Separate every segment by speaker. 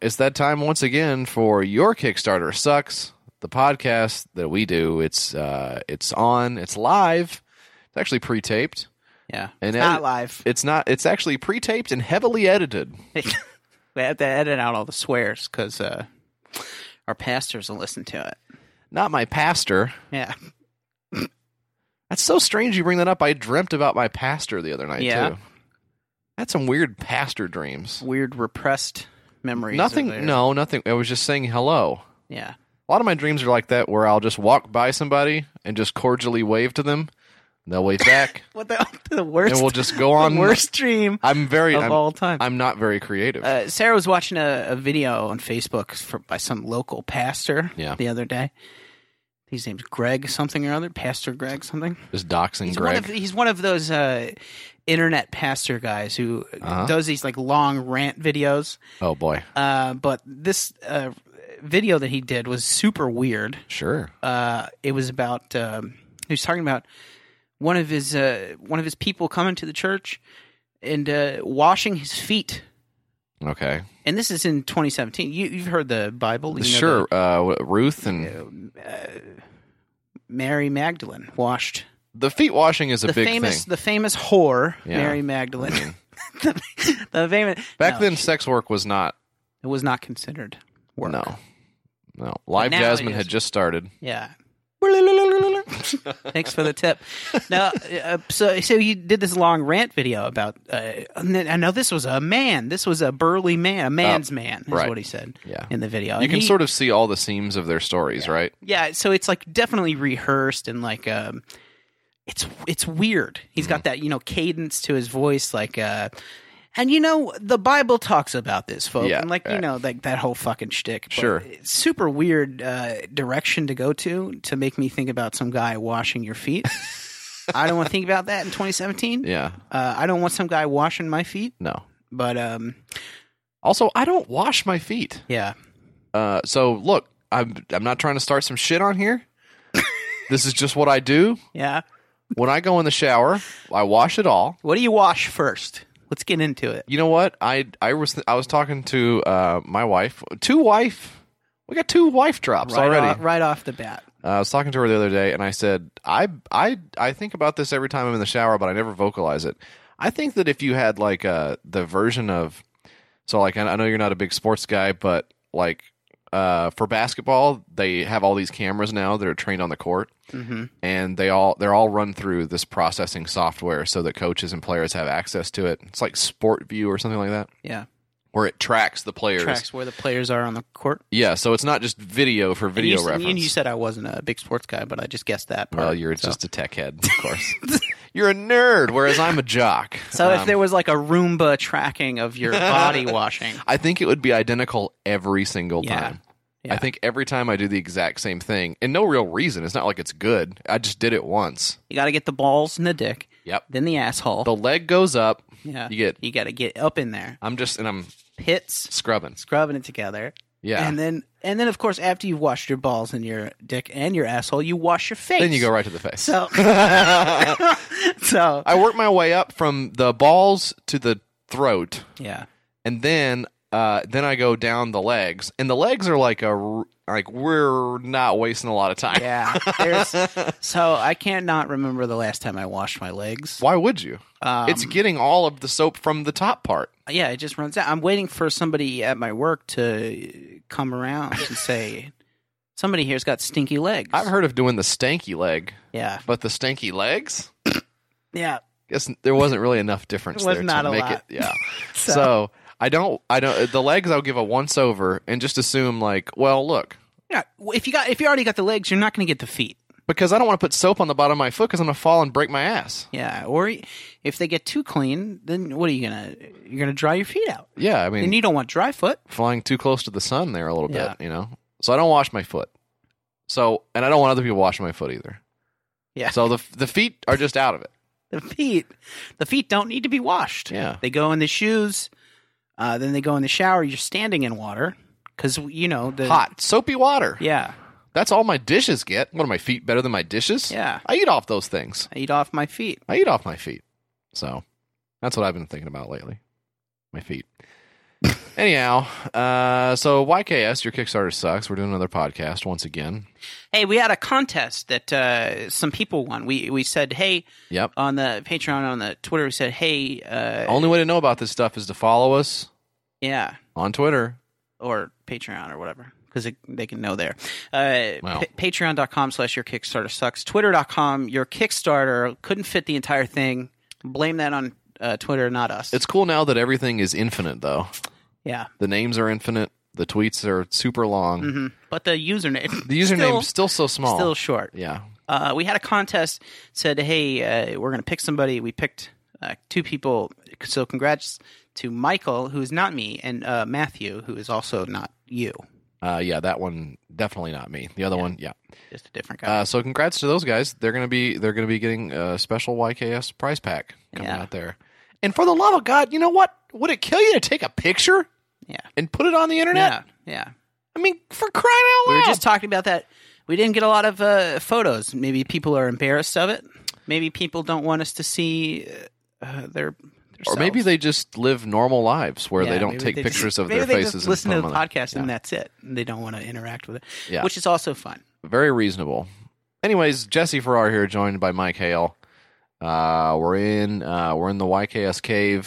Speaker 1: It's that time once again for your Kickstarter sucks. The podcast that we do, it's uh, it's on, it's live. It's actually pre-taped.
Speaker 2: Yeah.
Speaker 1: And
Speaker 2: it's
Speaker 1: edit-
Speaker 2: not live.
Speaker 1: It's not. It's actually pre-taped and heavily edited.
Speaker 2: we have to edit out all the swears because uh, our pastors will listen to it.
Speaker 1: Not my pastor.
Speaker 2: Yeah.
Speaker 1: That's so strange. You bring that up. I dreamt about my pastor the other night
Speaker 2: Yeah.
Speaker 1: too. I had some weird pastor dreams.
Speaker 2: Weird repressed memories. are there.
Speaker 1: Nothing. No, nothing. I was just saying hello.
Speaker 2: Yeah.
Speaker 1: A lot of my dreams are like that, where I'll just walk by somebody and just cordially wave to them. And they'll wave back,
Speaker 2: What the, the worst?
Speaker 1: and we'll just go
Speaker 2: the
Speaker 1: on.
Speaker 2: worst dream
Speaker 1: I'm very.
Speaker 2: of
Speaker 1: I'm,
Speaker 2: all time.
Speaker 1: I'm not very creative.
Speaker 2: uh, Sarah was watching a, a video on Facebook for, by some local pastor
Speaker 1: Yeah.
Speaker 2: the other day. His name's Greg something or other, Pastor Greg something.
Speaker 1: just doxing
Speaker 2: He's
Speaker 1: Greg.
Speaker 2: one of he's one of those uh, internet pastor guys who
Speaker 1: Uh-huh.
Speaker 2: does these like long rant videos.
Speaker 1: oh boy,
Speaker 2: Uh, but this uh, video that he did was super weird.
Speaker 1: sure.
Speaker 2: Uh, it was about um, he was talking about one of his uh, one of his people coming to the church and uh, washing his feet.
Speaker 1: Okay,
Speaker 2: And this is in 2017. You, you've heard the Bible, you know
Speaker 1: sure. Uh, Ruth and
Speaker 2: the Mary Magdalene washed
Speaker 1: the feet washing is a
Speaker 2: the
Speaker 1: big
Speaker 2: famous
Speaker 1: thing.
Speaker 2: the famous whore
Speaker 1: Yeah. Mm-hmm.
Speaker 2: Mary Magdalene. the, the famous
Speaker 1: Back
Speaker 2: no,
Speaker 1: then, sex work was not.
Speaker 2: it was not considered work.
Speaker 1: No, no. Live
Speaker 2: now it
Speaker 1: Jasmine
Speaker 2: is.
Speaker 1: had just started.
Speaker 2: Yeah. Thanks for the tip. Now, uh, so so you did this long rant video about. Uh, and then- I know this was a man. This was a burly man, a man's man, is
Speaker 1: Oh, right.
Speaker 2: what he said
Speaker 1: Yeah.
Speaker 2: in the video.
Speaker 1: You can sort of see all the seams of their stories, right?
Speaker 2: yeah. So it's like definitely rehearsed and like um, it's it's weird. He's
Speaker 1: Mm-hmm.
Speaker 2: got that you know cadence to his voice, like uh, and you know the Bible talks about this, folks.
Speaker 1: Yeah,
Speaker 2: and like you
Speaker 1: right.
Speaker 2: know like that whole fucking shtick. But
Speaker 1: Sure.
Speaker 2: it's super weird uh, direction to go to to make me think about some guy washing your feet. I don't want to think about that in 2017.
Speaker 1: Yeah.
Speaker 2: Uh, I don't want some guy washing my feet,
Speaker 1: No.
Speaker 2: but um,
Speaker 1: Also, I don't wash my feet.
Speaker 2: yeah,
Speaker 1: Uh, so look, I'm I'm not trying to start some shit on here. this is just what I do.
Speaker 2: yeah.
Speaker 1: When I go in the shower, I wash it all.
Speaker 2: What do you wash first? Let's get into it.
Speaker 1: You know what? I I was I was talking to uh, my wife, two wife. We got two wife drops
Speaker 2: Right
Speaker 1: already.
Speaker 2: off, right off the bat.
Speaker 1: Uh, I was talking to her the other day, and I said, I, I, I think about this every time I'm in the shower, but I never vocalize it. I think that if you had like uh, the version of, so like I, I know you're not a big sports guy, but like uh, for basketball, they have all these cameras now that are trained on the court,
Speaker 2: Mm-hmm.
Speaker 1: and they all they're all run through this processing software so that coaches and players have access to it. It's like Sport View or something like that,
Speaker 2: Yeah.
Speaker 1: where it tracks the players.
Speaker 2: tracks where the players are on the court.
Speaker 1: Yeah, so it's not just video for
Speaker 2: And
Speaker 1: video
Speaker 2: you,
Speaker 1: reference.
Speaker 2: And you said I wasn't a big sports guy, but I just guessed that part.
Speaker 1: Well, you're
Speaker 2: so.
Speaker 1: just a tech head, of course. you're a nerd, whereas I'm a jock.
Speaker 2: So if
Speaker 1: Um,
Speaker 2: there was like a Roomba tracking of your body washing,
Speaker 1: I think it would be identical every single
Speaker 2: Yeah.
Speaker 1: time.
Speaker 2: Yeah.
Speaker 1: I think every time I do the exact same thing, and no real reason. It's not like it's good. I just did it once.
Speaker 2: you got to get the balls and the dick,
Speaker 1: Yep.
Speaker 2: then the asshole.
Speaker 1: The leg goes up.
Speaker 2: yeah,
Speaker 1: You get.
Speaker 2: you got to get up in there,
Speaker 1: I'm just and I'm
Speaker 2: pits,
Speaker 1: scrubbing.
Speaker 2: scrubbing it together,
Speaker 1: Yeah.
Speaker 2: and then and then of course after you've washed your balls and your dick and your asshole, you wash your face.
Speaker 1: Then you go right to the face.
Speaker 2: So, so
Speaker 1: I work my way up from the balls to the throat.
Speaker 2: yeah,
Speaker 1: and then uh, then I go down the legs, and the legs are like a r- like we're not wasting a lot of time.
Speaker 2: yeah. There's, so I can't not remember the last time I washed my legs.
Speaker 1: Why would you?
Speaker 2: Um,
Speaker 1: it's getting all of the soap from the top part.
Speaker 2: Yeah, it just runs out. I'm waiting for somebody at my work to come around and say, "Somebody here's got stinky legs."
Speaker 1: I've heard of doing the stanky leg,
Speaker 2: Yeah,
Speaker 1: but the stanky legs.
Speaker 2: yeah.
Speaker 1: Guess there wasn't really enough difference
Speaker 2: It was
Speaker 1: there
Speaker 2: not
Speaker 1: to
Speaker 2: a
Speaker 1: make
Speaker 2: lot.
Speaker 1: it. Yeah.
Speaker 2: So-
Speaker 1: so. I don't. I don't. uh, The legs. I'll give a once over and just assume like, well, look,
Speaker 2: Yeah. Well, If you got, if you already got the legs, you're not going to get the feet.
Speaker 1: because I don't want to put soap on the bottom of my foot because I'm gonna fall and break my ass.
Speaker 2: Yeah. Or if they get too clean, then what are you gonna? You're gonna dry your feet out,
Speaker 1: Yeah. I mean,
Speaker 2: and you don't want dry foot.
Speaker 1: flying too close to the sun there a little
Speaker 2: Yeah.
Speaker 1: bit, you know. So I don't wash my foot. So and I don't want other people washing my foot either.
Speaker 2: Yeah.
Speaker 1: So the the feet are just out of it.
Speaker 2: The feet, the feet don't need to be washed.
Speaker 1: Yeah.
Speaker 2: They go in the shoes, uh, then they go in the shower. You're standing in water because you know the
Speaker 1: Hot, soapy water.
Speaker 2: Yeah.
Speaker 1: That's all my dishes get. What are my feet better than my dishes?
Speaker 2: Yeah.
Speaker 1: I eat off those things.
Speaker 2: I eat off my feet.
Speaker 1: I eat off my feet. So that's what I've been thinking about lately. My feet. Anyhow, uh, so YKS, your Kickstarter sucks. We're doing another podcast once again.
Speaker 2: Hey, we had a contest that uh, some people won. We we said, hey,
Speaker 1: Yep.
Speaker 2: on the Patreon, on the Twitter, we said, hey, uh,
Speaker 1: Only way to know about this stuff is to follow us
Speaker 2: yeah,
Speaker 1: on Twitter.
Speaker 2: or Patreon or whatever, because they can know there. Uh,
Speaker 1: Wow.
Speaker 2: pa- Patreon.com slash your Kickstarter sucks. Twitter.com, your Kickstarter couldn't fit the entire thing. Blame that on uh, Twitter, not us.
Speaker 1: It's cool now that everything is infinite, though.
Speaker 2: yeah.
Speaker 1: The names are infinite. The tweets are super long.
Speaker 2: hmm But the username,
Speaker 1: The username's still,
Speaker 2: Still-
Speaker 1: so small.
Speaker 2: still short.
Speaker 1: yeah.
Speaker 2: uh, we had a contest said hey uh, we're going to pick somebody we picked uh, two people so congrats to michael who is not me and uh, matthew who is also not you
Speaker 1: Uh, yeah, that one definitely not me. The other one, yeah.
Speaker 2: just a different guy
Speaker 1: Uh, so congrats to those guys. They're gonna be they're gonna be getting a special YKS prize pack coming
Speaker 2: Yeah.
Speaker 1: out there. And for the love of God, you know what? Would it kill you to take a picture
Speaker 2: yeah
Speaker 1: and put it on the internet?
Speaker 2: yeah yeah
Speaker 1: I mean, for crying out
Speaker 2: we
Speaker 1: loud!
Speaker 2: were just talking about that we didn't get a lot of uh, photos maybe people are embarrassed of it maybe people don't want us to see uh, uh, their
Speaker 1: or maybe they just live normal lives where they don't take pictures of their faces
Speaker 2: Just
Speaker 1: and
Speaker 2: listen
Speaker 1: put
Speaker 2: to
Speaker 1: them
Speaker 2: the
Speaker 1: on
Speaker 2: podcast, and that's it. They don't want to interact with it,
Speaker 1: Yeah.
Speaker 2: which is also fun.
Speaker 1: there. Very reasonable. Anyways, Jesse Farrar here, joined by Mike Hale. Uh, we're in uh, we're in the YKS cave.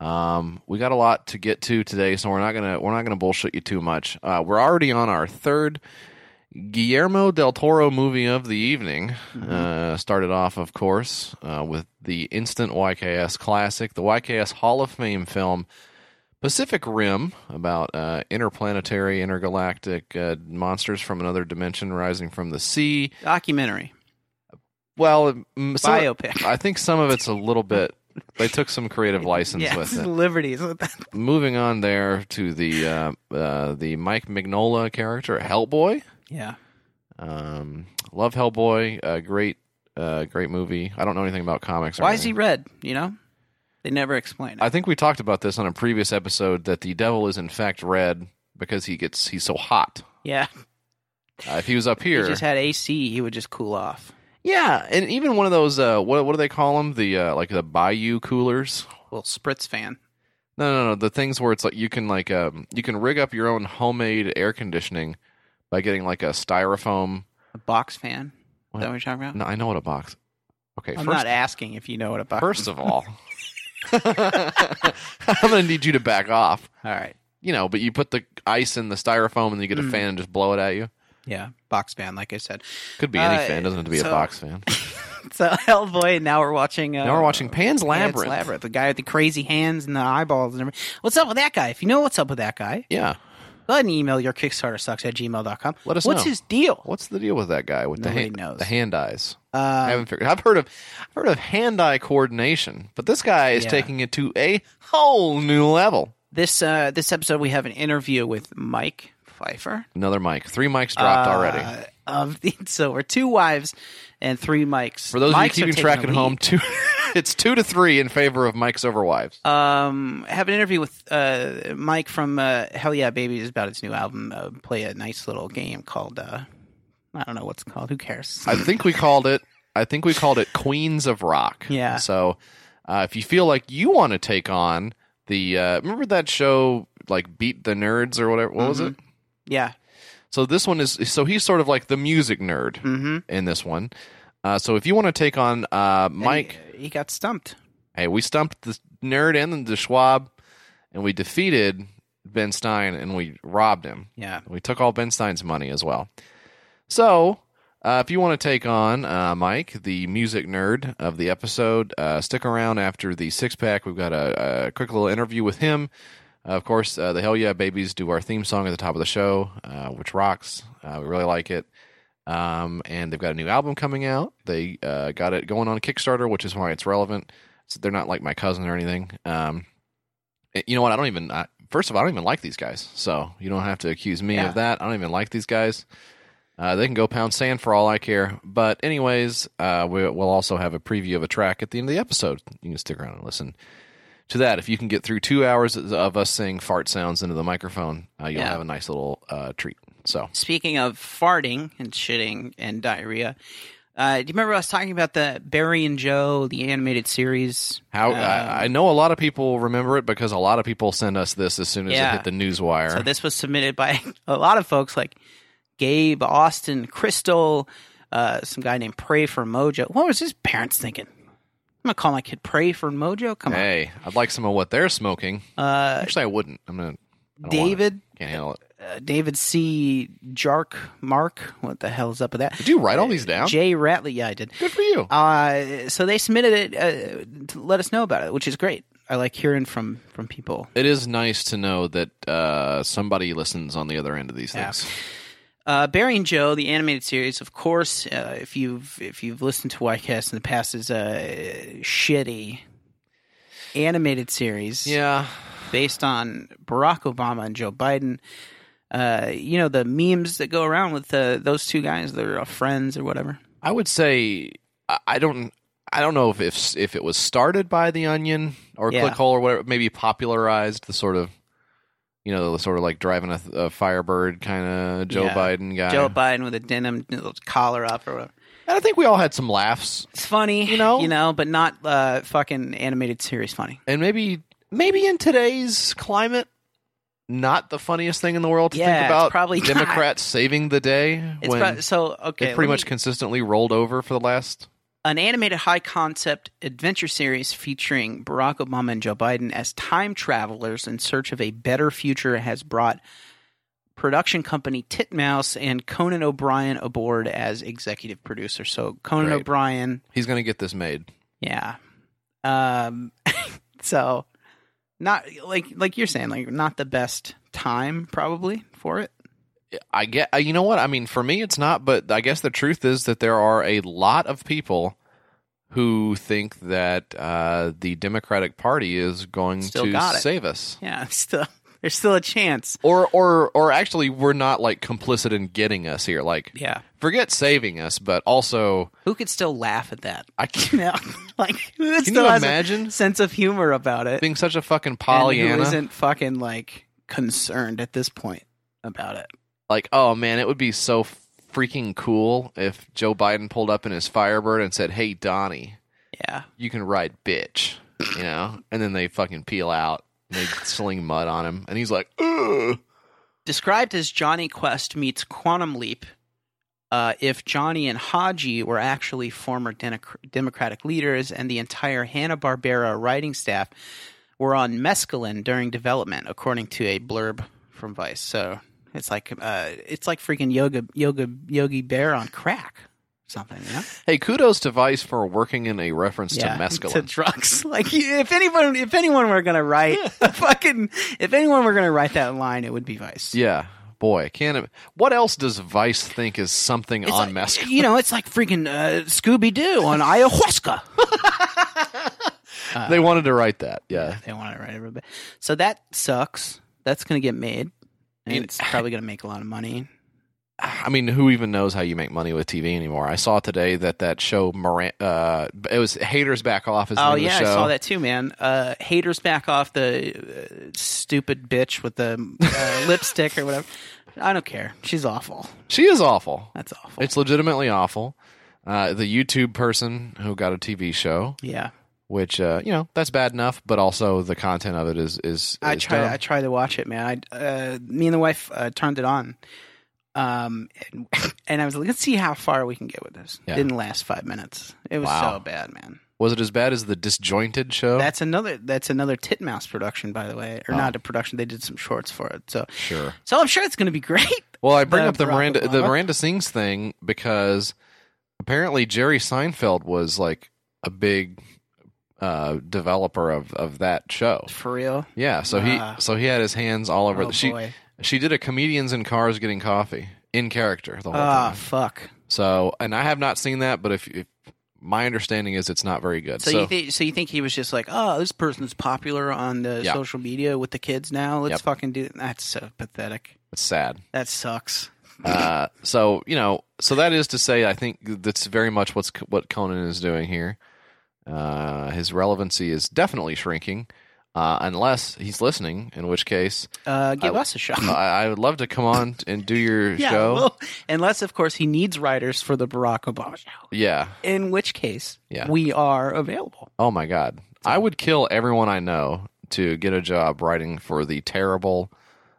Speaker 1: Um, we got a lot to get to today, so we're not gonna we're not gonna bullshit you too much. Uh, we're already on our third Guillermo del Toro movie of the evening. Uh, started off, of course, uh, with the instant YKS classic, the YKS Hall of Fame film Pacific Rim, about uh, interplanetary, intergalactic uh, monsters from another dimension rising from the sea.
Speaker 2: Documentary,
Speaker 1: Well, mm, some of-
Speaker 2: biopic.
Speaker 1: I think some of it's a little bit. They took some creative license
Speaker 2: yeah,
Speaker 1: with it.
Speaker 2: liberties. with that.
Speaker 1: Moving on there to the uh, uh, the Mike Mignola character, Hellboy.
Speaker 2: Yeah,
Speaker 1: Um, love Hellboy. Uh, great, uh, great movie. I don't know anything about comics. or
Speaker 2: why is he
Speaker 1: anything.
Speaker 2: red? You know, they never explain it.
Speaker 1: I think we talked about this on a previous episode that the devil is in fact red because he gets he's so hot.
Speaker 2: yeah,
Speaker 1: Uh, if he was up
Speaker 2: if
Speaker 1: here,
Speaker 2: he just had AC, he would just cool off.
Speaker 1: yeah, and even one of those uh, what what do they call them? The uh, like the Bayou coolers.
Speaker 2: Little spritz fan.
Speaker 1: No, no, no. The things where it's like you can like um you can rig up your own homemade air conditioning by getting like a styrofoam.
Speaker 2: A box fan. Is
Speaker 1: What?
Speaker 2: that what you're talking about?
Speaker 1: No, I know what a box. Okay,
Speaker 2: I'm
Speaker 1: first
Speaker 2: not asking if you know what a box.
Speaker 1: First of all, I'm going to need you to back off.
Speaker 2: all right.
Speaker 1: You know, but you put the ice in the styrofoam and you get a
Speaker 2: Mm.
Speaker 1: fan and just blow it at you.
Speaker 2: Yeah, box fan. Like I said.
Speaker 1: Could be any
Speaker 2: Uh,
Speaker 1: fan, doesn't have to be
Speaker 2: so-
Speaker 1: a box fan.
Speaker 2: So Hellboy. And now we're watching. Uh,
Speaker 1: Now we're watching Pan's
Speaker 2: yeah, it's
Speaker 1: Labyrinth. Yeah,
Speaker 2: Labyrinth. The guy with the crazy hands and the eyeballs and everything. What's up with that guy? If you know what's up with that guy, go ahead and email your Kickstarter sucks at gmail.com.
Speaker 1: Let us
Speaker 2: What's
Speaker 1: know.
Speaker 2: his deal?
Speaker 1: What's the deal with that guy with the
Speaker 2: Nobody
Speaker 1: hand,
Speaker 2: knows.
Speaker 1: the hand eyes? I
Speaker 2: Uh,
Speaker 1: haven't figured. I've heard of I've heard of hand eye coordination, but this guy is
Speaker 2: Yeah.
Speaker 1: taking it to a whole new level.
Speaker 2: this uh, this episode, we have an interview with Mike Pfeiffer.
Speaker 1: Another mic, three mics dropped already.
Speaker 2: Uh, Of the, so we're two wives and three mics.
Speaker 1: For those of you
Speaker 2: Mics are
Speaker 1: keeping
Speaker 2: taking
Speaker 1: track
Speaker 2: the
Speaker 1: at
Speaker 2: lead.
Speaker 1: home, two it's two to three in favor of mics over wives.
Speaker 2: um, I have an interview with uh, Mike from uh, Hell Yeah Baby is about his new album. Uh, play a nice little game called uh, I don't know what's called. Who cares?
Speaker 1: I think we called it. I think we called it Queens of Rock.
Speaker 2: Yeah.
Speaker 1: So uh, if you feel like you want to take on the, uh, remember that show like Beat the Nerds or whatever. What was it?
Speaker 2: yeah.
Speaker 1: So this one is. So he's sort of like the music nerd
Speaker 2: Mm-hmm.
Speaker 1: in this one. Uh, so if you want to take on uh, Mike,
Speaker 2: He, he got stumped.
Speaker 1: hey, we stumped the nerd and the Schwab, and we defeated Ben Stein and we robbed him.
Speaker 2: Yeah.
Speaker 1: We took all Ben Stein's money as well. So, uh, if you want to take on uh, Mike, the music nerd of the episode, uh, stick around after the six pack. We've got a, a quick little interview with him. Uh, of course, uh, the Hell Yeah Babies do our theme song at the top of the show, uh, which rocks. Uh, we really like it. Um, and they've got a new album coming out. They uh, got it going on Kickstarter, which is why it's relevant. So they're not like my cousin or anything. Um, eh, you know what? I don't even. I, first of all, I don't even like these guys, so you don't have to accuse me
Speaker 2: Yeah.
Speaker 1: of that. I don't even like these guys. Uh, they can go pound sand for all I care. But anyways, uh, we, we'll also have a preview of a track at the end of the episode. You can stick around and listen to that. If you can get through two hours of us saying fart sounds into the microphone, uh, you'll
Speaker 2: Yeah.
Speaker 1: have a nice little uh, treat. So
Speaker 2: Speaking of farting and shitting and diarrhea, Uh, do you remember I was talking about the Barry and Joe, the animated series?
Speaker 1: How
Speaker 2: Um,
Speaker 1: I, I know a lot of people remember it because a lot of people send us this as soon as
Speaker 2: Yeah.
Speaker 1: it hit the news wire.
Speaker 2: So this was submitted by a lot of folks like Gabe, Austin, Crystal, uh, some guy named Pray for Mojo. What was his parents thinking? I'm gonna call my kid Pray for Mojo. Come
Speaker 1: hey, I'd like some of what they're smoking.
Speaker 2: on, uh,
Speaker 1: Actually, I wouldn't. I'm gonna. I don't want it.
Speaker 2: David,
Speaker 1: can't handle it.
Speaker 2: uh, David C. Jark, Mark. What the hell is up with that?
Speaker 1: Did you write all these down?
Speaker 2: Jay Ratley. Yeah, I did.
Speaker 1: Good for you.
Speaker 2: Uh, so they submitted it uh, to let us know about it, which is great. I like hearing from from people.
Speaker 1: It is nice to know that uh, somebody listens on the other end of these
Speaker 2: Yeah.
Speaker 1: things.
Speaker 2: Uh, Barry and Joe, the animated series, of course. Uh, if you've if you've listened to Ycast in the past, is a shitty animated series
Speaker 1: Yeah,
Speaker 2: based on Barack Obama and Joe Biden. Uh, you know the memes that go around with uh, those two guys. They're uh, friends or whatever.
Speaker 1: I would say I- I don't. I don't know if if, if it was started by the Onion or
Speaker 2: Yeah.
Speaker 1: Clickhole or whatever. Maybe popularized the sort of, you know, the sort of like driving a, a Firebird kind of Joe
Speaker 2: Yeah.
Speaker 1: Biden guy.
Speaker 2: Joe Biden with a denim little collar up or whatever.
Speaker 1: and I think we all had some laughs,
Speaker 2: It's funny,
Speaker 1: You know?
Speaker 2: you know, but not uh, fucking animated series funny.
Speaker 1: and maybe maybe in today's climate, not the funniest thing in the world to
Speaker 2: Yeah,
Speaker 1: think
Speaker 2: it's
Speaker 1: about.
Speaker 2: probably not.
Speaker 1: Democrats saving the day
Speaker 2: It's
Speaker 1: when
Speaker 2: prob- so okay.
Speaker 1: it pretty
Speaker 2: let
Speaker 1: much
Speaker 2: me-
Speaker 1: consistently rolled over for the last.
Speaker 2: an animated high concept adventure series featuring Barack Obama and Joe Biden as time travelers in search of a better future has brought production company Titmouse and Conan O'Brien aboard as executive producer. So Conan
Speaker 1: Right.
Speaker 2: O'Brien,
Speaker 1: He's going to get this made.
Speaker 2: yeah. Um so not like like you're saying like not the best time probably for it.
Speaker 1: I get uh, you know what I mean for me it's not but I guess the truth is that there are a lot of people who think that uh, the Democratic Party is going
Speaker 2: Still
Speaker 1: to
Speaker 2: got it.
Speaker 1: save us
Speaker 2: Yeah, still there's still a chance.
Speaker 1: or or or actually we're not like complicit in getting us here like
Speaker 2: Yeah.
Speaker 1: forget saving us but also
Speaker 2: Who could still laugh at that?
Speaker 1: I can't
Speaker 2: you know, like who
Speaker 1: can
Speaker 2: still
Speaker 1: you
Speaker 2: has a
Speaker 1: imagine
Speaker 2: sense of humor about it,
Speaker 1: being such a fucking
Speaker 2: and who
Speaker 1: Pollyanna
Speaker 2: isn't fucking like concerned at this point about it.
Speaker 1: like oh man it would be so freaking cool if Joe Biden pulled up in his Firebird and said hey Donnie
Speaker 2: Yeah,
Speaker 1: you can ride bitch, you know? And then they fucking peel out. And they sling mud on him. And he's like, ugh.
Speaker 2: described as Johnny Quest meets Quantum Leap. Uh, if Johnny and Haji were actually former Denoc- Democratic leaders, and the entire Hanna Barbera writing staff were on mescaline during development, according to a blurb from Vice. So it's like uh, it's like freaking yoga, yoga, Yogi Bear on crack, something. You know?
Speaker 1: Hey, kudos to Vice for working in a reference to mescaline.
Speaker 2: to drugs. Like you- if anyone, if anyone were gonna write a fucking, if anyone were gonna write that line, it would be Vice.
Speaker 1: yeah. Boy, can't it, what else does Vice think is something
Speaker 2: It's
Speaker 1: on
Speaker 2: like-
Speaker 1: mescaline?
Speaker 2: You know, it's like freaking uh, Scooby Doo on ayahuasca.
Speaker 1: they wanted to write that. Yeah.
Speaker 2: they want to write it real bad. So that sucks. That's gonna get made, and
Speaker 1: You-
Speaker 2: it's probably gonna make a lot of money.
Speaker 1: I mean, who even knows how you make money with TV anymore? I saw today that that show Moran, uh, it was Haters Back Off is the name
Speaker 2: Oh
Speaker 1: of the
Speaker 2: yeah, I
Speaker 1: show.
Speaker 2: saw that too, man. Uh, haters back off the uh, stupid bitch with the uh, lipstick or whatever. I don't care. She's awful.
Speaker 1: She is awful.
Speaker 2: That's awful.
Speaker 1: It's legitimately awful. Uh, the YouTube person who got a TV show
Speaker 2: yeah.
Speaker 1: which uh, you know that's bad enough, but also the content of it is is.
Speaker 2: I
Speaker 1: is
Speaker 2: tried.
Speaker 1: dumb.
Speaker 2: I tried to watch it, man. I uh, me and the wife uh, turned it on, um, and, and I was like, let's see how far we can get with this.
Speaker 1: Yeah.
Speaker 2: Didn't last five minutes. It was
Speaker 1: Wow.
Speaker 2: so bad, man.
Speaker 1: Was it as bad as the disjointed show?
Speaker 2: That's another. That's another Titmouse production, by the way, or
Speaker 1: Oh.
Speaker 2: not a production. They did some shorts for it, so
Speaker 1: sure.
Speaker 2: so I'm sure it's going to be great.
Speaker 1: Well, I bring
Speaker 2: The
Speaker 1: up the
Speaker 2: Barack
Speaker 1: Miranda the
Speaker 2: Obama.
Speaker 1: Miranda Sings thing because apparently Jerry Seinfeld was like a big uh, developer of, of that show.
Speaker 2: For real.
Speaker 1: Yeah, so
Speaker 2: Ah.
Speaker 1: he so he had his hands all over.
Speaker 2: oh
Speaker 1: the, she
Speaker 2: boy.
Speaker 1: she did a comedians in cars getting coffee in character the whole
Speaker 2: Ah,
Speaker 1: time.
Speaker 2: fuck.
Speaker 1: So and I have not seen that, but if, if my understanding is it's not very good.
Speaker 2: So, you think? So you think he was just like, oh, this person's popular on the
Speaker 1: Yeah.
Speaker 2: social media with the kids now. Let's
Speaker 1: Yep.
Speaker 2: fucking do. That's so pathetic.
Speaker 1: it's sad.
Speaker 2: That sucks.
Speaker 1: Uh, so you know, so that is to say, I think that's very much what's what Conan is doing here. Uh, his relevancy is definitely shrinking. uh, unless he's listening, in which case
Speaker 2: Uh, give us a shot.
Speaker 1: I, I would love to come on and do your
Speaker 2: yeah,
Speaker 1: show.
Speaker 2: well, unless of course he needs writers for the Barack Obama show,
Speaker 1: yeah.
Speaker 2: in which case
Speaker 1: Yeah.
Speaker 2: we are available.
Speaker 1: Oh my god. I would kill everyone I know to get a job writing for the terrible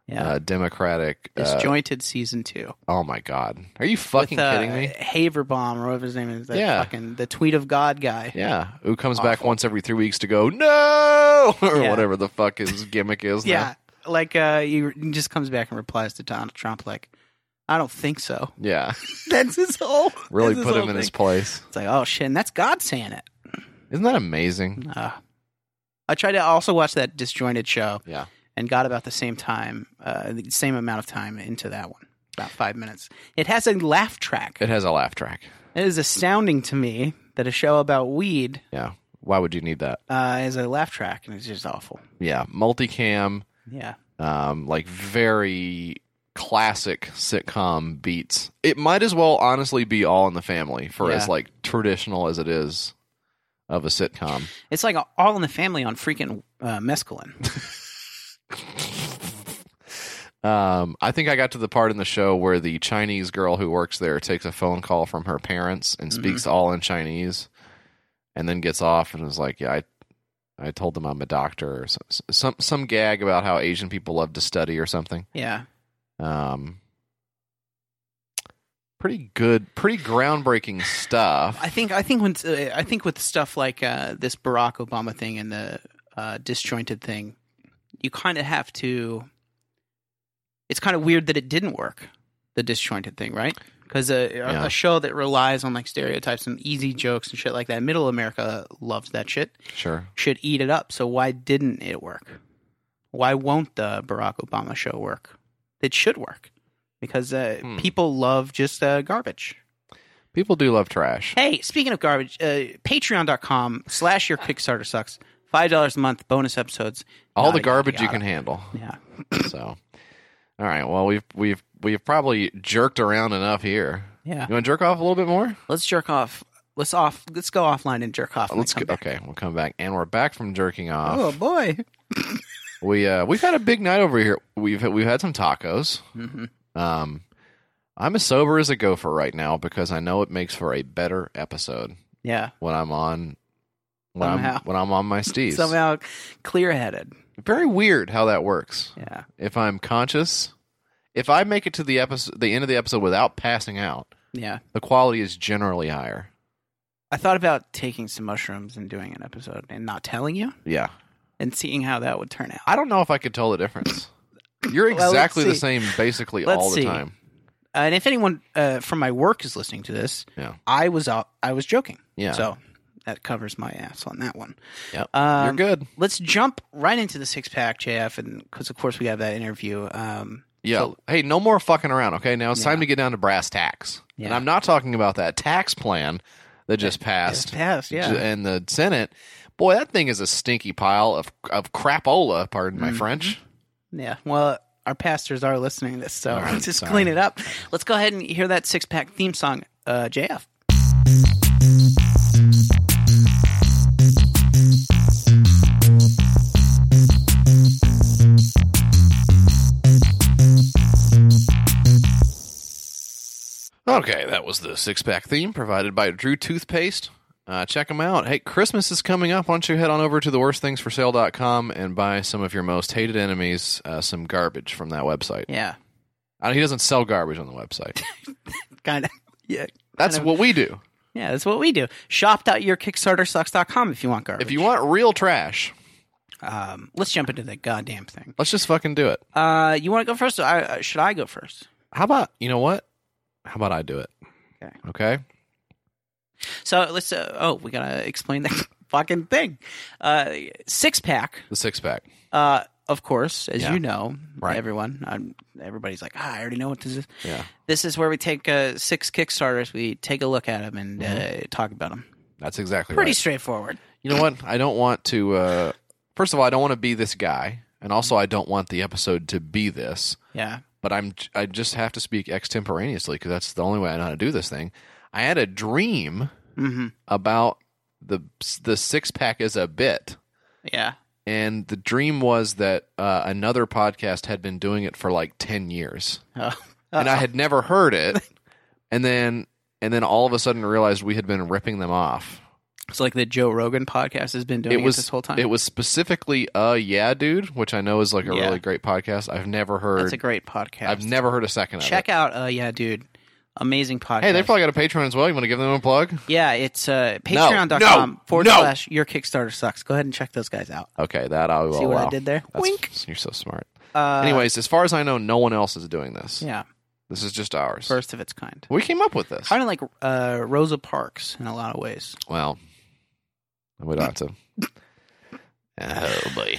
Speaker 2: Yeah,
Speaker 1: uh, Democratic. Uh,
Speaker 2: disjointed season two.
Speaker 1: oh my god. Are you fucking
Speaker 2: with, uh,
Speaker 1: kidding me?
Speaker 2: Haverbaum or whatever his name is, that
Speaker 1: Yeah.
Speaker 2: fucking the tweet of God guy.
Speaker 1: Yeah, who comes back once every three weeks to go no or
Speaker 2: Yeah.
Speaker 1: whatever the fuck his gimmick is. now.
Speaker 2: Yeah, like uh, he he just comes back and replies to Donald Trump like, "I don't think so."
Speaker 1: yeah,
Speaker 2: That's his whole.
Speaker 1: really
Speaker 2: that's
Speaker 1: put him
Speaker 2: whole
Speaker 1: in his
Speaker 2: thing.
Speaker 1: place.
Speaker 2: It's like, oh shit, and that's God saying it.
Speaker 1: Isn't that amazing?
Speaker 2: Uh, I tried to also watch that disjointed show.
Speaker 1: Yeah.
Speaker 2: and got about the same time, uh, the same amount of time into that one, about five minutes. It has a laugh track.
Speaker 1: It has a laugh track.
Speaker 2: It is astounding to me that a show about weed
Speaker 1: Yeah, why would you need that?
Speaker 2: uh, is a laugh track, and it's just awful.
Speaker 1: Yeah, multicam,
Speaker 2: Yeah,
Speaker 1: um, like very classic sitcom beats. It might as well honestly be All in the Family for
Speaker 2: Yeah.
Speaker 1: as like traditional as it is of a sitcom.
Speaker 2: it's like All in the Family on freaking uh, mescaline.
Speaker 1: Um, I think I got to the part in the show where the Chinese girl who works there takes a phone call from her parents and speaks all in Chinese, and then gets off and is like, "Yeah, I, I told them I'm a doctor or some some, some gag about how Asian people love to study or something."
Speaker 2: yeah,
Speaker 1: Um, pretty good, pretty groundbreaking stuff.
Speaker 2: I think I think when uh, I think with stuff like uh, this Barack Obama thing and the uh, disjointed thing, you kind of have to. It's kind of weird that it didn't work, the disjointed thing, right? Because a, a-
Speaker 1: Yeah.
Speaker 2: a show that relies on like stereotypes and easy jokes and shit like that, middle America loves that shit,
Speaker 1: sure.
Speaker 2: should eat it up. So why didn't it work? Why won't the Barack Obama show work? It should work because uh,
Speaker 1: Hmm.
Speaker 2: people love just uh, garbage.
Speaker 1: People do love trash.
Speaker 2: Hey, speaking of garbage, uh, patreon.com slash your Kickstarter sucks. $5 a month, bonus episodes.
Speaker 1: All
Speaker 2: Yada,
Speaker 1: the garbage
Speaker 2: yada,
Speaker 1: you can handle.
Speaker 2: yada. Yeah.
Speaker 1: So, all right. Well, we've we've we've probably jerked around enough here.
Speaker 2: Yeah.
Speaker 1: You want to jerk off a little bit more?
Speaker 2: Let's jerk off. Let's off. Let's go offline and jerk off. and
Speaker 1: Let's
Speaker 2: then
Speaker 1: go.
Speaker 2: come back.
Speaker 1: Okay, we'll come back, and we're back from jerking off.
Speaker 2: Oh, boy.
Speaker 1: We uh, we've had a big night over here. We've we've had some tacos.
Speaker 2: Mhm.
Speaker 1: Um, I'm as sober as a gopher right now because I know it makes for a better episode
Speaker 2: Yeah.
Speaker 1: when I'm on when
Speaker 2: Somehow.
Speaker 1: I'm when I'm on my steez.
Speaker 2: Somehow clear headed.
Speaker 1: Very weird how that works.
Speaker 2: Yeah.
Speaker 1: If I'm conscious, if I make it to the episode, the end of the episode without passing out,
Speaker 2: Yeah.
Speaker 1: the quality is generally higher.
Speaker 2: I thought about taking some mushrooms and doing an episode and not telling you
Speaker 1: Yeah,
Speaker 2: and seeing how that would turn out.
Speaker 1: I don't know if I could tell the difference. You're
Speaker 2: Well, let's
Speaker 1: exactly the
Speaker 2: see.
Speaker 1: same, basically
Speaker 2: Let's
Speaker 1: all the
Speaker 2: see.
Speaker 1: time.
Speaker 2: and if anyone uh, from my work is listening to this,
Speaker 1: Yeah.
Speaker 2: I was uh, I was joking.
Speaker 1: Yeah.
Speaker 2: So that covers my ass on that one.
Speaker 1: Yep.
Speaker 2: Um,
Speaker 1: You're good.
Speaker 2: let's jump right into the six pack, JF, and because of course we have that interview. Um,
Speaker 1: Yeah.
Speaker 2: So-
Speaker 1: hey, no more fucking around. Okay, now it's
Speaker 2: Yeah.
Speaker 1: time to get down to brass tacks. And
Speaker 2: Yeah.
Speaker 1: I'm not talking about that tax plan that just
Speaker 2: it's
Speaker 1: passed
Speaker 2: past,
Speaker 1: j-
Speaker 2: yeah,
Speaker 1: and the Senate. Boy, that thing is a stinky pile of of crapola. Pardon my
Speaker 2: Mhm.
Speaker 1: French.
Speaker 2: yeah. Well, our pastors are listening to this, so
Speaker 1: All right,
Speaker 2: let's just
Speaker 1: sorry.
Speaker 2: clean it up. Let's go ahead and hear that six pack theme song, uh, JF.
Speaker 1: Okay, that was the six pack theme provided by Drew Toothpaste. Uh, check them out. Hey, Christmas is coming up. Why don't you head on over to theworstthingsforsale.com and buy some of your most hated enemies uh, some garbage from that website.
Speaker 2: Yeah,
Speaker 1: Uh, he doesn't sell garbage on the website.
Speaker 2: kind of. Yeah,
Speaker 1: That's
Speaker 2: Kind
Speaker 1: what we do.
Speaker 2: yeah. That's what we do. Shop.yourkickstartersucks.com if you want garbage.
Speaker 1: If you want real trash,
Speaker 2: um, let's jump into the goddamn thing.
Speaker 1: let's just fucking do it.
Speaker 2: Uh, you want to go first? Or I, uh, should I go first?
Speaker 1: How about you know what? How about I do it?
Speaker 2: Okay.
Speaker 1: Okay.
Speaker 2: So let's. Uh, oh, we gotta explain that fucking thing. Uh, six pack.
Speaker 1: The six pack.
Speaker 2: Uh, of course, as
Speaker 1: Yeah.
Speaker 2: you know,
Speaker 1: Right.
Speaker 2: everyone, um, everybody's like, ah, I already know what this is.
Speaker 1: Yeah.
Speaker 2: This is where we take uh, six Kickstarters, we take a look at them and uh, talk about them.
Speaker 1: That's exactly
Speaker 2: Pretty
Speaker 1: Mm-hmm. right.
Speaker 2: straightforward.
Speaker 1: You know what? I don't want to. Uh, first of all, I don't want to be this guy, and also I don't want the episode to be this.
Speaker 2: Yeah.
Speaker 1: But I'm. I just have to speak extemporaneously because that's the only way I know how to do this thing. I had a dream
Speaker 2: hmm
Speaker 1: about the the six pack as a bit,
Speaker 2: Yeah.
Speaker 1: and the dream was that uh, another podcast had been doing it for like 10 years
Speaker 2: Oh.
Speaker 1: and i had never heard it and then and then all of a sudden realized we had been ripping them off
Speaker 2: It's like the Joe Rogan podcast has been doing it,
Speaker 1: was
Speaker 2: this whole time.
Speaker 1: it was specifically uh yeah dude which i know is like a
Speaker 2: Yeah.
Speaker 1: really great podcast i've never
Speaker 2: That's
Speaker 1: heard
Speaker 2: a great podcast.
Speaker 1: i've never heard a second
Speaker 2: check
Speaker 1: of
Speaker 2: out. Uh, yeah, dude, amazing podcast.
Speaker 1: it hey they probably got a patreon as well you want to give them a plug
Speaker 2: yeah, it's uh,
Speaker 1: No,
Speaker 2: patreon.com
Speaker 1: no,
Speaker 2: forward
Speaker 1: no.
Speaker 2: slash your Kickstarter sucks. Go ahead and check those guys out.
Speaker 1: okay that i will
Speaker 2: See what
Speaker 1: allow.
Speaker 2: I did there?
Speaker 1: That's-
Speaker 2: Wink.
Speaker 1: you're so smart
Speaker 2: Uh,
Speaker 1: anyways as far as i know no one else is doing this
Speaker 2: yeah,
Speaker 1: this is just ours
Speaker 2: first of its kind.
Speaker 1: we came up with this
Speaker 2: Kind of like uh, Rosa Parks in a lot of ways.
Speaker 1: Well, we don't have to. Oh boy!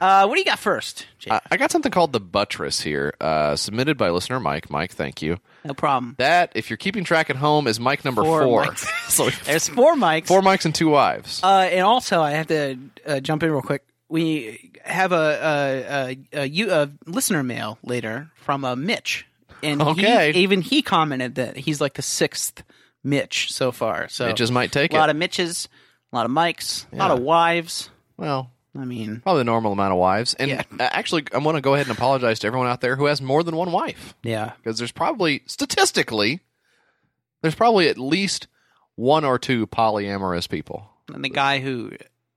Speaker 2: Uh, what do you got first? Jake?
Speaker 1: I, I got something called the buttress here, uh, submitted by listener Mike. Mike, thank you.
Speaker 2: no problem.
Speaker 1: That, if you're keeping track at home, is Mike number
Speaker 2: Four
Speaker 1: four.
Speaker 2: mics.
Speaker 1: so
Speaker 2: There's four mics.
Speaker 1: four mics and two wives.
Speaker 2: Uh, and also, I have to uh, jump in real quick. We have a a, a, a, you- a listener mail later from a Mitch, and he-
Speaker 1: Okay.
Speaker 2: even he commented that he's like the sixth Mitch so far. So
Speaker 1: it just might take
Speaker 2: a lot
Speaker 1: it.
Speaker 2: of Mitches, a lot of Mikes, a lot
Speaker 1: Yeah.
Speaker 2: of wives.
Speaker 1: well,
Speaker 2: I mean,
Speaker 1: probably the normal amount of wives. And
Speaker 2: Yeah.
Speaker 1: uh, actually, I want to go ahead and apologize to everyone out there who has more than one wife,
Speaker 2: yeah,
Speaker 1: because there's probably statistically, there's probably at least one or two polyamorous people.
Speaker 2: and the guy who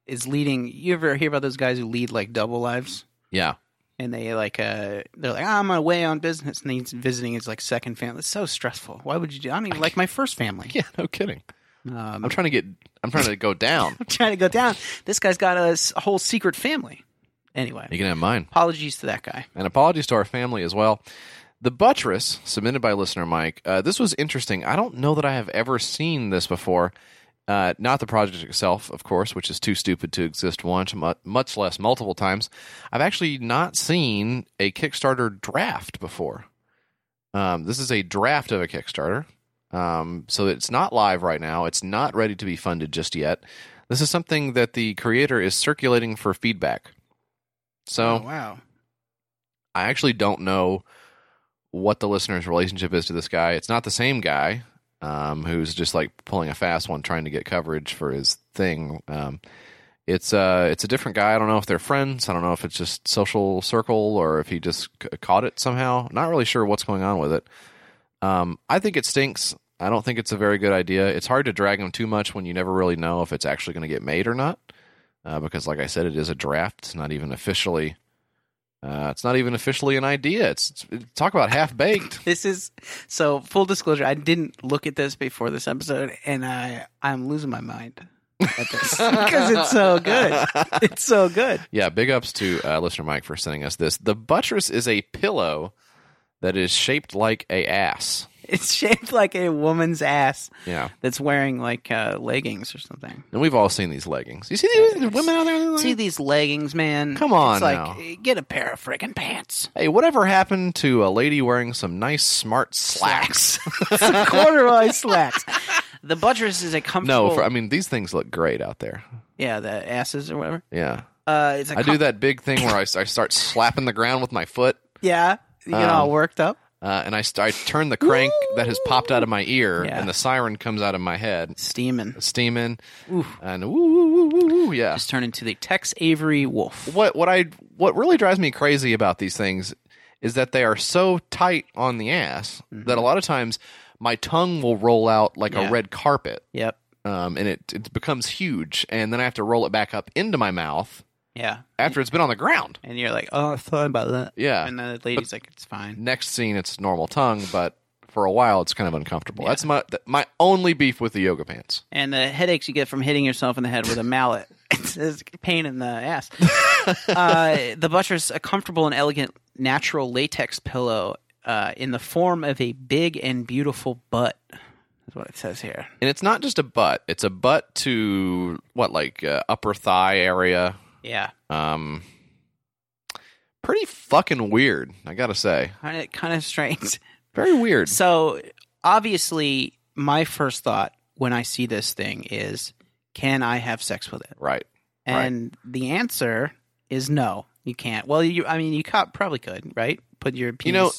Speaker 2: is leading. You ever hear about those guys who lead like double lives?
Speaker 1: Yeah.
Speaker 2: and they like uh they're like "Ah, I'm away on business and he's visiting his like second family. It's so stressful. Why would you do? I don't even like my first family.
Speaker 1: Yeah. No kidding.
Speaker 2: Um,
Speaker 1: I'm trying to get. I'm trying to go down.
Speaker 2: I'm trying to go down. This guy's got a s- whole secret family. Anyway,
Speaker 1: You can have mine.
Speaker 2: apologies to that guy.
Speaker 1: And apologies to our family as well. The Buttress, submitted by listener Mike, uh, this was interesting. I don't know that I have ever seen this before. Uh, not the project itself, of course, which is too stupid to exist once, mu- much less multiple times. I've actually not seen a Kickstarter draft before. Um, this is a draft of a Kickstarter. Um, so it's not live right now. It's not ready to be funded just yet. This is something that the creator is circulating for feedback. So
Speaker 2: Oh, wow.
Speaker 1: I actually don't know what the listener's relationship is to this guy. It's not the same guy um, who's just like pulling a fast one trying to get coverage for his thing. Um, it's uh, it's a different guy. I don't know if they're friends. I don't know if it's just social circle or if he just c- caught it somehow. Not really sure what's going on with it. Um, I think it stinks. I don't think it's a very good idea. It's hard to drag him too much when you never really know if it's actually going to get made or not. Uh, because, like I said, it is a draft. It's not even officially uh, it's not even officially an idea. It's, it's it- talk about half baked.
Speaker 2: This is so full disclosure. I didn't look at this before this episode, and I I'm losing my mind at this because it's so good. It's so good.
Speaker 1: yeah, big ups to uh, listener Mike for sending us this. The buttress is a pillow that is shaped like a ass.
Speaker 2: It's shaped like a woman's ass
Speaker 1: Yeah,
Speaker 2: that's wearing like uh, leggings or something.
Speaker 1: and we've all seen these leggings. You see these the women out there? with
Speaker 2: See
Speaker 1: leggings?
Speaker 2: these leggings, man.
Speaker 1: Come on
Speaker 2: it's like,
Speaker 1: now.
Speaker 2: eh, Get a pair of friggin' pants.
Speaker 1: Hey, whatever happened to a lady wearing some nice smart slacks?
Speaker 2: Some corduroy slacks. The buttress is a comfortable.
Speaker 1: no, for, I mean these things look great out there.
Speaker 2: yeah, the asses or whatever.
Speaker 1: Yeah,
Speaker 2: Uh, it's a
Speaker 1: I do
Speaker 2: com-
Speaker 1: that big thing where I, s- I start slapping the ground with my foot.
Speaker 2: Yeah, you get
Speaker 1: Um,
Speaker 2: all worked up.
Speaker 1: Uh, and I, st- I turn the crank that has popped out of my ear,
Speaker 2: Yeah.
Speaker 1: and the siren comes out of my head.
Speaker 2: Steaming.
Speaker 1: steaming
Speaker 2: Oof.
Speaker 1: and woo woo woo woo woo yeah
Speaker 2: Just turn into the Tex Avery wolf.
Speaker 1: what what i what really drives me crazy about these things is that they are so tight on the ass that a lot of times my tongue will roll out like
Speaker 2: Mm-hmm. Yeah.
Speaker 1: a red carpet
Speaker 2: Yep.
Speaker 1: um, and it, it becomes huge and then i have to roll it back up into my mouth
Speaker 2: Yeah.
Speaker 1: after it's been on the ground
Speaker 2: And you're like, oh, I thought about that.
Speaker 1: yeah
Speaker 2: And the lady's like, it's fine.
Speaker 1: next scene it's normal tongue but for a while it's kind of uncomfortable
Speaker 2: Yeah.
Speaker 1: that's my th- my only beef with the yoga pants
Speaker 2: And the headaches you get from hitting yourself in the head with a mallet. it's it's a pain in the ass. uh, the buttress, a comfortable and elegant natural latex pillow uh, in the form of a big and beautiful butt. That's what it says here.
Speaker 1: and it's not just a butt it's a butt to what like uh, upper thigh area
Speaker 2: Yeah.
Speaker 1: Um, pretty fucking weird, I gotta say.
Speaker 2: Kind of, kind of strange.
Speaker 1: Very weird.
Speaker 2: So, obviously, my first thought when I see this thing is can I have sex with it?
Speaker 1: Right. Right.
Speaker 2: And the answer is no, you can't. Well, you, I mean, you co- probably could, right? Put your penis.
Speaker 1: You know-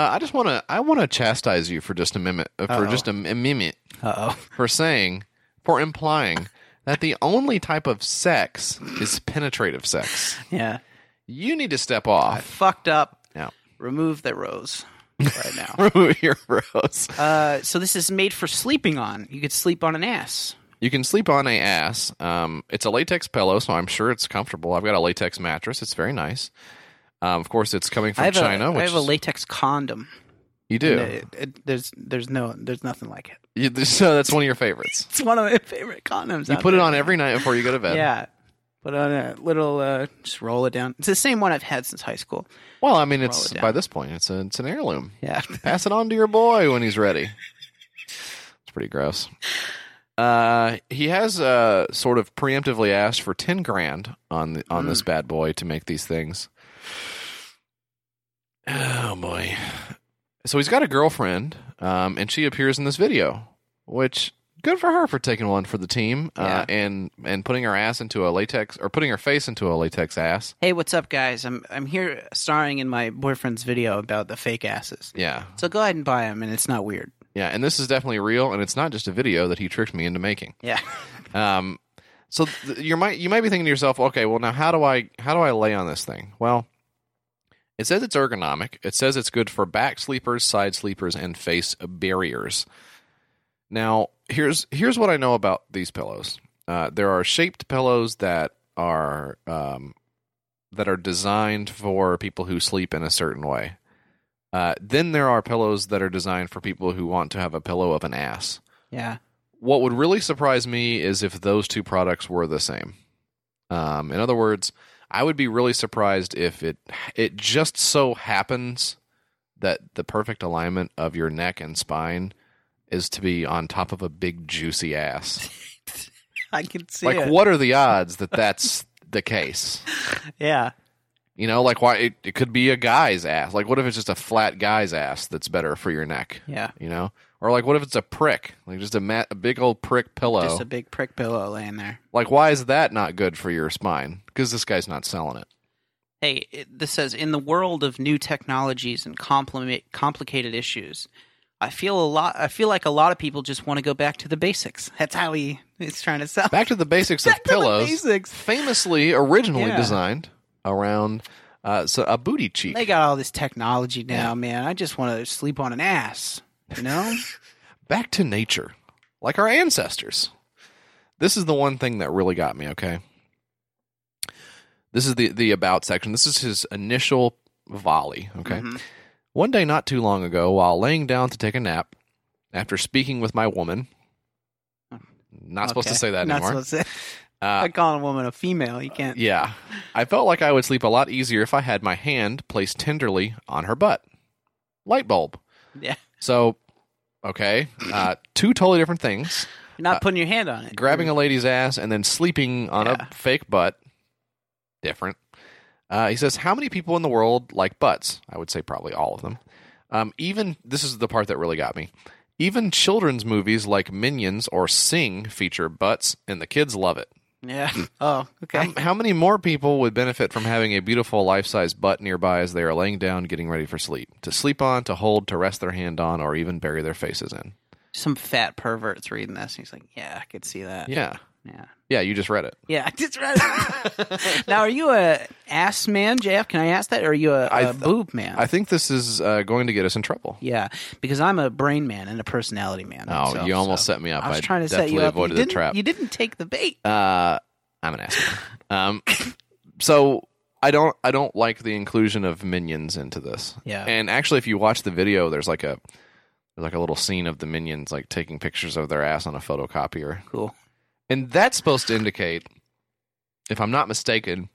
Speaker 1: Uh, I just wanna I wanna chastise you for just a minute uh, for
Speaker 2: Uh-oh.
Speaker 1: just a, m- a minute
Speaker 2: uh oh.
Speaker 1: for saying for implying that the only type of sex is penetrative sex.
Speaker 2: Yeah.
Speaker 1: You need to step
Speaker 2: I
Speaker 1: off.
Speaker 2: fucked up.
Speaker 1: Yeah.
Speaker 2: Remove the rose right now.
Speaker 1: Remove your rose.
Speaker 2: Uh, so this is made for sleeping on. You could sleep on an ass.
Speaker 1: You can sleep on a ass. Um, it's a latex pillow, so I'm sure it's comfortable. I've got a latex mattress. It's very nice. Um, of course, it's coming
Speaker 2: I
Speaker 1: from
Speaker 2: have
Speaker 1: China.
Speaker 2: a,
Speaker 1: which
Speaker 2: I have a
Speaker 1: is-
Speaker 2: latex condom.
Speaker 1: you do.
Speaker 2: And it- it- there's there's no there's nothing like it.
Speaker 1: You- so that's one of your favorites.
Speaker 2: It's one of my favorite condoms.
Speaker 1: You
Speaker 2: out
Speaker 1: put it
Speaker 2: there.
Speaker 1: on every night before you go to bed.
Speaker 2: Yeah. Put on a little uh, just roll it down. It's the same one I've had since high school.
Speaker 1: Well, I mean,
Speaker 2: Roll
Speaker 1: it's
Speaker 2: it down.
Speaker 1: by this point, it's a, it's an heirloom.
Speaker 2: Yeah.
Speaker 1: Pass it on to your boy when he's ready. It's pretty gross. Uh, he has uh, sort of preemptively asked for ten grand on the, on this bad boy to make these things. Oh boy! So he's got a girlfriend, um, and she appears in this video, which good for her for taking one for the team uh, and and putting her ass into a latex or putting her face into a latex ass.
Speaker 2: Hey, what's up guys? I'm I'm here starring in my boyfriend's video about the fake asses.
Speaker 1: Yeah,
Speaker 2: So go ahead and buy them and it's not weird.
Speaker 1: yeah, and this is definitely real, and it's not just a video that he tricked me into making.
Speaker 2: Yeah.
Speaker 1: Um, so th- you might you might be thinking to yourself, okay, well now how do I how do I lay on this thing? Well, it says it's ergonomic. It says it's good for back sleepers, side sleepers, and face barriers. Now here's here's what I know about these pillows. Uh, there are shaped pillows that are um, that are designed for people who sleep in a certain way. Uh, then there are pillows that are designed for people who want to have a pillow of an ass
Speaker 2: Yeah.
Speaker 1: what would really surprise me is if those two products were the same. Um, in other words, I would be really surprised if it it just so happens that the perfect alignment of your neck and spine is to be on top of a big juicy ass.
Speaker 2: I can see
Speaker 1: Like,
Speaker 2: it.
Speaker 1: what are the odds that that's the case?
Speaker 2: Yeah.
Speaker 1: You know, like why it, it could be a guy's ass. Like, what if it's just a flat guy's ass that's better for your neck?
Speaker 2: Yeah.
Speaker 1: You know, or like, what if it's a prick, like just a mat, a big old prick pillow?
Speaker 2: Just a big prick pillow laying there.
Speaker 1: Like, why is that not good for your spine? Because this guy's not selling it.
Speaker 2: Hey, it, this says in the world of new technologies and compliment, complicated issues, I feel a lot. I feel like a lot of people just want to go back to the basics. That's how he is trying to sell.
Speaker 1: Back to the basics of
Speaker 2: Back to the
Speaker 1: pillows,
Speaker 2: basics.
Speaker 1: famously originally
Speaker 2: Yeah.
Speaker 1: designed around uh, so a booty cheek.
Speaker 2: They got all this technology now, man. I just want to sleep on an ass. You know?
Speaker 1: Back to nature, like our ancestors. This is the one thing that really got me. Okay, this is the the about section. This is his initial volley. Okay.
Speaker 2: Mhm.
Speaker 1: One day not too long ago, while laying down to take a nap, after speaking with my woman, not supposed to
Speaker 2: Okay.
Speaker 1: say that
Speaker 2: Not
Speaker 1: anymore.
Speaker 2: supposed to say.
Speaker 1: Uh,
Speaker 2: I call a woman a female. You can't.
Speaker 1: Yeah. I felt like I would sleep a lot easier if I had my hand placed tenderly on her butt. Light bulb.
Speaker 2: Yeah.
Speaker 1: So, okay, uh, two totally different things.
Speaker 2: You're not putting your hand on
Speaker 1: Uh,
Speaker 2: it.
Speaker 1: Grabbing a lady's ass and then sleeping on
Speaker 2: Yeah.
Speaker 1: a fake butt. Different. Uh, he says, How many people in the world like butts? I would say probably all of them. Um, even, this is the part that really got me. Even children's movies like Minions or Sing feature butts, and the kids love it.
Speaker 2: Yeah. Oh, okay.
Speaker 1: How, how many more people would benefit from having a beautiful life size butt nearby as they are laying down, getting ready for sleep? To sleep on, to hold, to rest their hand on, or even bury their faces in?
Speaker 2: Some fat pervert's reading this. He's like, "Yeah, I could see that."
Speaker 1: Yeah.
Speaker 2: Yeah.
Speaker 1: Yeah, you just read it.
Speaker 2: Yeah, I just read it. now, are you a ass man, JF? Can I ask that? Or are you a,
Speaker 1: I
Speaker 2: a
Speaker 1: th-
Speaker 2: boob man?
Speaker 1: I think this is uh, going to get us in trouble.
Speaker 2: yeah, because I'm a brain man and a personality man.
Speaker 1: Oh,
Speaker 2: myself,
Speaker 1: you almost
Speaker 2: so
Speaker 1: set me up.
Speaker 2: I was
Speaker 1: I
Speaker 2: trying to set
Speaker 1: definitely
Speaker 2: you up. You
Speaker 1: avoided
Speaker 2: didn't,
Speaker 1: the trap.
Speaker 2: you didn't take the bait.
Speaker 1: Uh, I'm an asshole. um, so I don't I don't like the inclusion of minions into this.
Speaker 2: Yeah.
Speaker 1: And actually, if you watch the video, there's like a there's like a little scene of the minions like taking pictures of their ass on a photocopier.
Speaker 2: Cool.
Speaker 1: And that's supposed to indicate, if I'm not mistaken,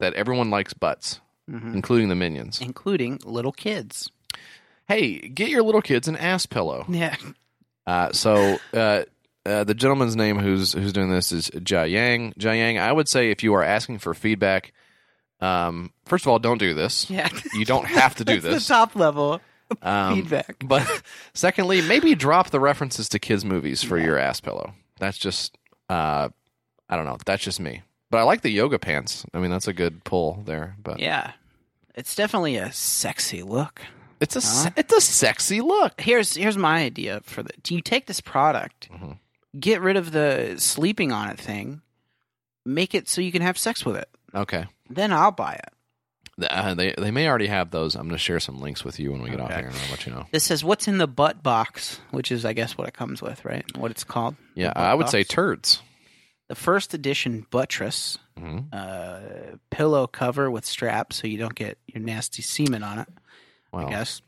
Speaker 1: that everyone likes butts,
Speaker 2: hmm
Speaker 1: including the minions.
Speaker 2: Including little kids.
Speaker 1: Hey, get your little kids an ass pillow.
Speaker 2: Yeah.
Speaker 1: Uh, so uh, uh, the gentleman's name who's who's doing this is Jia Yang. Jia Yang, I would say if you are asking for feedback, um, first of all, don't do this.
Speaker 2: Yeah.
Speaker 1: You don't have to do
Speaker 2: That's
Speaker 1: this.
Speaker 2: the top level
Speaker 1: Um,
Speaker 2: feedback.
Speaker 1: But secondly, maybe drop the references to kids' movies for your ass pillow. That's just, uh, I don't know. That's just me. But I like the yoga pants. I mean, that's a good pull there. But
Speaker 2: Yeah. It's definitely a sexy look.
Speaker 1: it's
Speaker 2: Uh-huh.
Speaker 1: a se- it's a sexy look.
Speaker 2: Here's here's my idea for the. Do you take this product?
Speaker 1: Mhm.
Speaker 2: get rid of the sleeping on it thing. Make it so you can have sex with it.
Speaker 1: Okay.
Speaker 2: Then I'll buy it.
Speaker 1: Th- uh, they they may already have those. I'm going to share some links with you when we get off
Speaker 2: Okay.
Speaker 1: here, and I'll let you know.
Speaker 2: This says what's in the butt box, which is I guess what it comes with, right? What it's called.
Speaker 1: Yeah,
Speaker 2: The
Speaker 1: I would
Speaker 2: butt
Speaker 1: say
Speaker 2: box.
Speaker 1: turds.
Speaker 2: the first edition buttress
Speaker 1: hmm
Speaker 2: uh, pillow cover with strap, so you don't get your nasty semen on it. I
Speaker 1: Wow.
Speaker 2: guess,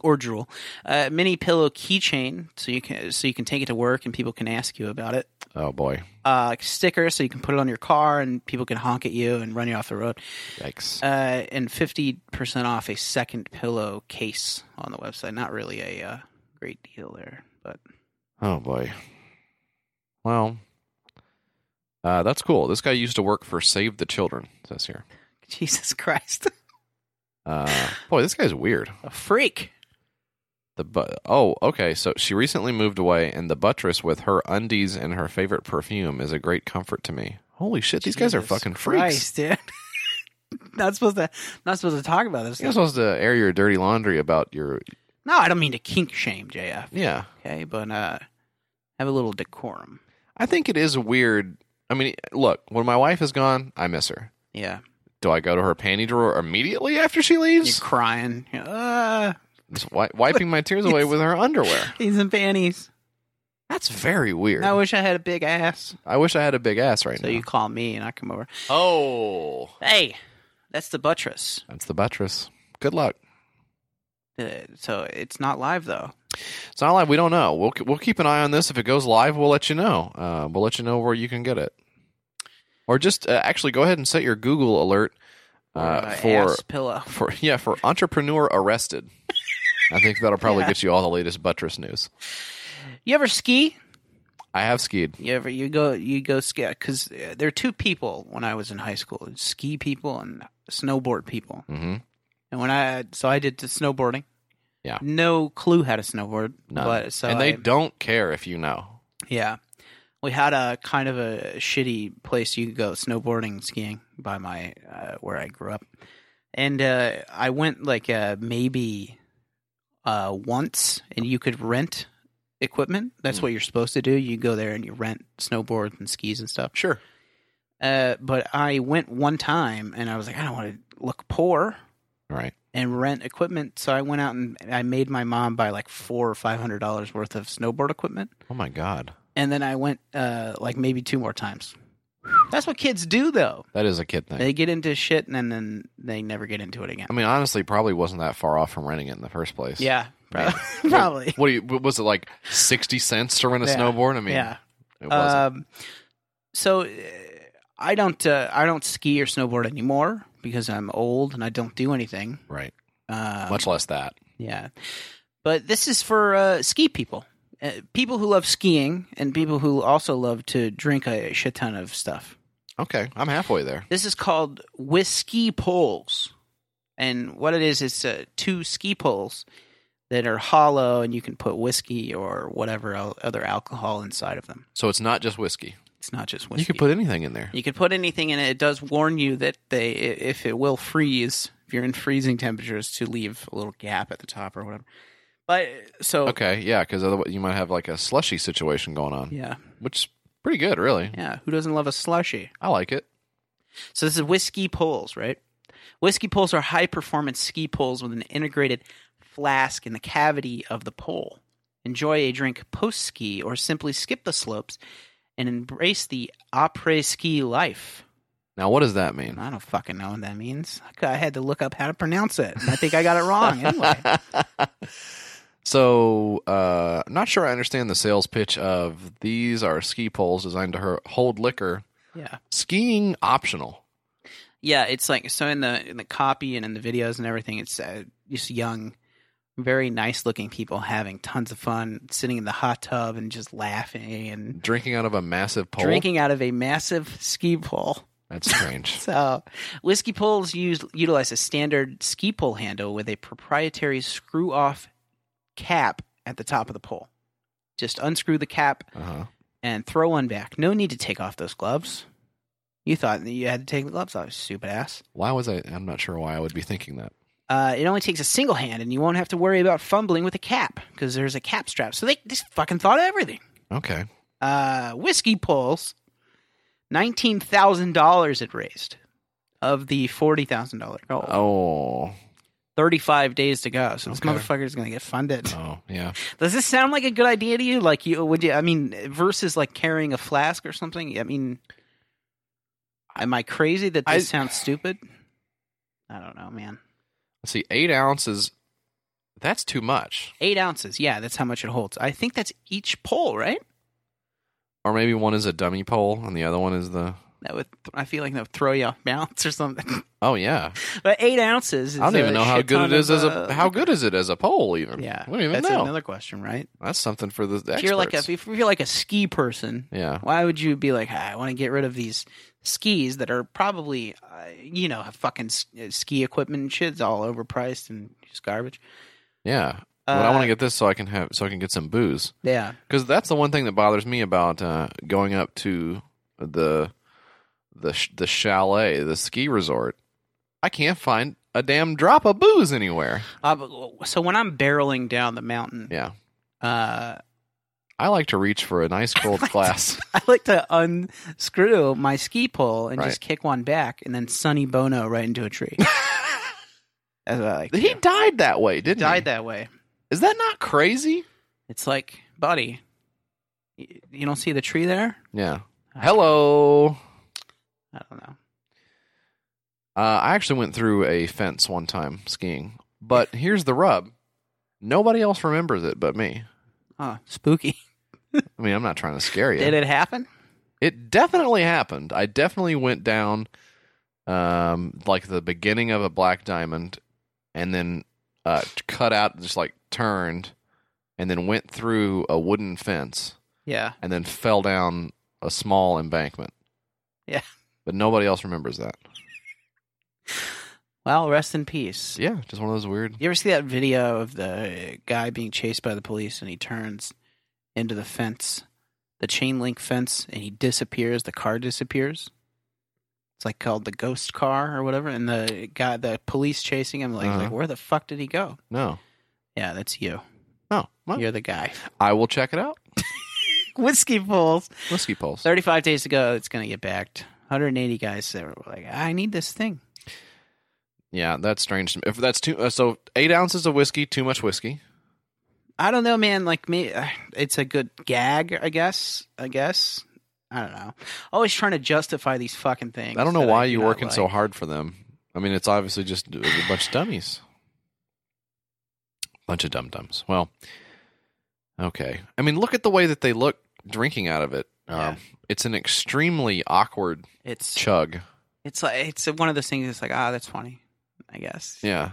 Speaker 2: or drool. Uh, mini pillow keychain, so you can so you can take it to work and people can ask you about it.
Speaker 1: Oh boy.
Speaker 2: Uh, sticker, so you can put it on your car and people can honk at you and run you off the road.
Speaker 1: Yikes.
Speaker 2: Uh, and fifty percent off a second pillow case on the website. Not really a uh, great deal there, but
Speaker 1: Oh boy. Well, uh, that's cool. This guy used to work for Save the Children. it Says here.
Speaker 2: Jesus Christ,
Speaker 1: Uh, boy, this guy's weird.
Speaker 2: a freak.
Speaker 1: The but oh okay. So she recently moved away, and the buttress with her undies and her favorite perfume is a great comfort to me. Holy shit! These guys are
Speaker 2: Jesus
Speaker 1: fucking freaks.
Speaker 2: Christ, dude. not supposed to. Not supposed to talk about this.
Speaker 1: You're not
Speaker 2: stuff.
Speaker 1: supposed to air your dirty laundry about your
Speaker 2: No, I don't mean to kink shame, JF.
Speaker 1: yeah.
Speaker 2: Okay, but uh, have a little decorum.
Speaker 1: I think it is weird. I mean, look, when my wife is gone, I miss her.
Speaker 2: Yeah,
Speaker 1: Do I go to her panty drawer immediately after she
Speaker 2: you're
Speaker 1: leaves?
Speaker 2: crying. You're, Uh,
Speaker 1: Just wi- wiping my tears away with her underwear.
Speaker 2: these and panties.
Speaker 1: That's very weird.
Speaker 2: I wish I had a big ass.
Speaker 1: I wish I had a big ass right
Speaker 2: So
Speaker 1: now.
Speaker 2: you call me and I come over.
Speaker 1: Oh,
Speaker 2: Hey, that's the buttress.
Speaker 1: that's the buttress. Good luck.
Speaker 2: Uh, so it's not live though.
Speaker 1: It's not live. We don't know. We'll we'll keep an eye on this. If it goes live, we'll let you know. Uh, we'll let you know where you can get it, or just uh, actually go ahead and set your Google alert uh, for
Speaker 2: ass pillow.
Speaker 1: for yeah for entrepreneur arrested. I think that'll probably
Speaker 2: Yeah.
Speaker 1: get you all the latest buttress news.
Speaker 2: You ever ski?
Speaker 1: I have skied.
Speaker 2: You ever you go you go ski? Because there are two people when I was in high school: ski people and snowboard people.
Speaker 1: hmm
Speaker 2: And when I so I did the snowboarding.
Speaker 1: Yeah.
Speaker 2: No clue how to snowboard.
Speaker 1: None.
Speaker 2: But so
Speaker 1: and they
Speaker 2: I-
Speaker 1: don't care if you know.
Speaker 2: Yeah. We had a kind of a shitty place you could go snowboarding, skiing by my uh, where I grew up, and uh, I went like uh, maybe uh, once, and you could rent equipment. That's
Speaker 1: Hmm.
Speaker 2: what you're supposed to do. You go there and you rent snowboards and skis and stuff.
Speaker 1: Sure.
Speaker 2: Uh, but I went one time, and I was like, I don't want to look poor
Speaker 1: All right.
Speaker 2: and rent equipment, so I went out and I made my mom buy like four or five hundred dollars worth of snowboard equipment
Speaker 1: Oh my god,
Speaker 2: and then I went uh, like maybe two more times. That's what kids do, though.
Speaker 1: that is a kid thing.
Speaker 2: They get into shit and then, then they never get into it again.
Speaker 1: I mean, honestly, probably wasn't that far off from renting it in the first place.
Speaker 2: Yeah,
Speaker 1: Yeah.
Speaker 2: probably. probably.
Speaker 1: What do you? what Was it like sixty cents to rent a
Speaker 2: Yeah.
Speaker 1: snowboard? I mean,
Speaker 2: yeah.
Speaker 1: it wasn't.
Speaker 2: Um, so uh, I don't uh, I don't ski or snowboard anymore because I'm old and I don't do anything.
Speaker 1: Right.
Speaker 2: Um,
Speaker 1: Much less that.
Speaker 2: Yeah. But this is for uh, ski people. Uh, people who love skiing and people who also love to drink a shit ton of stuff.
Speaker 1: Okay. I'm halfway there.
Speaker 2: This is called whiskey poles. And what it is, it's uh, two ski poles that are hollow, and you can put whiskey or whatever el- other alcohol inside of them.
Speaker 1: So it's not just whiskey.
Speaker 2: It's not just whiskey.
Speaker 1: You could put anything in there.
Speaker 2: You could put anything in it. It does warn you that they, i- if it will freeze, if you're in freezing temperatures, to leave a little gap at the top or whatever. But so,
Speaker 1: Okay. Yeah. Because otherwise you might have like a slushy situation going on,
Speaker 2: yeah,
Speaker 1: which is pretty good, really.
Speaker 2: yeah. Who doesn't love a slushy?
Speaker 1: I like it.
Speaker 2: So this is whiskey poles, right? Whiskey poles are high performance ski poles with an integrated flask in the cavity of the pole. Enjoy a drink post ski or simply skip the slopes and embrace the après ski life.
Speaker 1: Now, what does that mean?
Speaker 2: I don't fucking know what that means. I had to look up how to pronounce it, and I think I got it wrong anyway.
Speaker 1: so, uh, I'm not sure I understand the sales pitch of these are ski poles designed to her- hold liquor.
Speaker 2: Yeah.
Speaker 1: Skiing optional.
Speaker 2: Yeah, it's like so in the in the copy and in the videos and everything. It's uh, just young, very nice looking people having tons of fun, sitting in the hot tub and just laughing and
Speaker 1: Drinking out of a massive pole.
Speaker 2: drinking out of a massive ski pole.
Speaker 1: That's strange.
Speaker 2: So, whiskey poles use utilize a standard ski pole handle with a proprietary screw-off cap at the top of the pole. Just unscrew the cap
Speaker 1: Uh huh.
Speaker 2: and throw one back. No need to take off those gloves. You thought that you had to take the gloves off, stupid ass.
Speaker 1: Why was I? I'm not sure why I would be thinking that.
Speaker 2: Uh, it only takes a single hand, and you won't have to worry about fumbling with a cap because there's a cap strap. So they just fucking thought of everything.
Speaker 1: Okay.
Speaker 2: Uh, whiskey polls, nineteen thousand dollars it raised of the forty thousand dollar goal.
Speaker 1: Oh,
Speaker 2: Thirty-five days to go, so this
Speaker 1: Okay.
Speaker 2: motherfucker's gonna get funded.
Speaker 1: oh, yeah.
Speaker 2: Does this sound like a good idea to you? Like you would you? I mean, versus like carrying a flask or something. I mean, am I crazy that this
Speaker 1: I-
Speaker 2: sounds stupid? I don't know, man.
Speaker 1: Let's see, eight ounces. That's too much,
Speaker 2: Eight ounces. Yeah, that's how much it holds. I think that's each pole, right?
Speaker 1: or maybe one is a dummy pole and the other one is the.
Speaker 2: That would I feel like that would throw you off balance or something.
Speaker 1: Oh yeah,
Speaker 2: but eight ounces. Is
Speaker 1: I don't
Speaker 2: a
Speaker 1: even know how
Speaker 2: shit
Speaker 1: good
Speaker 2: ton
Speaker 1: it is
Speaker 2: of,
Speaker 1: as a
Speaker 2: uh,
Speaker 1: how good is it as a pole even.
Speaker 2: Yeah,
Speaker 1: we don't even
Speaker 2: that's
Speaker 1: know.
Speaker 2: another question, right?
Speaker 1: That's something for the experts.
Speaker 2: If you're like a if you're like a ski person,
Speaker 1: yeah,
Speaker 2: why would you be like, "Ah, I want to get rid of these skis that are probably, uh, you know, have fucking s- uh, ski equipment and shit's all overpriced and just garbage.
Speaker 1: yeah.
Speaker 2: Uh,
Speaker 1: but I want to get this so I can have so I can get some booze.
Speaker 2: Yeah,
Speaker 1: because that's the one thing that bothers me about uh, going up to the the sh- the chalet, the ski resort. I can't find a damn drop of booze anywhere.
Speaker 2: uh, but- so when I'm barreling down the mountain,
Speaker 1: Yeah,
Speaker 2: uh,
Speaker 1: I like to reach for a nice cold glass.
Speaker 2: I like to unscrew my ski pole and
Speaker 1: Right.
Speaker 2: just kick one back, and then Sonny Bono right into a tree. That's what I like. to
Speaker 1: he
Speaker 2: do.
Speaker 1: died that way, didn't he?
Speaker 2: died that way.
Speaker 1: Is that not crazy?
Speaker 2: It's like, buddy, y- you don't see the tree there?
Speaker 1: Yeah. Hello.
Speaker 2: I don't know.
Speaker 1: Uh, I actually went through a fence one time skiing, but here's the rub: nobody else remembers it but me.
Speaker 2: Oh, spooky.
Speaker 1: I mean, I'm not trying to scare you.
Speaker 2: Did it happen?
Speaker 1: It definitely happened. I definitely went down um like the beginning of a black diamond and then uh cut out just like turned and then went through a wooden fence
Speaker 2: Yeah.
Speaker 1: and then fell down a small embankment.
Speaker 2: Yeah.
Speaker 1: But nobody else remembers that.
Speaker 2: Well, rest in peace.
Speaker 1: Yeah, just one of those weird
Speaker 2: You ever see that video of the guy being chased by the police and he turns into the fence, the chain link fence, and he disappears? The car disappears. It's like called the ghost car or whatever. And the guy, the police chasing him, like,
Speaker 1: Uh-huh.
Speaker 2: like where the fuck did he go?
Speaker 1: No.
Speaker 2: Yeah, that's you.
Speaker 1: No. Well,
Speaker 2: You're the guy.
Speaker 1: I will check it out.
Speaker 2: Whiskey pulls.
Speaker 1: Whiskey Pulse.
Speaker 2: 35 days to go. It's going to get backed. 180 guys that were like, I need this thing.
Speaker 1: Yeah, that's strange. to me. If that's too uh, so 8 ounces of whiskey, too much whiskey.
Speaker 2: I don't know, man. Like me, it's a good gag, I guess. I guess. I don't know. Always trying to justify these fucking things.
Speaker 1: I don't know
Speaker 2: that
Speaker 1: why
Speaker 2: do
Speaker 1: you're
Speaker 2: not
Speaker 1: working so
Speaker 2: like.
Speaker 1: hard for them. I mean, it's obviously just a bunch of dummies, bunch of dum dums. Well, okay. I mean, look at the way that they look drinking out of it. Um,
Speaker 2: Yeah.
Speaker 1: It's an extremely awkward
Speaker 2: It's
Speaker 1: chug.
Speaker 2: it's like it's one of those things. It's like ah, that's funny. I guess.
Speaker 1: Yeah,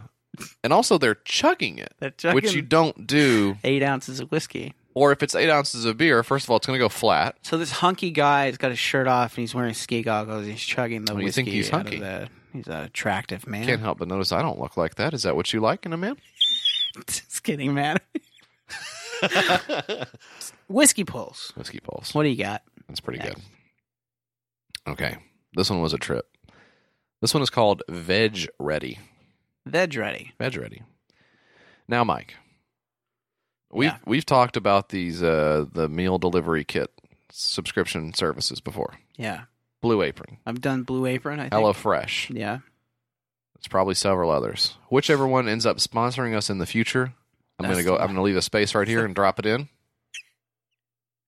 Speaker 1: and also they're chugging it,
Speaker 2: They're chugging
Speaker 1: which you don't do.
Speaker 2: eight ounces of whiskey.
Speaker 1: Or if it's eight ounces of beer, first of all, it's going to go flat.
Speaker 2: So this hunky guy's got his shirt off and he's wearing ski goggles. And he's chugging the
Speaker 1: Well, you
Speaker 2: whiskey.
Speaker 1: think he's
Speaker 2: out of
Speaker 1: hunky.
Speaker 2: the- he's an attractive man.
Speaker 1: Can't help but notice I don't look like that. Is that what you like in a man?
Speaker 2: Just kidding, man. whiskey pulls.
Speaker 1: Whiskey pulse.
Speaker 2: What do you got?
Speaker 1: That's pretty
Speaker 2: Next.
Speaker 1: good. Okay. This one was a trip. This one is called Veg Ready.
Speaker 2: Veg ready.
Speaker 1: Veg Ready. Now, Mike, we've
Speaker 2: Yeah.
Speaker 1: we've talked about these uh, the meal delivery kit subscription services before.
Speaker 2: Yeah,
Speaker 1: Blue Apron,
Speaker 2: I've done Blue Apron. I think.
Speaker 1: Hello Fresh.
Speaker 2: Yeah.
Speaker 1: It's probably several others. Whichever one ends up sponsoring us in the future, I'm
Speaker 2: That's
Speaker 1: gonna go.
Speaker 2: the
Speaker 1: I'm gonna leave a space right here and drop it in.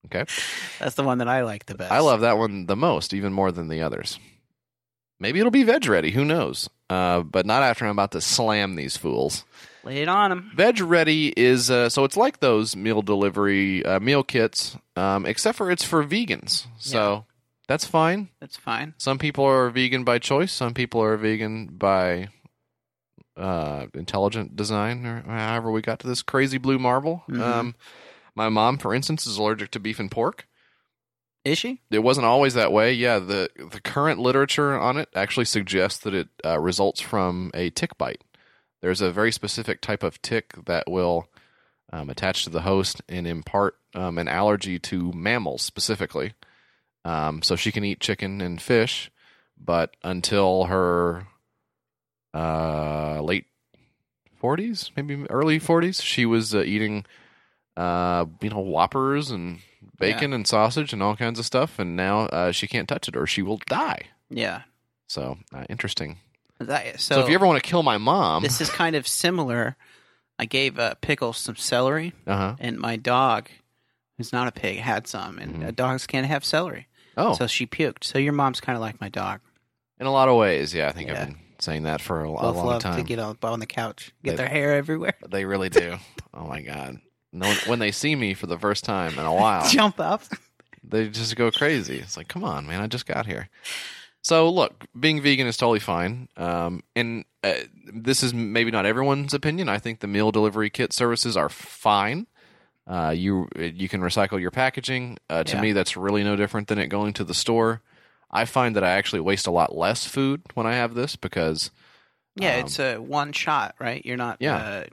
Speaker 1: Okay.
Speaker 2: That's the one that I like the best.
Speaker 1: I love that one the most, even more than the others. Maybe it'll be veg ready. Who knows? Uh, but not after I'm about to slam these fools.
Speaker 2: Lay it on him.
Speaker 1: Veg ready is uh, so it's like those meal delivery uh, meal kits, um, except for it's for vegans. So that's fine.
Speaker 2: That's fine.
Speaker 1: Some people are vegan by choice. Some people are vegan by uh, intelligent design, or however we got to this crazy blue marble.
Speaker 2: Mhm.
Speaker 1: Um, my mom, for instance, is allergic to beef and pork
Speaker 2: Is she?
Speaker 1: it wasn't always that way. Yeah, the the current literature on it actually suggests that it uh, results from a tick bite. There's a very specific type of tick that will um, attach to the host and impart um, an allergy to mammals specifically. Um, so she can eat chicken and fish, but until her uh, late 40s, maybe early 40s, she was uh, eating uh, you know, whoppers and bacon and sausage and all kinds of stuff. And now uh, she can't touch it or she will die.
Speaker 2: Yeah.
Speaker 1: So uh, interesting.
Speaker 2: That-
Speaker 1: So, if you ever want to kill my mom,
Speaker 2: this is kind of similar. I gave uh, Pickle some celery,
Speaker 1: uh huh.
Speaker 2: and my dog, who's not a pig, had some, and
Speaker 1: Mhm.
Speaker 2: uh, dogs can't have celery,
Speaker 1: Oh,
Speaker 2: so she puked. So your mom's kind of like my dog.
Speaker 1: in a lot of ways, yeah. I think
Speaker 2: Yeah.
Speaker 1: I've been saying that for a, a
Speaker 2: Both
Speaker 1: long
Speaker 2: love
Speaker 1: time.
Speaker 2: to get up on the couch, get
Speaker 1: They-
Speaker 2: their hair everywhere,
Speaker 1: They really do. oh my god. No, when they see me for the first time in a while,
Speaker 2: jump up.
Speaker 1: they just go crazy. It's like, come on, man, I just got here. So look, being vegan is totally fine. Um, and uh, this is maybe not everyone's opinion. I think the meal delivery kit services are fine. Uh, you you can recycle your packaging. Uh, to
Speaker 2: Yeah.
Speaker 1: me, that's really no different than it going to the store. I find that I actually waste a lot less food when I have this because
Speaker 2: Yeah,
Speaker 1: Um,
Speaker 2: it's a one shot, right? You're not.
Speaker 1: Yeah.
Speaker 2: Uh,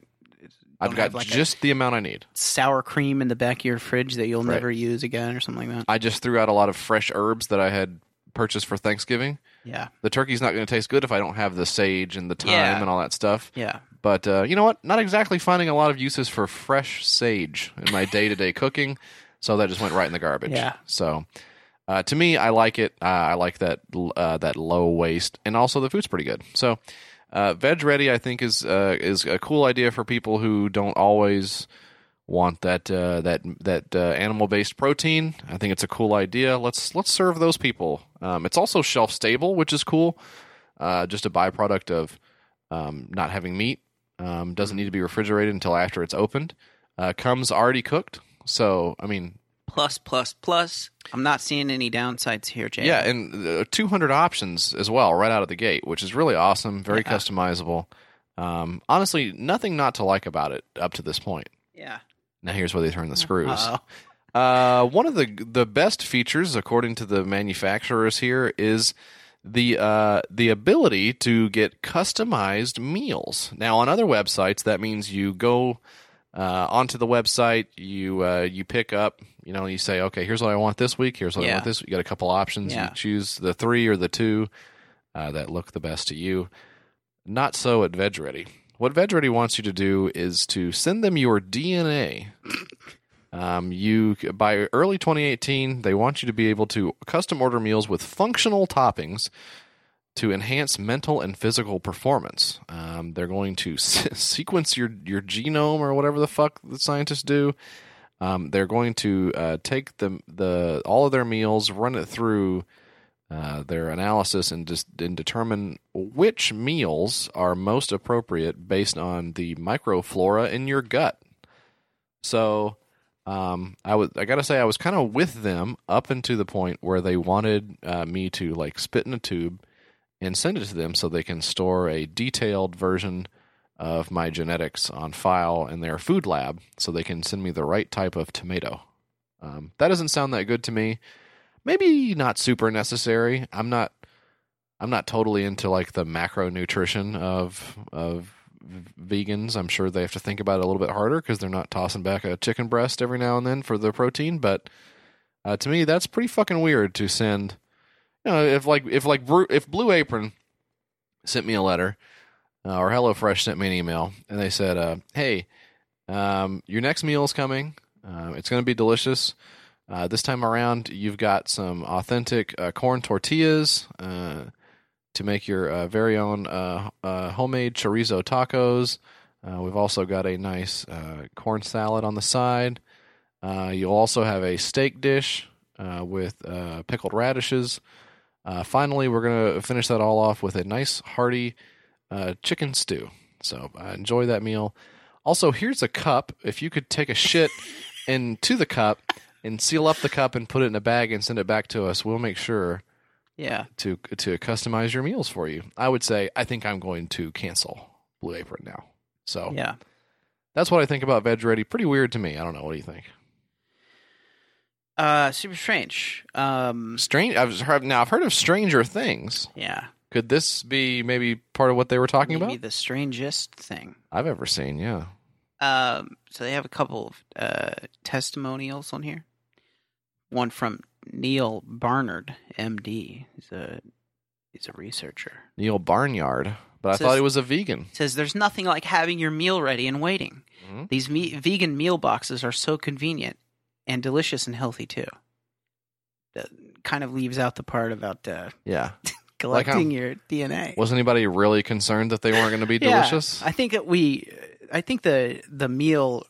Speaker 1: I've
Speaker 2: Don't
Speaker 1: got
Speaker 2: have like a-
Speaker 1: just the amount I need.
Speaker 2: sour cream in the back of your fridge that you'll
Speaker 1: Right.
Speaker 2: never use again or something like that.
Speaker 1: I just threw out a lot of fresh herbs that I had purchased for Thanksgiving.
Speaker 2: Yeah.
Speaker 1: The turkey's not going to taste good if I don't have the sage and the thyme
Speaker 2: Yeah.
Speaker 1: and all that stuff.
Speaker 2: Yeah.
Speaker 1: But uh, you know what? Not exactly finding a lot of uses for fresh sage in my day to day cooking. So that just went right in the garbage.
Speaker 2: Yeah.
Speaker 1: So uh, to me, I like it. Uh, I like that uh, that low waste, and also the food's pretty good. So uh, veg ready, I think, is uh, is a cool idea for people who don't always want that uh, that that uh, animal based protein. I think it's a cool idea. Let's let's serve those people. Um, it's also shelf stable, which is cool. Uh, just a byproduct of um, not having meat. Um, doesn't need to be refrigerated until after it's opened. Uh, comes already cooked. So I mean,
Speaker 2: Plus, plus, plus. I'm not seeing any downsides here, Jay.
Speaker 1: yeah, and uh, 200 options as well right out of the gate, which is really awesome. Very
Speaker 2: Yeah.
Speaker 1: customizable. Um, honestly, nothing not to like about it up to this point.
Speaker 2: Yeah.
Speaker 1: Now here's where they turn the screws.
Speaker 2: Uh-oh.
Speaker 1: Uh, one of the the best features, according to the manufacturers here, is the uh, the ability to get customized meals. Now, on other websites, that means you go uh, onto the website, you uh, you pick up, you know, you say, okay, here's what I want this week. Here's what I
Speaker 2: Yeah.
Speaker 1: want this. You got a couple options.
Speaker 2: Yeah.
Speaker 1: You choose the three or the two uh, that look the best to you. Not so at VegReady. What VegReady wants you to do is to send them your DNA. Um, you by early 2018, they want you to be able to custom order meals with functional toppings to enhance mental and physical performance. Um, they're going to se- sequence your your genome or whatever the fuck the scientists do. Um, they're going to uh, take the the all of their meals, run it through uh, their analysis, and just and determine which meals are most appropriate based on the microflora in your gut. So, um, I was I gotta say I was kind of with them up into the point where they wanted uh, me to like spit in a tube and send it to them so they can store a detailed version of my genetics on file in their food lab so they can send me the right type of tomato. Um, that doesn't sound that good to me. Maybe not super necessary. I'm not I'm not totally into like the macronutrition of of v- vegans. I'm sure they have to think about it a little bit harder because they're not tossing back a chicken breast every now and then for the protein. But uh, to me, that's pretty fucking weird to send. You know, if like if like Bru- if Blue Apron sent me a letter uh, or HelloFresh sent me an email and they said, uh, "Hey, um, your next meal is coming. Uh, it's going to be delicious. Uh, this time around, you've got some authentic uh, corn tortillas uh, to make your uh, very own uh, uh, homemade chorizo tacos. Uh, we've also got a nice uh, corn salad on the side. Uh, you'll also have a steak dish uh, with uh, pickled radishes. Uh, finally, we're going to finish that all off with a nice hearty uh, chicken stew. So uh, enjoy that meal. Also, here's a cup. If you could take a shit into the cup and seal up the cup and put it in a bag and send it back to us, we'll make sure
Speaker 2: Yeah.
Speaker 1: to to customize your meals for you. I would say I think I'm going to cancel Blue Apron now. So
Speaker 2: Yeah.
Speaker 1: that's what I think about Veg Ready. Pretty weird to me. I don't know. What do you think?
Speaker 2: Uh, super strange. Um,
Speaker 1: Strange. I've heard, now I've heard of Stranger Things.
Speaker 2: yeah.
Speaker 1: Could this be maybe part of what they were talking
Speaker 2: Maybe
Speaker 1: about?
Speaker 2: the strangest thing.
Speaker 1: I've ever seen. Yeah.
Speaker 2: Um, so they have a couple of uh, testimonials on here. One from Neil Barnard, MD. He's a he's a researcher.
Speaker 1: Neil Barnyard. But I
Speaker 2: Says-
Speaker 1: thought he was a vegan.
Speaker 2: says there's nothing like having your meal ready and waiting.
Speaker 1: Mhm.
Speaker 2: These me- vegan meal boxes are so convenient and delicious and healthy too. That kind of leaves out the part about uh,
Speaker 1: Yeah.
Speaker 2: collecting
Speaker 1: I'm-
Speaker 2: your DNA.
Speaker 1: Was anybody really concerned that they weren't going to be
Speaker 2: Yeah,
Speaker 1: delicious?
Speaker 2: I think that we, I think the the meal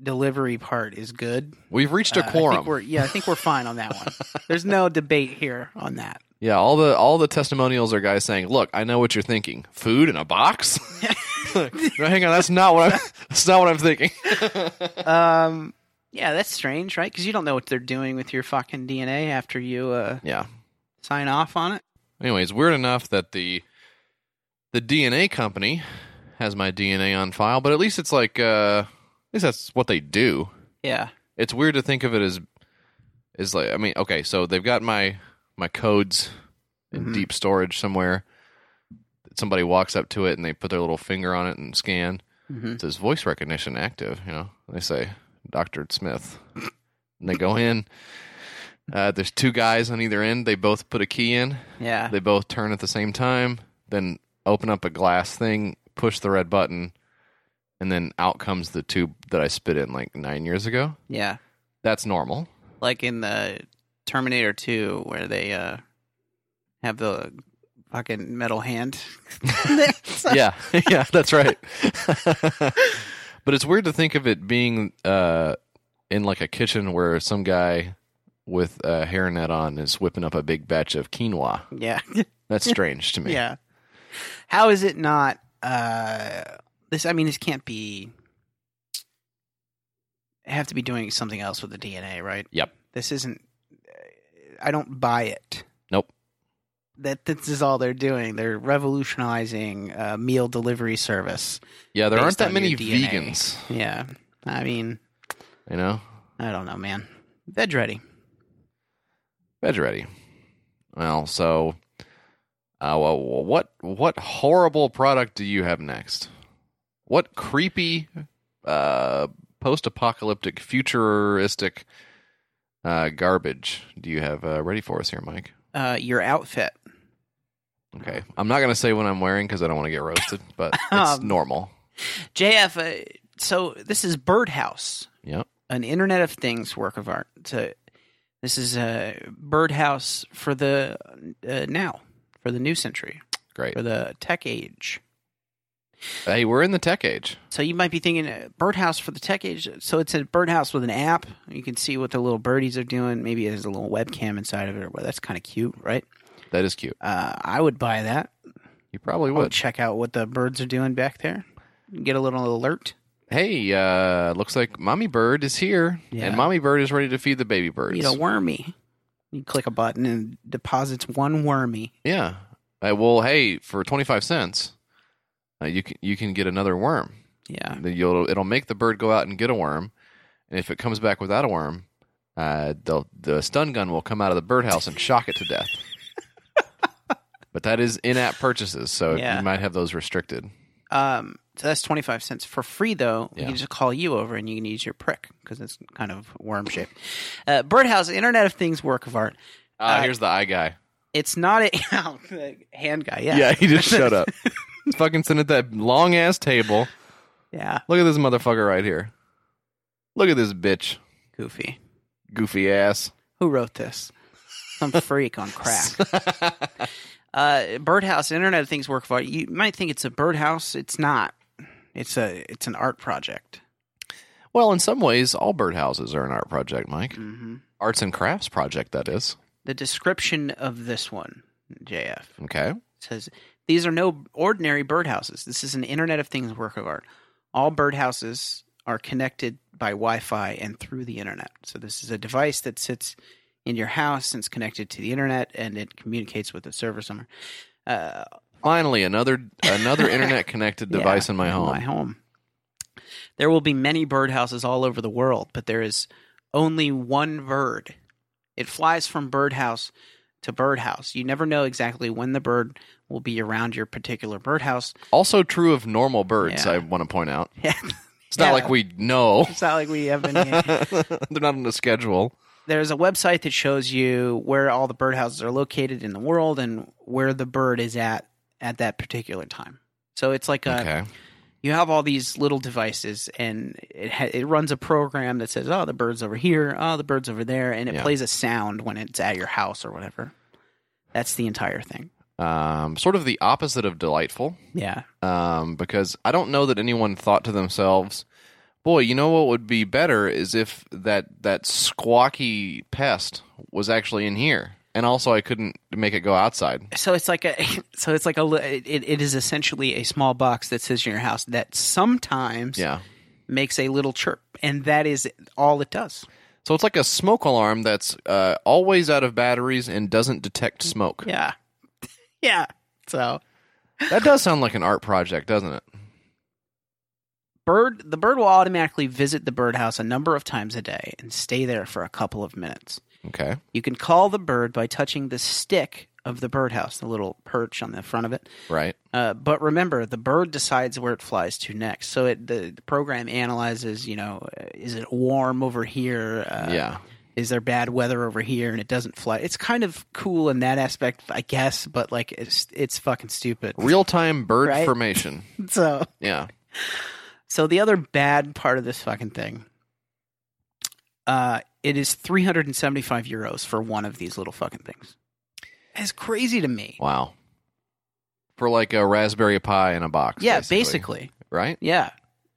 Speaker 2: delivery part is good.
Speaker 1: We've reached
Speaker 2: Uh,
Speaker 1: a
Speaker 2: I think
Speaker 1: quorum.
Speaker 2: we're- yeah, I think we're fine on that one. There's no debate here on that.
Speaker 1: yeah, all the all the testimonials are guys saying, "Look, I know what you're thinking. Food in a box." no, hang on, that's not what I'm, that's not what I'm thinking.
Speaker 2: Um, yeah, that's strange, right? Because you don't know what they're doing with your fucking DNA after you uh,
Speaker 1: yeah.
Speaker 2: sign off on it.
Speaker 1: Anyway, it's weird enough that the the DNA company has my DNA on file, but at least it's like uh, at least that's what they do.
Speaker 2: Yeah.
Speaker 1: It's weird to think of it as is like I mean, okay, so they've got my my codes in
Speaker 2: Mhm.
Speaker 1: deep storage somewhere. Somebody walks up to it and they put their little finger on it and scan.
Speaker 2: hmm
Speaker 1: It says voice recognition active. You know, they say Doctor Smith, and they go in. Uh, there's two guys on either end. They both put a key in.
Speaker 2: Yeah.
Speaker 1: They both turn at the same time, then open up a glass thing, push the red button, and then out comes the tube that I spit in like nine years ago.
Speaker 2: Yeah.
Speaker 1: That's normal.
Speaker 2: Like in the Terminator 2 where they uh have the fucking metal hand.
Speaker 1: yeah, yeah, that's right. but it's weird to think of it being uh, in like a kitchen where some guy with a hairnet on is whipping up a big batch of quinoa.
Speaker 2: Yeah.
Speaker 1: That's strange to me.
Speaker 2: Yeah. How is it not uh this I mean this can't be have to be doing something else with the DNA, right?
Speaker 1: Yep.
Speaker 2: This isn't I don't buy it.
Speaker 1: Nope.
Speaker 2: That this is all they're doing. They're revolutionizing uh, meal delivery service.
Speaker 1: Yeah, there
Speaker 2: Based
Speaker 1: aren't that
Speaker 2: on
Speaker 1: many
Speaker 2: your DNA.
Speaker 1: vegans.
Speaker 2: Yeah. I mean,
Speaker 1: You know,
Speaker 2: I don't know, man. Veg ready.
Speaker 1: Veg ready. Well, so uh, well, what what horrible product do you have next? What creepy uh, post-apocalyptic futuristic uh, garbage do you have uh, ready for us here, Mike?
Speaker 2: Uh, your outfit.
Speaker 1: Okay, I'm not gonna say what I'm wearing because I don't want to get roasted, but it's
Speaker 2: Um,
Speaker 1: normal.
Speaker 2: JF, uh, so this is Birdhouse,
Speaker 1: Yep.
Speaker 2: an Internet of Things work of art. So this is a Birdhouse for the uh, now, for the new century,
Speaker 1: Great.
Speaker 2: for the tech age.
Speaker 1: Hey, we're in the tech age.
Speaker 2: So you might be thinking uh, birdhouse for the tech age. So it's a birdhouse with an app. You can see what the little birdies are doing. Maybe there's a little webcam inside of it. Well, that's kind of cute, right?
Speaker 1: That is cute.
Speaker 2: Uh, I would buy that.
Speaker 1: You probably
Speaker 2: I would
Speaker 1: would.
Speaker 2: check out what the birds are doing back there. Get a little alert.
Speaker 1: Hey, uh, looks like Mommy Bird is here,
Speaker 2: Yeah.
Speaker 1: and Mommy Bird is ready to feed the baby birds.
Speaker 2: You know, wormy. You click a button and deposits one wormy.
Speaker 1: Yeah. Uh, well, hey, for twenty five cents, uh, you can you can get another worm.
Speaker 2: Yeah.
Speaker 1: Then You'll it'll make the bird go out and get a worm, and if it comes back without a worm, uh, the the stun gun will come out of the birdhouse and shock it to death. but that is in app purchases, so
Speaker 2: Yeah.
Speaker 1: you might have those restricted.
Speaker 2: Um, so that's 25 cents for free, though. We
Speaker 1: Yeah.
Speaker 2: can just call you over and you can use your prick because it's kind of worm shaped. Uh, Birdhouse, Internet of Things work of art.
Speaker 1: Uh,
Speaker 2: Uh,
Speaker 1: here's the eye guy.
Speaker 2: It's not a oh, hand guy. Yeah.
Speaker 1: he just showed up. Fucking sitting at that long ass table.
Speaker 2: Yeah.
Speaker 1: Look at this motherfucker right here. Look at this bitch,
Speaker 2: Goofy.
Speaker 1: goofy ass.
Speaker 2: Who wrote this? Some freak on crack. Uh, birdhouse, Internet of Things work of art. You might think it's a birdhouse. It's not. It's a. It's an art project.
Speaker 1: Well, in some ways, all birdhouses are an art project, Mike.
Speaker 2: hmm
Speaker 1: Arts and crafts project, that is.
Speaker 2: The description of this one, JF,
Speaker 1: Okay.
Speaker 2: says these are no ordinary birdhouses. This is an Internet of Things work of art. All birdhouses are connected by Wi-Fi and through the internet. So this is a device that sits in your house and is connected to the internet, and it communicates with the server somewhere. Uh,
Speaker 1: Finally, another another internet connected
Speaker 2: Yeah,
Speaker 1: device in my
Speaker 2: in
Speaker 1: home.
Speaker 2: My home. There will be many birdhouses all over the world, but there is only one bird. It flies from birdhouse to birdhouse. You never know exactly when the bird will be around your particular birdhouse.
Speaker 1: Also true of normal birds,
Speaker 2: Yeah.
Speaker 1: I want to point out.
Speaker 2: Yeah.
Speaker 1: It's not
Speaker 2: Yeah.
Speaker 1: like we know.
Speaker 2: It's not like we have any.
Speaker 1: They're not on the schedule.
Speaker 2: There's a website that shows you where all the birdhouses are located in the world and where the bird is at at that particular time. So it's like a
Speaker 1: okay.
Speaker 2: you have all these little devices and it ha- it runs a program that says oh the bird's over here oh the bird's over there and it
Speaker 1: Yeah.
Speaker 2: plays a sound when it's at your house or whatever that's the entire thing
Speaker 1: Um, sort of the opposite of delightful.
Speaker 2: yeah
Speaker 1: um, because I don't know that anyone thought to themselves, "Boy, you know what would be better is if that that squawky pest was actually in here, and also I couldn't make it go outside."
Speaker 2: so it's like a so it's like a li- it, it is essentially a small box that sits in your house that sometimes
Speaker 1: Yeah,
Speaker 2: makes a little chirp and that is all it does
Speaker 1: so it's like a smoke alarm that's uh, always out of batteries and doesn't detect smoke.
Speaker 2: yeah yeah so
Speaker 1: That does sound like an art project, doesn't it?
Speaker 2: bird the bird will automatically visit the birdhouse a number of times a day and stay there for a couple of minutes
Speaker 1: Okay,
Speaker 2: You can call the bird by touching the stick of the birdhouse, the little perch on the front of it.
Speaker 1: right.
Speaker 2: Uh, but remember, the bird decides where it flies to next. So it, the, the program analyzes, you know, uh, is it warm over here? Uh,
Speaker 1: yeah,
Speaker 2: Is there bad weather over here? And it doesn't fly. It's kind of cool in that aspect, I guess, but like it's, it's fucking stupid.
Speaker 1: real time bird
Speaker 2: Right.
Speaker 1: formation.
Speaker 2: So.
Speaker 1: Yeah,
Speaker 2: So the other bad part of this fucking thing, uh, it is 375 euros for one of these little fucking things. It's crazy to me.
Speaker 1: wow. For like a raspberry Pi in a box.
Speaker 2: yeah,
Speaker 1: basically,
Speaker 2: basically.
Speaker 1: right.
Speaker 2: Yeah.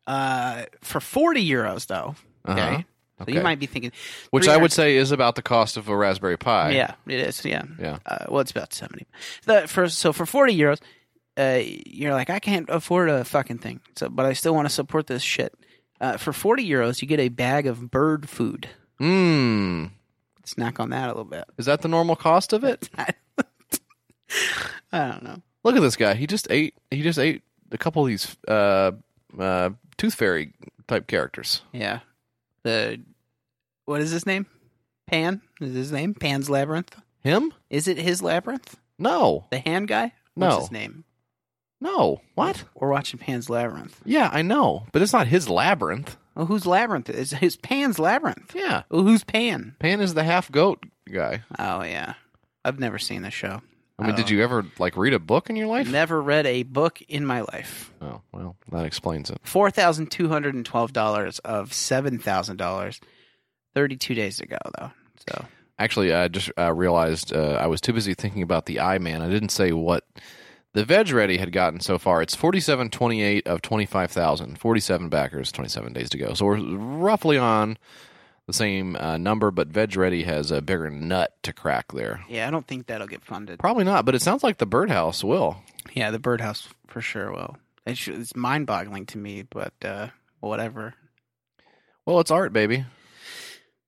Speaker 2: Uh, for 40 euros though. Okay.
Speaker 1: Uh-huh.
Speaker 2: So you might be thinking,
Speaker 1: Which
Speaker 2: Three
Speaker 1: I
Speaker 2: hundred-
Speaker 1: would say is about the cost of a Raspberry Pi.
Speaker 2: yeah, it is. Yeah.
Speaker 1: Yeah.
Speaker 2: Uh, well, it's about 70. The, for, so for 40 euros, uh, you're like, I can't afford a fucking thing. So, but I still want to support this shit. Uh, for 40 euros, you get a bag of bird food.
Speaker 1: Mmm.
Speaker 2: Snack on that a little bit.
Speaker 1: Is that the normal cost of it?
Speaker 2: I don't know.
Speaker 1: Look at this guy. He just ate. He just ate a couple of these uh, uh, Tooth Fairy type characters.
Speaker 2: Yeah. The what is his name? Pan is his name. Pan's labyrinth.
Speaker 1: Him?
Speaker 2: Is it his labyrinth?
Speaker 1: No.
Speaker 2: The hand guy?
Speaker 1: No.
Speaker 2: What's his name?
Speaker 1: No. What?
Speaker 2: We're watching Pan's labyrinth.
Speaker 1: Yeah, I know, but it's not his labyrinth.
Speaker 2: Oh, whose labyrinth is his Pan's labyrinth?
Speaker 1: Yeah.
Speaker 2: Oh, who's Pan?
Speaker 1: Pan is the half goat guy.
Speaker 2: Oh yeah, I've never seen the show.
Speaker 1: I mean,
Speaker 2: Oh.
Speaker 1: did you ever like read a book in your life?
Speaker 2: Never read a book in my life.
Speaker 1: Oh well, that explains it.
Speaker 2: Four thousand two hundred and twelve dollars of seven thousand dollars. Thirty-two days ago, though. So
Speaker 1: Actually, I just uh, realized uh, I was too busy thinking about the I Man. I didn't say what the Veg Ready had gotten so far. It's forty-seven twenty-eight of 25,000. 47 backers, 27 days to go. So we're roughly on the same uh, number, but Veg Ready has a bigger nut to crack there.
Speaker 2: yeah, I don't think that'll get funded.
Speaker 1: Probably not, but it sounds like the birdhouse will.
Speaker 2: Yeah, the birdhouse for sure will. It's, it's mind boggling to me, but uh, whatever.
Speaker 1: Well, it's art, baby.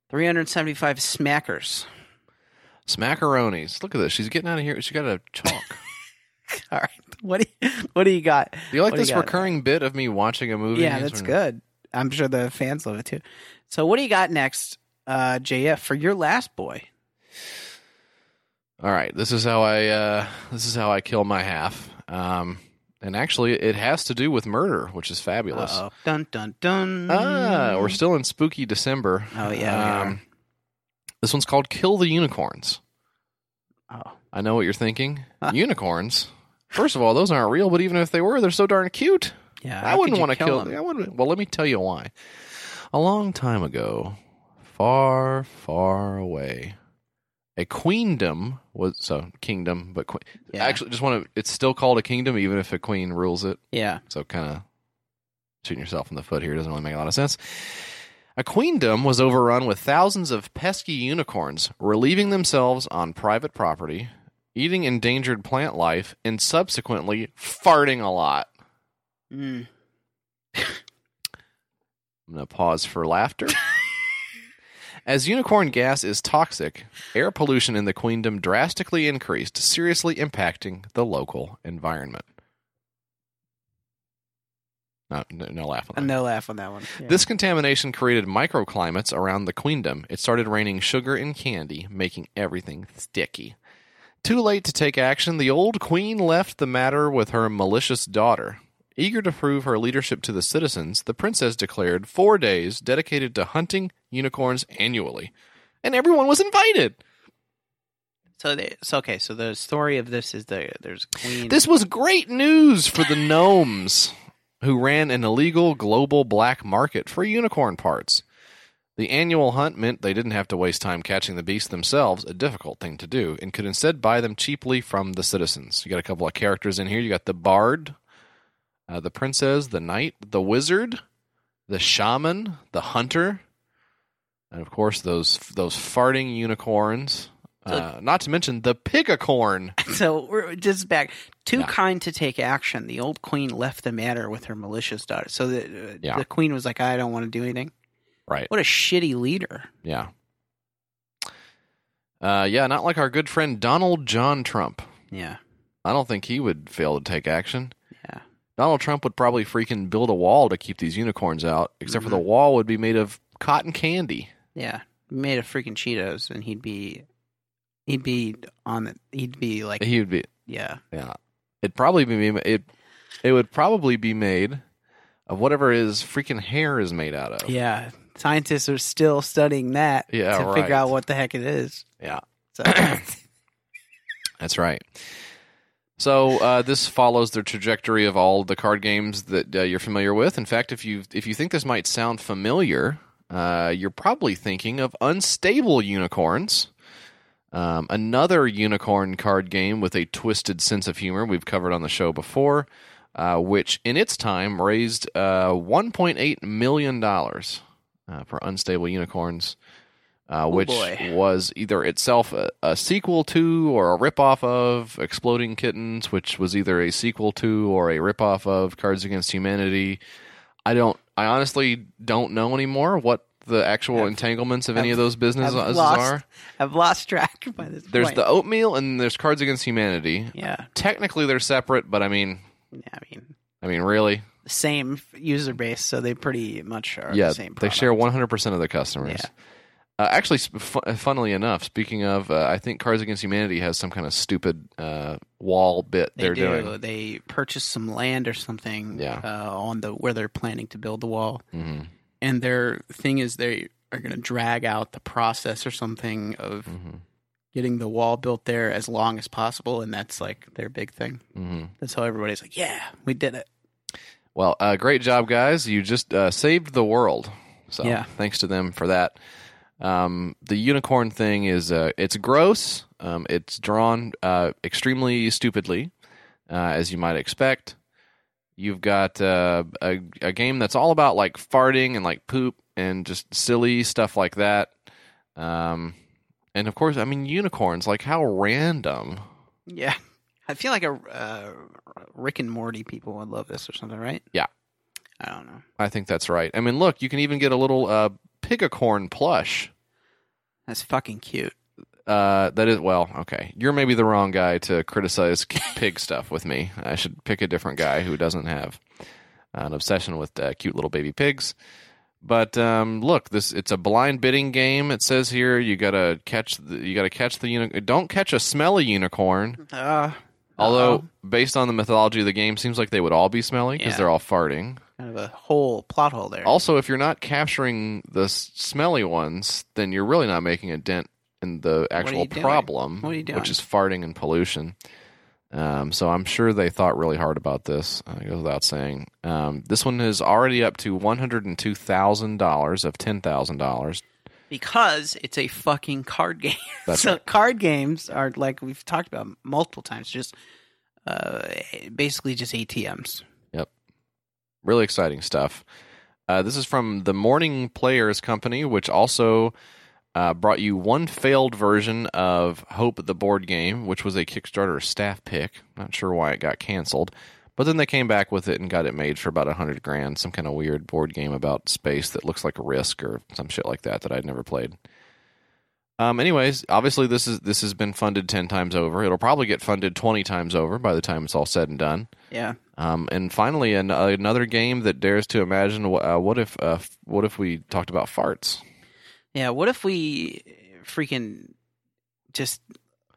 Speaker 2: 375 smackers.
Speaker 1: Smackaronis. Look at this. She's getting out of here. She's got a chalk.
Speaker 2: All right. What do you, what do you got?
Speaker 1: Do you like
Speaker 2: What do you
Speaker 1: this
Speaker 2: got?
Speaker 1: recurring bit of me watching a movie?
Speaker 2: Yeah,
Speaker 1: Yes
Speaker 2: that's
Speaker 1: or no?
Speaker 2: good. I'm sure the fans love it too. So, what do you got next, uh, JF, for your last boy?
Speaker 1: All right, this is how I uh, this is how I kill my half. Um, and actually, it has to do with murder, which is fabulous.
Speaker 2: Uh-oh. Dun, dun, dun.
Speaker 1: Ah, we're still in spooky December. Um,
Speaker 2: Oh, yeah, we
Speaker 1: this one's called "Kill the Unicorns."
Speaker 2: Oh.
Speaker 1: I know what you're thinking. unicorns. First of all, those aren't real. But even if they were, they're so darn cute.
Speaker 2: Yeah,
Speaker 1: I wouldn't
Speaker 2: want to
Speaker 1: kill. I wouldn't. Well, let me tell you why. A long time ago, far, far away, a queendom was so kingdom, but queen.
Speaker 2: Yeah.
Speaker 1: Actually, just want to. It's still called a kingdom, even if a queen rules it.
Speaker 2: Yeah.
Speaker 1: So kind of shooting yourself in the foot here doesn't really make a lot of sense. A queendom was overrun with thousands of pesky unicorns, relieving themselves on private property, eating endangered plant life, and subsequently farting a lot.
Speaker 2: Mm.
Speaker 1: I'm going to pause for laughter. As unicorn gas is toxic, air pollution in the queendom drastically increased, seriously impacting the local environment. No, no, no laugh on that.
Speaker 2: And no laugh on that one. Yeah.
Speaker 1: This contamination created microclimates around the queendom. It started raining sugar and candy, making everything sticky. Too late to take action, the old queen left the matter with her malicious daughter. Eager to prove her leadership to the citizens, the princess declared four days dedicated to hunting unicorns annually. And everyone was invited.
Speaker 2: So they, so okay. So the story of this is the there's a queen.
Speaker 1: This was great news for the gnomes who ran an illegal global black market for unicorn parts. The annual hunt meant they didn't have to waste time catching the beasts themselves, a difficult thing to do, and could instead buy them cheaply from the citizens. You got a couple of characters in here. You got the bard, uh, the princess, the knight, the wizard, the shaman, the hunter, and of course those those farting unicorns. Uh, not to mention the pigacorn.
Speaker 2: so we're just back. Too
Speaker 1: Yeah.
Speaker 2: kind to take action. The old queen left the matter with her malicious daughter. So the uh,
Speaker 1: Yeah.
Speaker 2: the queen was like, I don't want to do anything.
Speaker 1: Right.
Speaker 2: What a shitty leader.
Speaker 1: Yeah. Uh, yeah, not like our good friend Donald John Trump.
Speaker 2: Yeah.
Speaker 1: I don't think he would fail to take action.
Speaker 2: Yeah.
Speaker 1: Donald Trump would probably freaking build a wall to keep these unicorns out, except for the
Speaker 2: Mm-hmm.
Speaker 1: wall would be made of cotton candy.
Speaker 2: Yeah. Made of freaking Cheetos, and he'd be, he'd be on the, he'd be like,
Speaker 1: He would be
Speaker 2: yeah,
Speaker 1: yeah. It'd probably be it it would probably be made of whatever his freaking hair is made out of.
Speaker 2: yeah. Scientists are still studying that
Speaker 1: Oh. Yeah,
Speaker 2: to
Speaker 1: right.
Speaker 2: figure out what the heck it is.
Speaker 1: Yeah.
Speaker 2: So
Speaker 1: That's right. So uh, this follows the trajectory of all the card games that uh, you're familiar with. In fact, if you if you think this might sound familiar, uh, you're probably thinking of Unstable Unicorns, um, another unicorn card game with a twisted sense of humor we've covered on the show before, uh, which in its time raised uh, 1.8 million dollars uh, for Unstable Unicorns uh, which
Speaker 2: Oh, boy.
Speaker 1: was either itself a, a sequel to or a ripoff of Exploding Kittens, which was either a sequel to or a ripoff of Cards Against Humanity. I don't. I honestly don't know anymore what the actual
Speaker 2: I've-
Speaker 1: entanglements of any
Speaker 2: I've-
Speaker 1: of those businesses
Speaker 2: I've lost-
Speaker 1: are.
Speaker 2: I've lost track by this
Speaker 1: There's
Speaker 2: point.
Speaker 1: the oatmeal and there's Cards Against Humanity.
Speaker 2: yeah.
Speaker 1: Technically, they're separate, but I mean,
Speaker 2: yeah. I mean,
Speaker 1: I mean, really,
Speaker 2: same user base, so they pretty much are
Speaker 1: yeah,
Speaker 2: the same.
Speaker 1: they
Speaker 2: Product.
Speaker 1: share 100% of their customers.
Speaker 2: Yeah.
Speaker 1: Uh, actually, sp- fu- funnily enough, speaking of, uh, I think Cards Against Humanity has some kind of stupid uh, wall bit
Speaker 2: They
Speaker 1: are
Speaker 2: do.
Speaker 1: doing.
Speaker 2: They purchase some land or something.
Speaker 1: Yeah.
Speaker 2: Uh, on the where they're planning to build the wall,
Speaker 1: hmm
Speaker 2: and their thing is they are going to drag out the process or something of
Speaker 1: hmm
Speaker 2: getting the wall built there as long as possible, and that's like their big thing.
Speaker 1: hmm
Speaker 2: That's how everybody's like, "Yeah, we did it."
Speaker 1: Well, uh, great job, guys! You just uh, saved the world. So,
Speaker 2: Yeah.
Speaker 1: thanks to them for that. Um, the unicorn thing is uh, it's gross. Um, it's drawn uh, extremely stupidly, uh, as you might expect. You've got uh, a, a game that's all about like farting and like poop and just silly stuff like that. Um, and of course, I mean unicorns. Like how random.
Speaker 2: Yeah. I feel like a uh, Rick and Morty people would love this or something, right?
Speaker 1: Yeah.
Speaker 2: I don't know.
Speaker 1: I think that's right. I mean, look, you can even get a little uh, pigacorn plush.
Speaker 2: That's fucking cute.
Speaker 1: Uh, that is well, okay. You're maybe the wrong guy to criticize k- pig stuff with me. I should pick a different guy who doesn't have uh, an obsession with uh, cute little baby pigs. But um, look, this—it's a blind bidding game. It says here you gotta catch the you gotta catch the unicorn. Don't catch a smelly unicorn.
Speaker 2: Uh,
Speaker 1: Although,
Speaker 2: uh-oh.
Speaker 1: based on the mythology of the game, seems like they would all be smelly because
Speaker 2: Yeah.
Speaker 1: they're all farting.
Speaker 2: kind of a whole plot hole there.
Speaker 1: Also, if you're not capturing the s- smelly ones, then you're really not making a dent in the
Speaker 2: are
Speaker 1: actual
Speaker 2: you doing?
Speaker 1: problem,
Speaker 2: What are you doing?
Speaker 1: which is farting and pollution. Um, so I'm sure they thought really hard about this. uh, It goes without saying. Um, this one is already up to one hundred and two thousand dollars of ten thousand dollars.
Speaker 2: because it's a fucking card game.
Speaker 1: That's
Speaker 2: so card games are like we've talked about multiple times, just uh, basically just ATMs.
Speaker 1: Really exciting stuff. Uh, this is from the Morning Players Company, which also uh, brought you one failed version of Hope the board game, which was a Kickstarter staff pick. Not sure why it got canceled, but then they came back with it and got it made for about a hundred grand. Some kind of weird board game about space that looks like Risk or some shit like that that I'd never played. Um, anyways, obviously this is this has been funded ten times over. It'll probably get funded twenty times over by the time it's all said and done.
Speaker 2: Yeah.
Speaker 1: Um, and finally, an, another game that dares to imagine wh- uh, what if uh, f- what if we talked about farts?
Speaker 2: Yeah. What if we eh, freaking just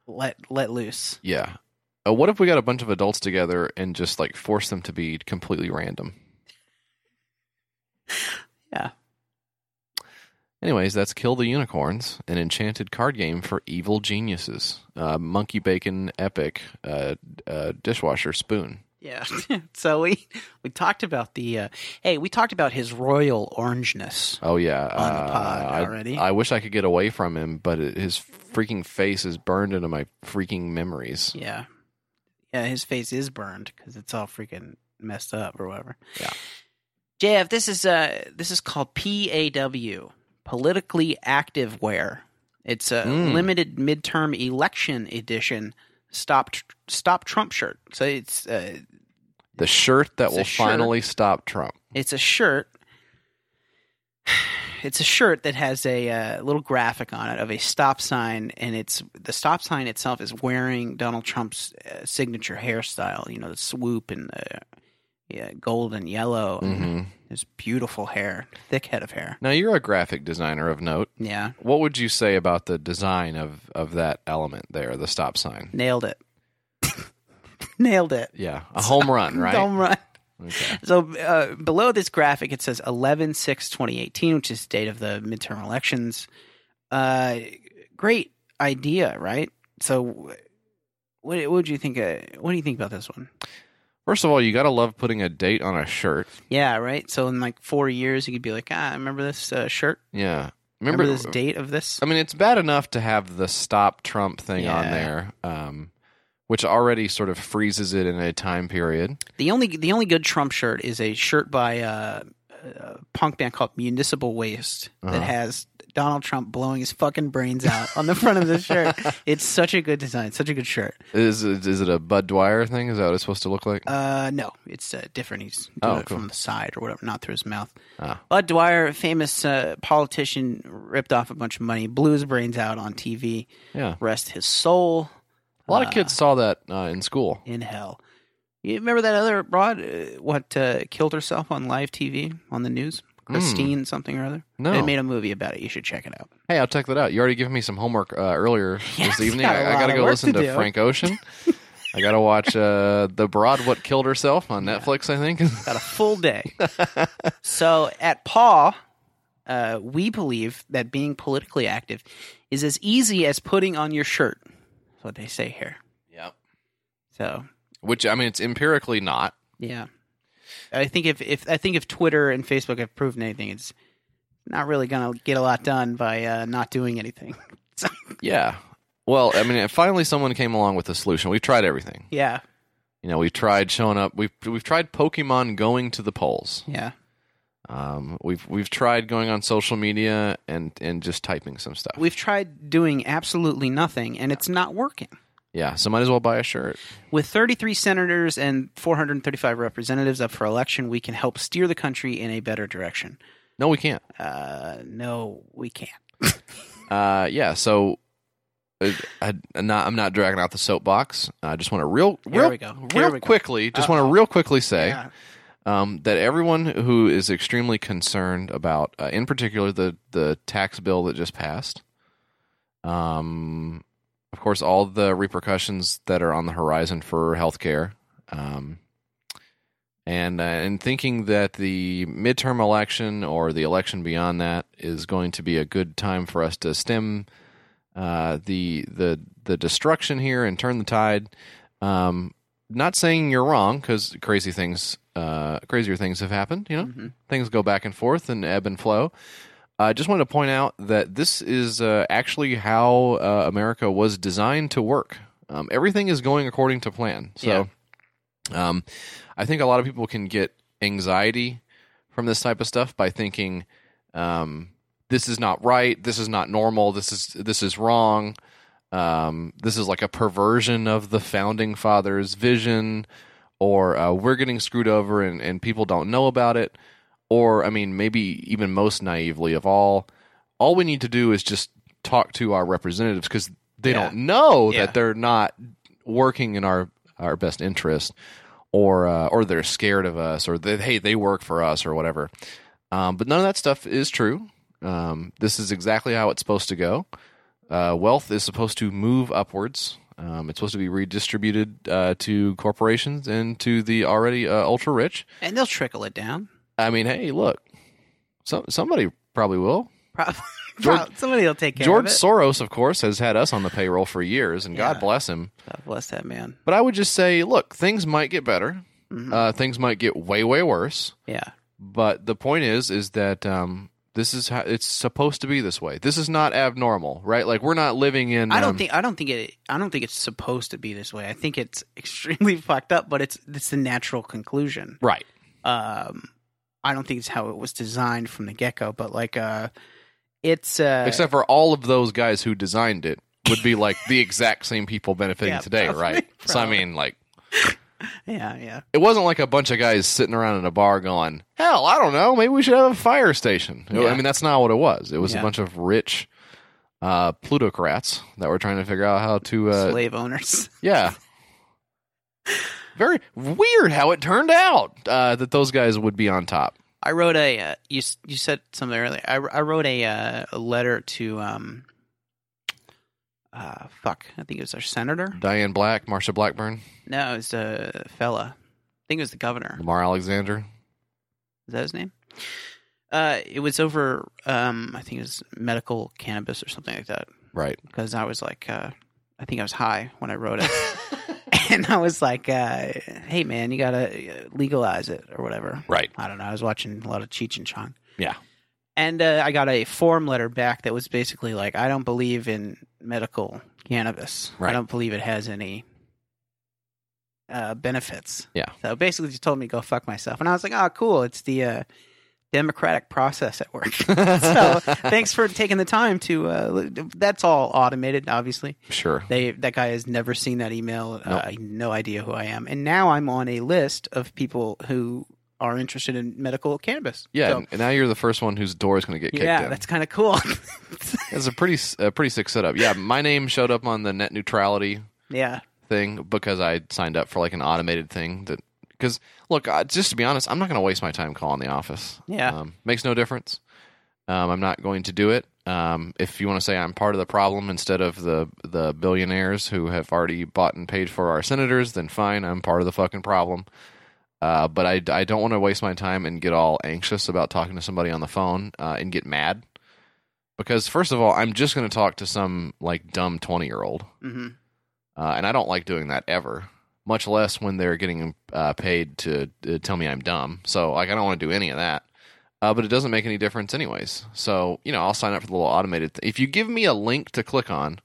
Speaker 2: let let loose?
Speaker 1: Yeah. Uh, what if we got a bunch of adults together and just like force them to be completely random?
Speaker 2: Yeah.
Speaker 1: Anyways, that's Kill the Unicorns, an enchanted card game for evil geniuses. Uh, Monkey Bacon Epic uh, uh, Dishwasher Spoon.
Speaker 2: Yeah. so we we talked about the uh, hey, we talked about his royal orangeness.
Speaker 1: Oh, yeah.
Speaker 2: On the pod
Speaker 1: I-
Speaker 2: already.
Speaker 1: I, wish I could get away from him, but it, his freaking face is burned into my freaking memories.
Speaker 2: Yeah. Yeah, his face is burned because it's all freaking messed up or whatever.
Speaker 1: Yeah.
Speaker 2: JF, this is uh this is called PAW, politically active wear. It's a
Speaker 1: Mm.
Speaker 2: limited midterm election edition stop Tr- stop Trump shirt. So it's uh,
Speaker 1: The shirt that
Speaker 2: It's a
Speaker 1: will
Speaker 2: shirt.
Speaker 1: finally stop Trump.
Speaker 2: it's a shirt. It's a shirt that has a uh, little graphic on it of a stop sign, and it's the stop sign itself is wearing Donald Trump's uh, signature hairstyle. You know, the swoop and the yeah, gold and yellow, and
Speaker 1: hmm
Speaker 2: his beautiful hair, thick head of hair.
Speaker 1: Now, you're a graphic designer of note.
Speaker 2: Yeah,
Speaker 1: What would you say about the design of, of that element there, the stop sign?
Speaker 2: nailed it, nailed it,
Speaker 1: Yeah, a home run, right?
Speaker 2: Home run.
Speaker 1: Okay.
Speaker 2: So uh, below this graphic, it says 11 6 2018, which is the date of the midterm elections. Uh, great idea, right? So, what, what would you think? Uh, what do you think about this one?
Speaker 1: First of all, you got to love putting a date on a shirt.
Speaker 2: Yeah, right. So in like four years, you could be like, ah, remember this uh, shirt?
Speaker 1: Yeah.
Speaker 2: Remember, this date of this?
Speaker 1: I mean, it's bad enough to have the stop Trump thing on
Speaker 2: Yeah.
Speaker 1: there, um, which already sort of freezes it in a time period.
Speaker 2: The only the only good Trump shirt is a shirt by uh, a punk band called Municipal Waste that
Speaker 1: Uh-huh.
Speaker 2: has Donald Trump blowing his fucking brains out on the front of the shirt. It's such a good design, such a good shirt.
Speaker 1: Is it- is it a Bud Dwyer thing? Is that what it's supposed to look like?
Speaker 2: Uh, no, it's uh, different. He's doing
Speaker 1: Oh,
Speaker 2: it
Speaker 1: cool.
Speaker 2: from the side or whatever, not through his mouth.
Speaker 1: Ah.
Speaker 2: Bud Dwyer, famous uh, politician, ripped off a bunch of money, blew his brains out on TV.
Speaker 1: yeah,
Speaker 2: Rest his soul
Speaker 1: a lot
Speaker 2: uh,
Speaker 1: of kids saw that uh, in school.
Speaker 2: in hell. You remember that other broad, uh, what uh, killed herself on live TV on the news?
Speaker 1: Hmm.
Speaker 2: Christine something or other.
Speaker 1: No.
Speaker 2: they made a movie about it. You should check it out.
Speaker 1: Hey, I'll check that out. You already given me some homework uh, earlier
Speaker 2: Yeah,
Speaker 1: this
Speaker 2: I've
Speaker 1: evening.
Speaker 2: got a
Speaker 1: I, I
Speaker 2: lot
Speaker 1: gotta
Speaker 2: of
Speaker 1: go
Speaker 2: work
Speaker 1: listen
Speaker 2: to
Speaker 1: to,
Speaker 2: do.
Speaker 1: Frank Ocean. I gotta watch uh, The Broad What Killed Herself on Netflix. I think.
Speaker 2: Got a full day. so at Paw, uh, we believe that being politically active is as easy as putting on your shirt. That's what they say here.
Speaker 1: yeah.
Speaker 2: So
Speaker 1: Which I mean, it's empirically not.
Speaker 2: yeah, I think if, if I think if Twitter and Facebook have proven anything, it's not really gonna get a lot done by uh, not doing anything. So,
Speaker 1: Yeah. Well, I mean, finally someone came along with a solution. We've tried everything.
Speaker 2: yeah,
Speaker 1: You know, we've tried showing up. We've we've tried Pokemon going to the polls.
Speaker 2: yeah,
Speaker 1: Um, we've we've tried going on social media and and just typing some stuff.
Speaker 2: we've tried doing absolutely nothing, and it's not working.
Speaker 1: yeah, so might as well buy a shirt.
Speaker 2: With 33 senators and 435 representatives up for election, we can help steer the country in a better direction.
Speaker 1: No, we can't.
Speaker 2: Uh, no, we can't.
Speaker 1: Uh, yeah. So. uh, I, I'm not, I'm not dragging out the soapbox. I just want to real,
Speaker 2: Here
Speaker 1: real,
Speaker 2: we go. Here
Speaker 1: real
Speaker 2: we go.
Speaker 1: quickly. Just want to real quickly say
Speaker 2: Yeah.
Speaker 1: um, that everyone who is extremely concerned about, uh, in particular, the the tax bill that just passed, um, of course, all the repercussions that are on the horizon for healthcare, um, and uh, and thinking that the midterm election or the election beyond that is going to be a good time for us to stem uh, the the the destruction here and turn the tide. Um, not saying you're wrong because crazy things, uh, crazier things have happened. You know,
Speaker 2: Mhm.
Speaker 1: things go back and forth and ebb and flow. I just wanted to point out that this is uh, actually how uh, America was designed to work. Um, everything is going according to plan. So, um, I think a lot of people can get anxiety from this type of stuff by thinking, um, "This is not right. This is not normal. This is this is wrong. Um, this is like a perversion of the founding fathers' vision." Or uh, we're getting screwed over and, and people don't know about it or I mean, maybe even most naively of all, all we need to do is just talk to our representatives because they
Speaker 2: Yeah.
Speaker 1: don't know
Speaker 2: Yeah.
Speaker 1: that they're not working in our our best interest, or uh, or they're scared of us, or that hey they work for us or whatever. Um, but none of that stuff is true. Um, this is exactly how it's supposed to go. Uh, wealth is supposed to move upwards. Um, it's supposed to be redistributed uh, to corporations and to the already uh, ultra rich.
Speaker 2: And they'll trickle it down.
Speaker 1: I mean, hey, look, some somebody probably will.
Speaker 2: Prob-
Speaker 1: George-
Speaker 2: somebody will take care
Speaker 1: George
Speaker 2: of it.
Speaker 1: Soros, of course, has had us on the payroll for years, and
Speaker 2: Yeah.
Speaker 1: God bless him.
Speaker 2: God bless that man.
Speaker 1: But I would just say, look, things might get better.
Speaker 2: Mhm.
Speaker 1: Uh, things might get way, way worse.
Speaker 2: yeah.
Speaker 1: But the point is, is that um, this is how it's supposed to be this way. This is not abnormal, right? Like we're not living in.
Speaker 2: I don't
Speaker 1: um,
Speaker 2: think I don't think it I don't think it's supposed to be this way. I think it's extremely fucked up, but it's it's the natural conclusion.
Speaker 1: Right.
Speaker 2: Um I don't think it's how it was designed from the get go, but like uh it's uh
Speaker 1: Except for all of those guys who designed it would be like the exact same people benefiting
Speaker 2: Yeah,
Speaker 1: today,
Speaker 2: probably,
Speaker 1: right? So I
Speaker 2: probably.
Speaker 1: mean, like
Speaker 2: yeah, yeah.
Speaker 1: it wasn't like a bunch of guys sitting around in a bar going, "Hell, I don't know. Maybe we should have a fire station." You know,
Speaker 2: Yeah.
Speaker 1: I mean, that's not what it was. It was
Speaker 2: Yeah.
Speaker 1: a bunch of rich uh, plutocrats that were trying to figure out how to. Uh,
Speaker 2: Slave owners.
Speaker 1: yeah. Very weird how it turned out uh, that those guys would be on top.
Speaker 2: I wrote a uh, you s- you said something earlier. I, I wrote a uh, a letter to um uh fuck, I think it was our senator.
Speaker 1: Diane Black, Marsha Blackburn,
Speaker 2: No, it was a fella. I think it was the governor.
Speaker 1: Lamar Alexander.
Speaker 2: Is that his name? Uh, it was over. Um, I think it was medical cannabis or something like that.
Speaker 1: Right.
Speaker 2: Because I was like, uh, I think I was high when I wrote it, and I was like, uh, "Hey, man, you gotta uh, legalize it or whatever."
Speaker 1: Right.
Speaker 2: I don't know. I was watching a lot of Cheech and Chong.
Speaker 1: Yeah.
Speaker 2: And uh, I got a form letter back that was basically like, I don't believe in medical cannabis. I
Speaker 1: Right.
Speaker 2: don't believe it has any uh, benefits.
Speaker 1: Yeah.
Speaker 2: So basically, just told me to go fuck myself. And I was like, oh, cool. It's the uh, democratic process at work. so thanks for taking the time to. Uh, li- that's all automated, obviously.
Speaker 1: Sure.
Speaker 2: They that guy has never seen that email.
Speaker 1: Nope.
Speaker 2: Uh, no idea who I am. And now I'm on a list of people who are interested in medical cannabis.
Speaker 1: Yeah,
Speaker 2: So-
Speaker 1: and now you're the first one whose door is going to get kicked
Speaker 2: yeah,
Speaker 1: in.
Speaker 2: that's kind of cool.
Speaker 1: It's a pretty a pretty sick setup. Yeah, my name showed up on the net neutrality
Speaker 2: yeah,
Speaker 1: thing because I signed up for like an automated thing that because look, I, just to be honest, I'm not going to waste my time calling the office.
Speaker 2: yeah,
Speaker 1: Um, makes no difference. Um, I'm not going to do it. Um, if you want to say I'm part of the problem instead of the the billionaires who have already bought and paid for our senators, then fine, I'm part of the fucking problem. Uh, but I, I don't want to waste my time and get all anxious about talking to somebody on the phone uh, and get mad because first of all, I'm just going to talk to some like dumb twenty year old,
Speaker 2: hmm
Speaker 1: uh, and I don't like doing that ever. Much less when they're getting uh, paid to uh, tell me I'm dumb. So like I don't want to do any of that. Uh, but it doesn't make any difference anyways. So you know I'll sign up for the little automated. Th- if you give me a link to click on,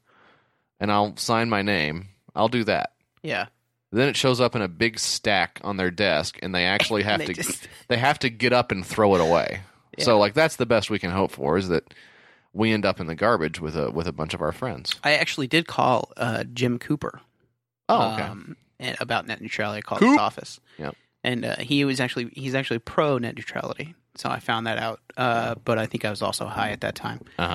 Speaker 1: and I'll sign my name, I'll do that.
Speaker 2: yeah.
Speaker 1: Then it shows up in a big stack on their desk, and they actually have
Speaker 2: They
Speaker 1: to
Speaker 2: just-
Speaker 1: they have to get up and throw it away. So like that's the best we can hope for is that we end up in the garbage with a with a bunch of our friends.
Speaker 2: I actually did call uh, Jim Cooper.
Speaker 1: Oh, okay.
Speaker 2: um, and about net neutrality. I called
Speaker 1: Coop.
Speaker 2: his office.
Speaker 1: Yeah.
Speaker 2: and uh, he was actually he's actually pro net neutrality. So I found that out. Uh, but I think I was also high at that time.
Speaker 1: uh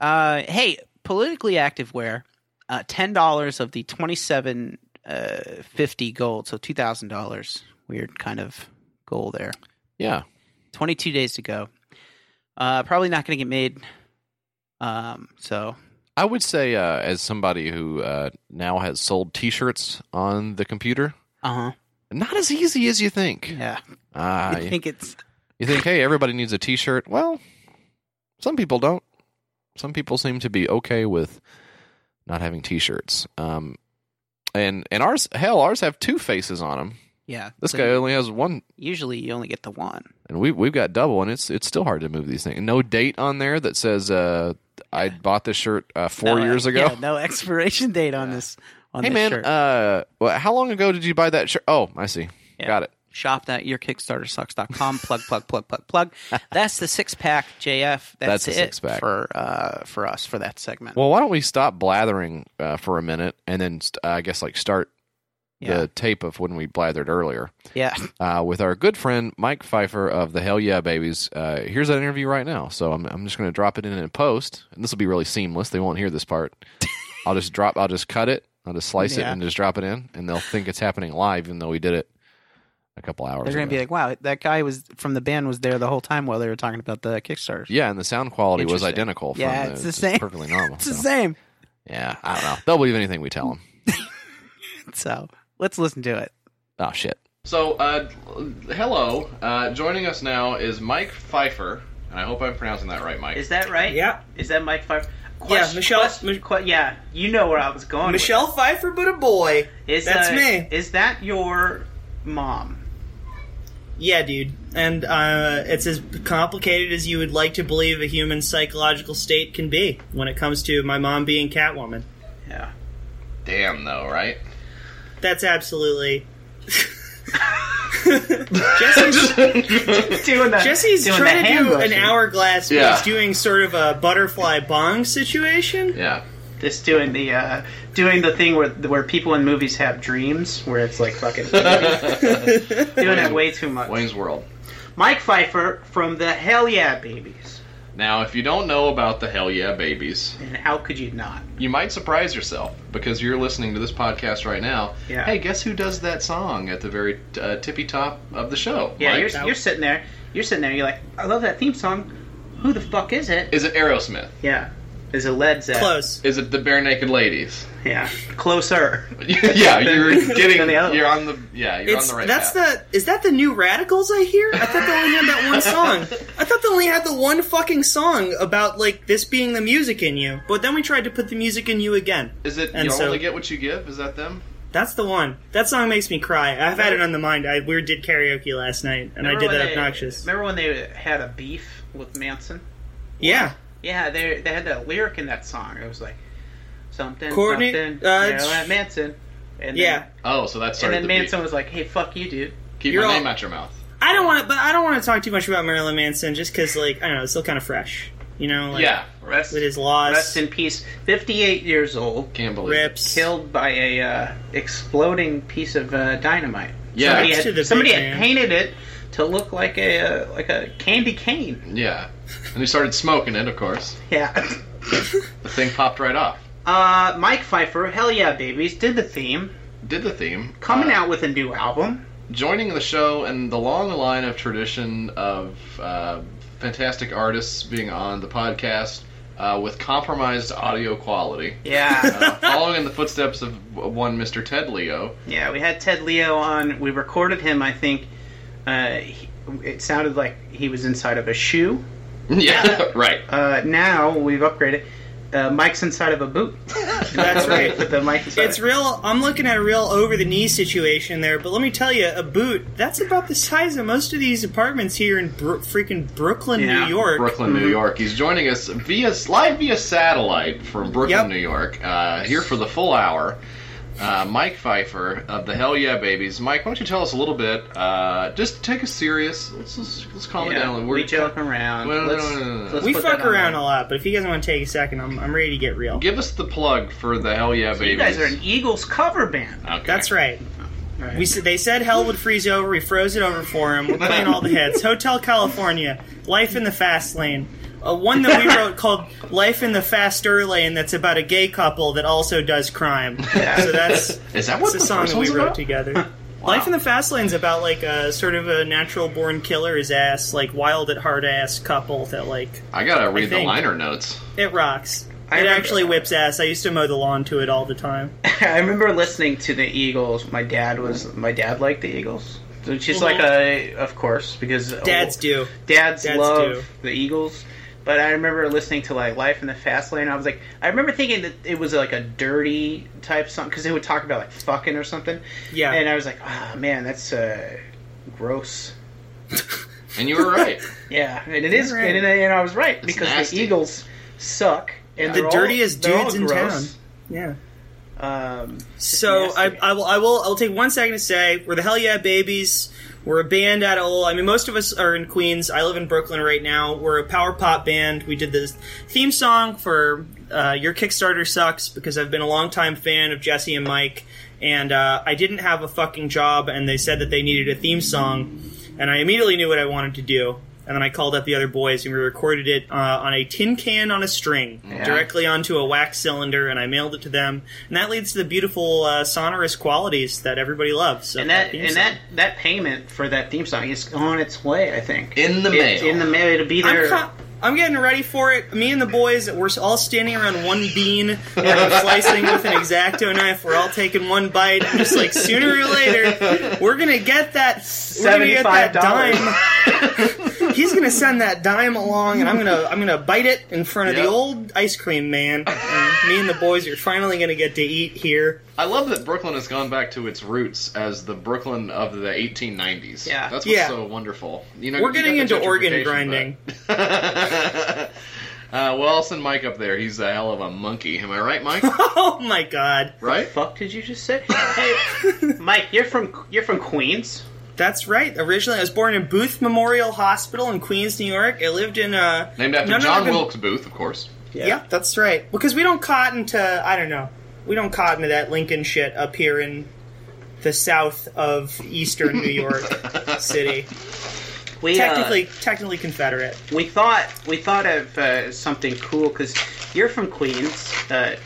Speaker 1: huh.
Speaker 2: Uh, hey, politically active wear, uh, ten dollars of the twenty seven uh, fifty gold, so two thousand dollars. Weird kind of goal there.
Speaker 1: Yeah.
Speaker 2: 22 days to go. Uh, probably not going to get made. Um, so
Speaker 1: I would say, uh, as somebody who uh, now has sold t shirts on the computer,
Speaker 2: uh
Speaker 1: Uh-huh.
Speaker 2: huh.
Speaker 1: not as easy as you think.
Speaker 2: Yeah,
Speaker 1: Ah,
Speaker 2: I
Speaker 1: you,
Speaker 2: think it's
Speaker 1: you think, hey, everybody needs a t shirt. Well, some people don't. Some people seem to be okay with not having t shirts. Um, and, and ours, hell, ours have two faces on them.
Speaker 2: yeah.
Speaker 1: This
Speaker 2: So
Speaker 1: guy only has one,
Speaker 2: Usually you only get the one.
Speaker 1: and we, we've got double, and it's it's still hard to move these things. No date on there that says uh, I bought this shirt uh, four
Speaker 2: No,
Speaker 1: years
Speaker 2: uh,
Speaker 1: ago.
Speaker 2: yeah, no expiration date on
Speaker 1: Yeah.
Speaker 2: this. On
Speaker 1: hey
Speaker 2: this
Speaker 1: man,
Speaker 2: shirt.
Speaker 1: uh, well, how long ago did you buy that shirt? Oh, I see.
Speaker 2: Yeah.
Speaker 1: Got it.
Speaker 2: shop that your kickstartersucks.com plug plug plug plug plug that's the six pack jf that's,
Speaker 1: That's a
Speaker 2: it
Speaker 1: six-pack.
Speaker 2: for uh for us for that segment
Speaker 1: Well, why don't we stop blathering uh, for a minute and then st- uh, I guess like start
Speaker 2: yeah
Speaker 1: the tape of when we blathered earlier
Speaker 2: yeah
Speaker 1: uh, with our good friend Mike Pfeiffer of the Hell Yeah Babies. Uh, here's that interview right now. So I'm I'm just going to drop it in and post, and this will be really seamless. They won't hear this part. I'll just drop. I'll just cut it. I'll just slice
Speaker 2: Yeah.
Speaker 1: it and just drop it in, and they'll think it's happening live, even though we did it a couple hours.
Speaker 2: they're gonna
Speaker 1: ago.
Speaker 2: be like wow that guy was from the band was there the whole time while they were talking about the kickstarter
Speaker 1: Yeah, and the sound quality was
Speaker 2: Interesting.
Speaker 1: identical. From
Speaker 2: Yeah,
Speaker 1: the,
Speaker 2: it's the same.
Speaker 1: Perfectly normal.
Speaker 2: it's the
Speaker 1: so.
Speaker 2: same
Speaker 1: Yeah, I don't know. They'll believe anything we tell them.
Speaker 2: so let's listen to it
Speaker 1: Oh shit. So, uh, hello. Uh, joining us now is Mike Pfeiffer And I hope I'm pronouncing that right, Mike.
Speaker 2: Is that right?
Speaker 3: Yeah.
Speaker 2: Is that Mike Pfeiffer?
Speaker 3: Yeah, Michelle-
Speaker 2: quest-
Speaker 3: Mich-
Speaker 2: que- yeah, you know where I was going. with
Speaker 3: Michelle Pfeiffer, but a boy.
Speaker 2: it. Is
Speaker 3: That's
Speaker 2: that-
Speaker 3: me.
Speaker 2: Is that your mom?
Speaker 3: Yeah, dude. And uh, it's as complicated as you would like to believe a human psychological state can be when it comes to my mom being Catwoman.
Speaker 2: Yeah.
Speaker 1: Damn, though, right?
Speaker 3: That's absolutely. Jesse's,
Speaker 2: Doing the,
Speaker 3: Jesse's
Speaker 2: doing
Speaker 3: trying
Speaker 2: the
Speaker 3: to
Speaker 2: hand
Speaker 3: do an
Speaker 2: motion.
Speaker 3: hourglass, but
Speaker 1: Yeah.
Speaker 3: he's doing sort of a butterfly bong situation.
Speaker 1: yeah.
Speaker 2: Just doing the uh, doing the thing where where people in movies have dreams, where it's like fucking doing it way too much.
Speaker 1: Wayne's World.
Speaker 2: Mike Pfeiffer from the Hell Yeah Babies,
Speaker 1: Now, if you don't know about the Hell Yeah Babies,
Speaker 2: and how could you not?
Speaker 1: you might surprise yourself because you're listening to this podcast right now.
Speaker 2: Yeah.
Speaker 1: Hey, guess who does that song at the very uh, tippy top of the show?
Speaker 2: Yeah,
Speaker 1: Mike?
Speaker 2: you're, you're sitting there, you're sitting there, you're like, I love that theme song. Who the fuck is it?
Speaker 1: Is it Aerosmith?
Speaker 2: Yeah, is it Led Zeppelin?
Speaker 3: Close.
Speaker 1: Is it the Bare Naked Ladies?
Speaker 2: Yeah, closer.
Speaker 1: yeah, you're getting.
Speaker 2: Than the other
Speaker 1: you're on the. Yeah, you're
Speaker 3: It's-
Speaker 1: on the right.
Speaker 3: that's
Speaker 1: path.
Speaker 3: the is that the new radicals I hear? I thought they only had that one song. I thought they only had the one fucking song about like this being the music in you. But then we tried to put the music in you again.
Speaker 1: Is it
Speaker 3: and
Speaker 1: you
Speaker 3: so-
Speaker 1: only get what you give? Is that them?
Speaker 3: That's the one. That song makes me cry. I've had it on the mind. I we did karaoke last night and I did
Speaker 2: when
Speaker 3: that
Speaker 2: they-
Speaker 3: obnoxious.
Speaker 2: Remember when they had a beef with Manson?
Speaker 3: yeah.
Speaker 2: Yeah, they they had that lyric in that song. It was like something,
Speaker 3: Courtney,
Speaker 2: something,
Speaker 3: uh,
Speaker 2: you know,
Speaker 3: it's-
Speaker 2: Manson. And
Speaker 3: Yeah.
Speaker 2: then,
Speaker 1: Oh, so that's
Speaker 2: and
Speaker 1: started
Speaker 2: then
Speaker 1: the beat.
Speaker 2: Manson was like, "Hey, fuck you, dude."
Speaker 1: Keep
Speaker 3: you're
Speaker 1: your
Speaker 3: all-
Speaker 1: name out your mouth.
Speaker 3: I don't want to but I don't want to talk too much about Marilyn Manson just cuz like I don't know, it's still kind of fresh. You know, like
Speaker 1: yeah,
Speaker 2: Rest,
Speaker 3: with his loss.
Speaker 2: rest in peace. Fifty-eight years old,
Speaker 1: can't believe. it.
Speaker 3: rips.
Speaker 2: killed by a uh, exploding piece of uh, dynamite.
Speaker 1: Yeah.
Speaker 2: somebody
Speaker 3: Next to the
Speaker 2: had, somebody
Speaker 3: big
Speaker 2: had
Speaker 3: man.
Speaker 2: painted it to look like a uh, like a candy cane.
Speaker 1: Yeah, and he started smoking it. Of course,
Speaker 2: Yeah.
Speaker 1: the thing popped right off.
Speaker 2: Uh, Mike Pfeiffer, Hell Yeah Babies, did the theme,
Speaker 1: Did the theme
Speaker 2: coming
Speaker 1: Uh,
Speaker 2: out with a new album.
Speaker 1: joining the show and the long line of tradition of uh, fantastic artists being on the podcast uh, with compromised audio quality.
Speaker 2: Yeah,
Speaker 1: Uh, following in the footsteps of one Mr. Ted Leo.
Speaker 2: yeah. We had Ted Leo on. We recorded him. I think uh, he, it sounded like he was inside of a shoe.
Speaker 1: yeah, right.
Speaker 2: Uh, now we've upgraded. Uh, Mike's inside of a boot.
Speaker 3: That's right.
Speaker 2: the mic. Inside
Speaker 3: It's real. I'm looking at a real over the knee situation there, but let me tell you, a boot that's about the size of most of these apartments here in Bro- freaking Brooklyn,
Speaker 2: Yeah,
Speaker 3: New York.
Speaker 1: Brooklyn, New York. He's joining us via live via satellite from Brooklyn,
Speaker 3: Yep.
Speaker 1: New York. Uh, here for the full hour. Uh, Mike Pfeiffer of the Hell Yeah Babies. Mike, why don't you tell us a little bit? Uh, just take us serious. Let's let's, let's calm it
Speaker 2: yeah,
Speaker 1: down.
Speaker 2: we joke around.
Speaker 1: Well,
Speaker 2: Let's-
Speaker 1: no, no, no, no.
Speaker 2: let's
Speaker 3: we
Speaker 2: put
Speaker 3: fuck
Speaker 2: that on
Speaker 3: around
Speaker 2: there.
Speaker 3: a lot, but if you guys want to take a second, I'm, I'm ready to get real.
Speaker 1: Give us the plug for the Hell Yeah Babies.
Speaker 2: You guys are an Eagles cover band.
Speaker 1: Okay.
Speaker 3: That's right.
Speaker 2: Right.
Speaker 3: We said they said hell would freeze over. We froze it over for him. We're playing all the hits. Hotel California, Life in the Fast Lane, uh, one that we wrote called Life in the Faster Lane. That's about a gay couple that also does crime. So that's
Speaker 1: Is that what
Speaker 3: It's
Speaker 1: the
Speaker 3: a song
Speaker 1: first
Speaker 3: that we
Speaker 1: one's
Speaker 3: wrote
Speaker 1: about?
Speaker 3: together. Life in the Fast Lane's about like a sort of a natural born killer's ass, like wild at heart ass couple that like
Speaker 1: I gotta read the
Speaker 3: think.
Speaker 1: liner notes.
Speaker 3: it rocks.
Speaker 2: I
Speaker 3: it
Speaker 2: remember-
Speaker 3: actually whips ass. I used to mow the lawn to it all the time.
Speaker 2: I remember listening to the Eagles. My dad was my dad liked the Eagles, which is
Speaker 3: Mhm.
Speaker 2: like a of course because
Speaker 3: Dads do.
Speaker 2: dads,
Speaker 3: Dads
Speaker 2: love
Speaker 3: do.
Speaker 2: the Eagles. But I remember listening to like Life in the Fast Lane. I was like, I remember thinking that it was like a dirty type song because they would talk about like fucking or something,
Speaker 3: Yeah.
Speaker 2: and I was like, oh man, that's uh, gross.
Speaker 1: And you were right.
Speaker 2: Yeah, and it is,
Speaker 3: You're right.
Speaker 2: and, and I was right because
Speaker 1: nasty.
Speaker 2: the Eagles suck and
Speaker 3: The
Speaker 2: they're all-
Speaker 3: dirtiest
Speaker 2: they're all
Speaker 3: dudes in
Speaker 2: gross.
Speaker 3: yeah.
Speaker 2: Um,
Speaker 3: So I,
Speaker 2: nasty.
Speaker 3: I will I will I'll take one second to say we're the hell yeah babies. We're a band out of Ola. I mean, most of us are in Queens. I live in Brooklyn right now. We're a power pop band. We did this theme song for uh, Your Kickstarter Sucks because I've been a longtime fan of Jesse and Mike, and uh, I didn't have a fucking job, and they said that they needed a theme song, and I immediately knew what I wanted to do. And then I called up the other boys, and we recorded it uh, on a tin can on a string, directly onto a wax cylinder, and I mailed it to them. And that leads to the beautiful uh, sonorous qualities that everybody loves. of
Speaker 2: and that
Speaker 3: theme
Speaker 2: and
Speaker 3: song.
Speaker 2: that that payment for that theme song is on its way. I think
Speaker 1: In the
Speaker 2: It's
Speaker 1: mail.
Speaker 2: in the mail. It'll be
Speaker 3: I'm,
Speaker 2: there.
Speaker 3: co- I'm getting ready for it. Me and the boys, we're all standing around one bean, and I'm slicing with an exacto knife. We're all taking one bite. I'm just like, sooner or later, we're gonna get that. We're gonna get
Speaker 2: $75.
Speaker 3: that dime. he's gonna send that dime along, and I'm gonna I'm gonna bite it in front of
Speaker 1: Yep.
Speaker 3: the old ice cream man. And me and the boys are finally gonna get to eat here.
Speaker 1: I love that Brooklyn has gone back to its roots as the Brooklyn of the 1890s.
Speaker 4: Yeah.
Speaker 1: that's what's
Speaker 3: Yeah.
Speaker 1: so wonderful. You know,
Speaker 3: We're
Speaker 1: you
Speaker 3: getting
Speaker 1: got the
Speaker 3: into organ
Speaker 1: gentrification,
Speaker 3: grinding.
Speaker 1: but- uh, well, I'll send Mike up there. He's a hell of a monkey. Am I right, Mike?
Speaker 3: Oh my god,
Speaker 1: right?
Speaker 5: fuck did you just say? Hey, Mike, you're from you're from Queens.
Speaker 3: that's right. Originally, I was born in Booth Memorial Hospital in Queens, New York. I lived in uh
Speaker 1: Named after
Speaker 3: none of
Speaker 1: John
Speaker 3: them-
Speaker 1: Wilkes Booth, of course.
Speaker 3: Yeah. that's right. Because we don't cotton to I don't know. We don't cotton to that Lincoln shit up here in the south of eastern New York City.
Speaker 5: We, uh,
Speaker 3: Technically, technically Confederate.
Speaker 5: we thought we thought of uh, something cool because you're from Queens. Uh,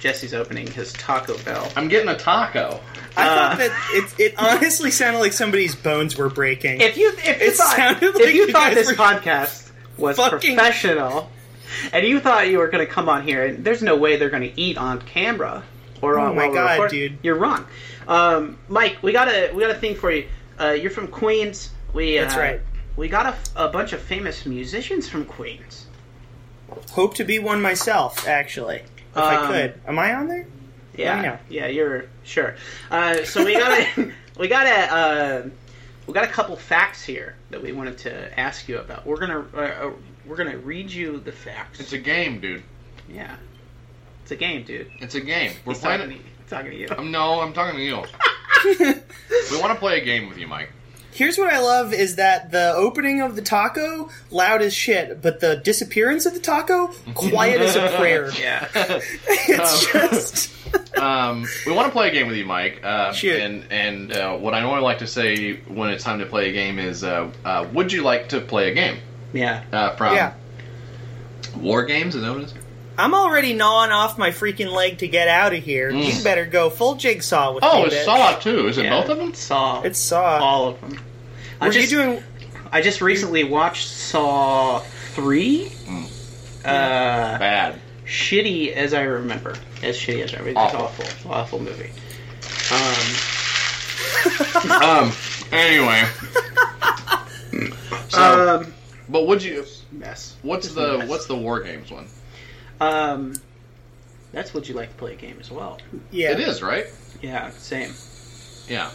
Speaker 5: Jesse's opening his Taco Bell.
Speaker 1: I'm getting a taco.
Speaker 3: I
Speaker 5: Uh.
Speaker 3: thought that it, it honestly sounded like somebody's bones were breaking.
Speaker 5: If you if you
Speaker 3: It
Speaker 5: thought
Speaker 3: sounded
Speaker 5: if
Speaker 3: like
Speaker 5: you
Speaker 3: you
Speaker 5: thought
Speaker 3: guys
Speaker 5: this
Speaker 3: were
Speaker 5: podcast was
Speaker 3: fucking-
Speaker 5: professional, and you thought you were going to come on here, and there's no way they're going to eat on camera or on
Speaker 3: Oh my
Speaker 5: while we're
Speaker 3: God,
Speaker 5: recording.
Speaker 3: dude.
Speaker 5: you're wrong. Um, Mike, we got a we got a thing for you. Uh, you're from Queens. We uh,
Speaker 3: That's right.
Speaker 5: We got a, a bunch of famous musicians from Queens.
Speaker 3: Hope to be one myself, actually. If I
Speaker 5: Um,
Speaker 3: could. Am I on there?
Speaker 5: Yeah,
Speaker 3: I know.
Speaker 5: yeah, you're sure. Uh, so we got a, we got a, uh, we got a couple facts here that we wanted to ask you about. We're gonna, uh, uh, we're gonna read you the facts.
Speaker 1: It's a game, dude.
Speaker 5: yeah, it's a game, dude.
Speaker 1: It's a game. We're
Speaker 5: He's
Speaker 1: playing.
Speaker 5: talking, to, you- he's talking to you.
Speaker 1: Um, No, I'm talking to you. we want to play a game with you, Mike.
Speaker 3: Here's what I love is that the opening of the taco, loud as shit, but the disappearance of the taco, quiet as a prayer.
Speaker 5: Yeah,
Speaker 3: It's just
Speaker 1: Um, we want to play a game with you, Mike. Uh,
Speaker 3: Shoot.
Speaker 1: And and uh, what I normally like to say when it's time to play a game is, uh, uh, would you like to play a game?
Speaker 5: yeah.
Speaker 1: Uh, from
Speaker 3: Yeah.
Speaker 1: War Games, is that what it is?
Speaker 3: I'm already gnawing off my freaking leg to get out of here.
Speaker 5: Mm.
Speaker 3: You better go full jigsaw with
Speaker 1: Oh,
Speaker 3: me,
Speaker 1: it's
Speaker 3: bitch.
Speaker 1: Saw Uh, too. Is it
Speaker 5: yeah.
Speaker 1: both of them?
Speaker 5: Saw.
Speaker 3: It's Saw.
Speaker 5: all of them. I
Speaker 3: Were
Speaker 5: just,
Speaker 3: you doing
Speaker 5: I just recently watched Saw three.
Speaker 1: Mm.
Speaker 5: Uh,
Speaker 1: Bad.
Speaker 5: shitty as I remember. As shitty as I remember. It's
Speaker 1: Awful.
Speaker 5: awful, awful movie. Um.
Speaker 1: Um. Anyway. So,
Speaker 5: Um,
Speaker 1: but would you?
Speaker 5: mess.
Speaker 1: What's
Speaker 5: It's a
Speaker 1: the
Speaker 5: mess.
Speaker 1: what's the War Games one?
Speaker 5: Um, that's what you like to play a game as well.
Speaker 3: Yeah.
Speaker 1: It is right.
Speaker 5: Yeah, same.
Speaker 1: Yeah.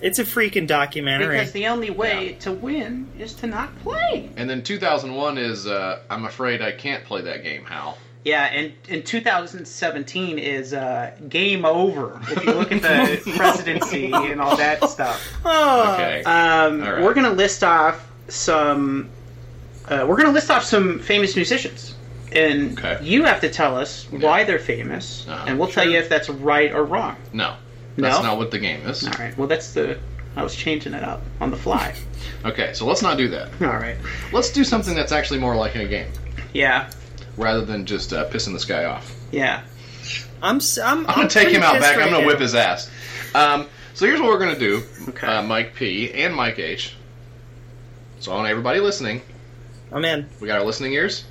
Speaker 3: It's a freaking documentary.
Speaker 5: Because the only way to win is to not play.
Speaker 1: And then 2001 is uh, I'm afraid I can't play that game, Hal.
Speaker 5: Yeah, and in 2017 is uh, game over. If you look at the presidency and all that stuff.
Speaker 3: oh.
Speaker 1: Okay.
Speaker 5: Um,
Speaker 1: All right.
Speaker 5: We're gonna list off some. Uh, we're gonna list off some famous musicians, and
Speaker 1: Okay.
Speaker 5: you have to tell us why they're famous,
Speaker 1: Uh-huh.
Speaker 5: and we'll tell you if that's right or wrong.
Speaker 1: no.
Speaker 5: No?
Speaker 1: That's not what the game is.
Speaker 5: All right. Well, that's the. I was changing it up on the fly.
Speaker 1: Okay, so let's not do that.
Speaker 5: All right.
Speaker 1: Let's do something that's actually more like a game,
Speaker 5: Yeah.
Speaker 1: rather than just uh, pissing this guy off.
Speaker 5: Yeah.
Speaker 3: I'm, s- I'm,
Speaker 1: I'm gonna take him out back. I'm gonna whip
Speaker 3: his.
Speaker 1: his ass. Um, so here's what we're gonna do,
Speaker 5: Okay.
Speaker 1: uh, Mike P and Mike H. So on everybody listening,
Speaker 3: I'm in.
Speaker 1: we got our listening ears.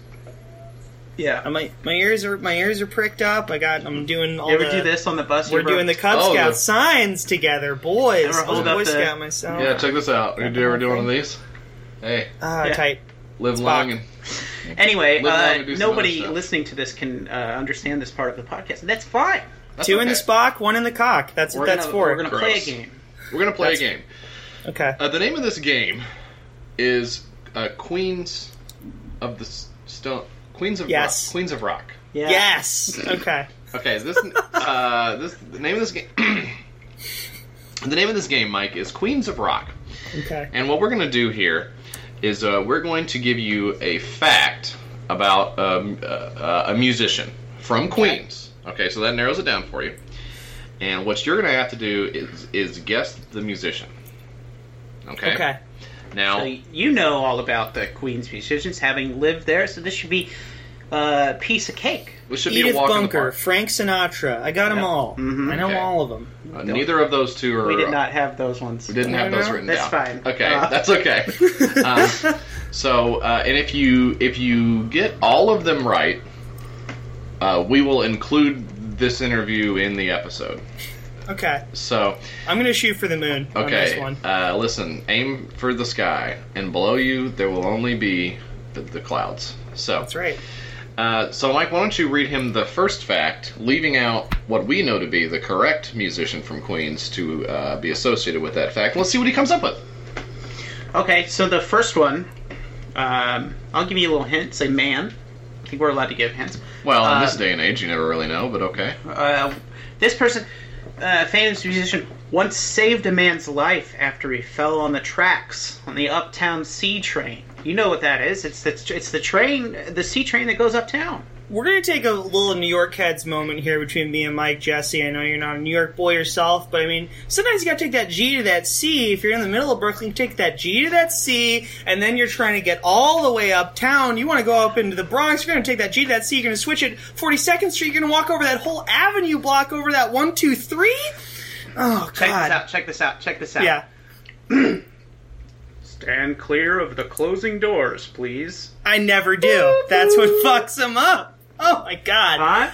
Speaker 5: Yeah.
Speaker 3: My my ears are my ears are pricked up. I got. I'm doing all
Speaker 5: You ever
Speaker 3: the.
Speaker 5: do this on the bus?
Speaker 3: Uh, We're
Speaker 5: You ever-
Speaker 3: doing the Cub
Speaker 1: Oh,
Speaker 3: Scout
Speaker 1: the-
Speaker 3: signs together, boys.
Speaker 5: Ever
Speaker 3: Old
Speaker 5: hold up
Speaker 3: Boy
Speaker 5: the-
Speaker 3: Scout myself.
Speaker 1: Yeah, check this out. Did you ever do one of these? Hey,
Speaker 3: Ah,
Speaker 5: Yeah.
Speaker 3: tight.
Speaker 1: live long and
Speaker 5: Anyway,
Speaker 1: Live long
Speaker 5: uh,
Speaker 1: and do some other
Speaker 5: nobody
Speaker 1: stuff.
Speaker 5: listening to this can uh, understand this part of the podcast, and that's fine.
Speaker 1: That's
Speaker 3: Two in the
Speaker 1: okay.
Speaker 3: Spock, one in the cock. That's
Speaker 5: We're
Speaker 3: what that's
Speaker 5: gonna,
Speaker 3: for.
Speaker 5: We're gonna play a
Speaker 1: Gross.
Speaker 5: game.
Speaker 1: We're gonna play a
Speaker 3: That's-
Speaker 1: game.
Speaker 3: Okay.
Speaker 1: Uh, the name of this game is uh, Queens of the S- Stone. Queens of
Speaker 3: Yes.
Speaker 1: Rock. Queens of Rock.
Speaker 5: Yeah.
Speaker 3: Yes. Okay.
Speaker 1: Okay, is this uh, this the name of this game? the name of this game, Mike, is Queens of Rock.
Speaker 3: Okay.
Speaker 1: And what we're going to do here is uh, we're going to give you a fact about um, uh, uh, a musician from Queens. Okay, so that narrows it down for you. And what you're going to have to do is is guess the musician. Okay.
Speaker 3: Okay.
Speaker 1: Now,
Speaker 5: So you know all about the Queen's musicians, having lived there, so this should be uh, a piece of cake.
Speaker 1: this should be a
Speaker 3: Edith
Speaker 1: walk in the
Speaker 3: Bunker,
Speaker 1: park. Mm-hmm.
Speaker 3: Frank Sinatra. I got them all. I know
Speaker 1: Okay.
Speaker 3: all of them.
Speaker 1: Uh, neither of those two are.
Speaker 5: We did not have those ones.
Speaker 1: We didn't have
Speaker 3: No,
Speaker 1: those
Speaker 3: no,
Speaker 1: written
Speaker 5: that's
Speaker 1: down.
Speaker 5: fine.
Speaker 1: Okay,
Speaker 5: Uh.
Speaker 1: that's okay. um, so, uh, and if you if you get all of them right, uh, we will include this interview in the episode.
Speaker 3: Okay.
Speaker 1: So
Speaker 3: I'm gonna shoot for the moon on this
Speaker 1: okay,
Speaker 3: one.
Speaker 1: uh, listen, aim for the sky, and below you there will only be the, the clouds. So
Speaker 3: That's right.
Speaker 1: Uh, so, Mike, why don't you read him the first fact, leaving out what we know to be the correct musician from Queens to uh, be associated with that fact. Let's see what he comes up with.
Speaker 5: Okay, so the first one, um, I'll give you a little hint. Say man. I think we're allowed to give hints.
Speaker 1: Well, in
Speaker 5: Uh,
Speaker 1: this day and age, you never really know, but okay.
Speaker 5: Uh, this person, uh, famous musician, once saved a man's life after he fell on the tracks on the uptown C train. You know what that is? It's the it's the train, the C train that goes uptown.
Speaker 3: We're gonna take a little New York heads moment here between me and Mike Jesse. I know you're not a New York boy yourself, but I mean, sometimes you gotta take that G to that C. If you're in the middle of Brooklyn, take that G to that C, and then you're trying to get all the way uptown. You want to go up into the Bronx. You're gonna take that G to that C. You're gonna switch it 42nd Street. You're gonna walk over that whole avenue block over that one, two, three. Oh
Speaker 5: Check this
Speaker 3: God.
Speaker 5: out. Check this out. Check this out.
Speaker 3: Yeah,
Speaker 5: Stand clear of the closing doors, please.
Speaker 3: I never do. That's what fucks him up. Oh my God.
Speaker 5: Huh? Um,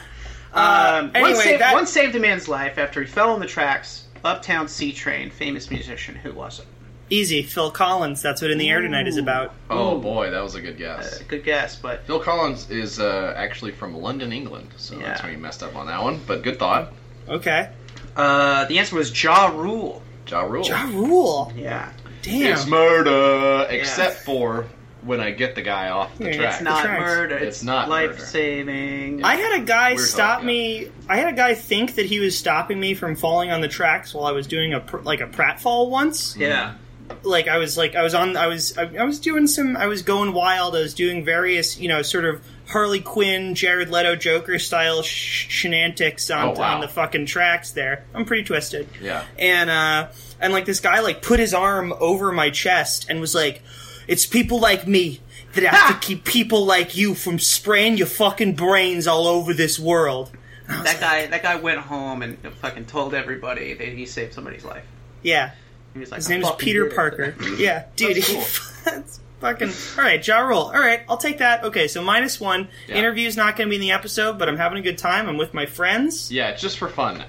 Speaker 3: Uh, anyway,
Speaker 5: once, saved,
Speaker 3: that-
Speaker 5: once saved a man's life after he fell on the tracks. Uptown C train, famous musician. Who was it?
Speaker 3: Easy, Phil Collins. That's what In the Air Tonight is about.
Speaker 1: Oh, boy, that was a good guess.
Speaker 5: Uh, good guess, but
Speaker 1: Phil Collins is uh, actually from London, England, so that's
Speaker 5: Yeah.
Speaker 1: where you messed up on that one, but good thought.
Speaker 3: Okay.
Speaker 5: uh, the answer was Jaw Rule.
Speaker 1: Ja Rule.
Speaker 3: Ja Rule.
Speaker 5: Yeah,
Speaker 3: Damn.
Speaker 1: It's murder, except for when I get the guy off the
Speaker 3: Yeah, it's
Speaker 1: track.
Speaker 5: it's not
Speaker 3: tracks.
Speaker 5: murder. It's,
Speaker 1: It's not murder.
Speaker 5: life saving.
Speaker 3: I had a guy
Speaker 1: Weird thought,
Speaker 3: stop
Speaker 1: yeah.
Speaker 3: me. I had a guy think that he was stopping me from falling on the tracks while I was doing a pr- like a pratfall once.
Speaker 5: Yeah.
Speaker 3: Like I was like I was on I was I, I was doing some I was going wild. I was doing various you know sort of Harley Quinn, Jared Leto, Joker style sh- shenanigans on,
Speaker 1: Oh, wow.
Speaker 3: on the fucking tracks. There, I'm pretty twisted.
Speaker 1: Yeah.
Speaker 3: and uh and like this guy like put his arm over my chest and was like it's people like me that have to keep people like you from spraying your fucking brains all over this world And I was
Speaker 5: That
Speaker 3: like,
Speaker 5: guy. That guy went home and fucking told everybody that he saved somebody's life.
Speaker 3: yeah
Speaker 5: He was like,
Speaker 3: his
Speaker 5: "I
Speaker 3: name is
Speaker 5: fucking
Speaker 3: peter
Speaker 5: did it."
Speaker 3: parker yeah dude
Speaker 1: That's
Speaker 3: he-
Speaker 1: cool.
Speaker 3: that's fucking all right ja roll all right i'll take that okay so minus one
Speaker 1: Yeah.
Speaker 3: interview's not gonna be in the episode but i'm having a good time i'm with my friends
Speaker 1: Yeah, it's just for fun now.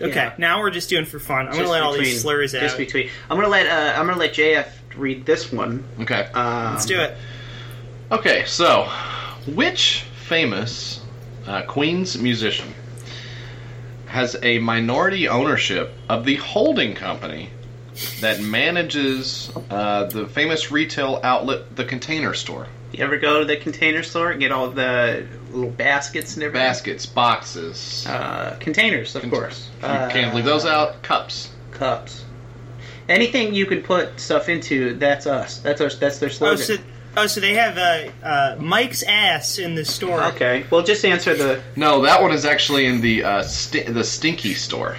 Speaker 3: okay
Speaker 5: Yeah.
Speaker 3: now we're just doing for fun i'm gonna
Speaker 5: Just
Speaker 3: let all
Speaker 5: between-
Speaker 3: these slurs out
Speaker 5: Just between. I'm gonna let. Uh, I'm gonna let JF read this one.
Speaker 1: Okay.
Speaker 3: Uh,
Speaker 5: Um,
Speaker 3: let's do it
Speaker 1: Okay, so which famous uh, Queens musician has a minority ownership of the holding company that manages uh, the famous retail outlet, the Container Store?
Speaker 5: Um, You ever go to the container store and get all the little baskets and everything?
Speaker 1: Baskets, boxes.
Speaker 5: Uh, containers, of course.
Speaker 1: You
Speaker 5: Uh,
Speaker 1: can't leave those out. Cups.
Speaker 5: Cups. Anything you can put stuff into, that's us. That's our. That's their
Speaker 3: Oh,
Speaker 5: slogan.
Speaker 3: so, oh, so they have uh, uh, Mike's ass in the store.
Speaker 5: Okay. Well, just answer the.
Speaker 1: No, that one is actually in the uh, sti- the Stinky Store.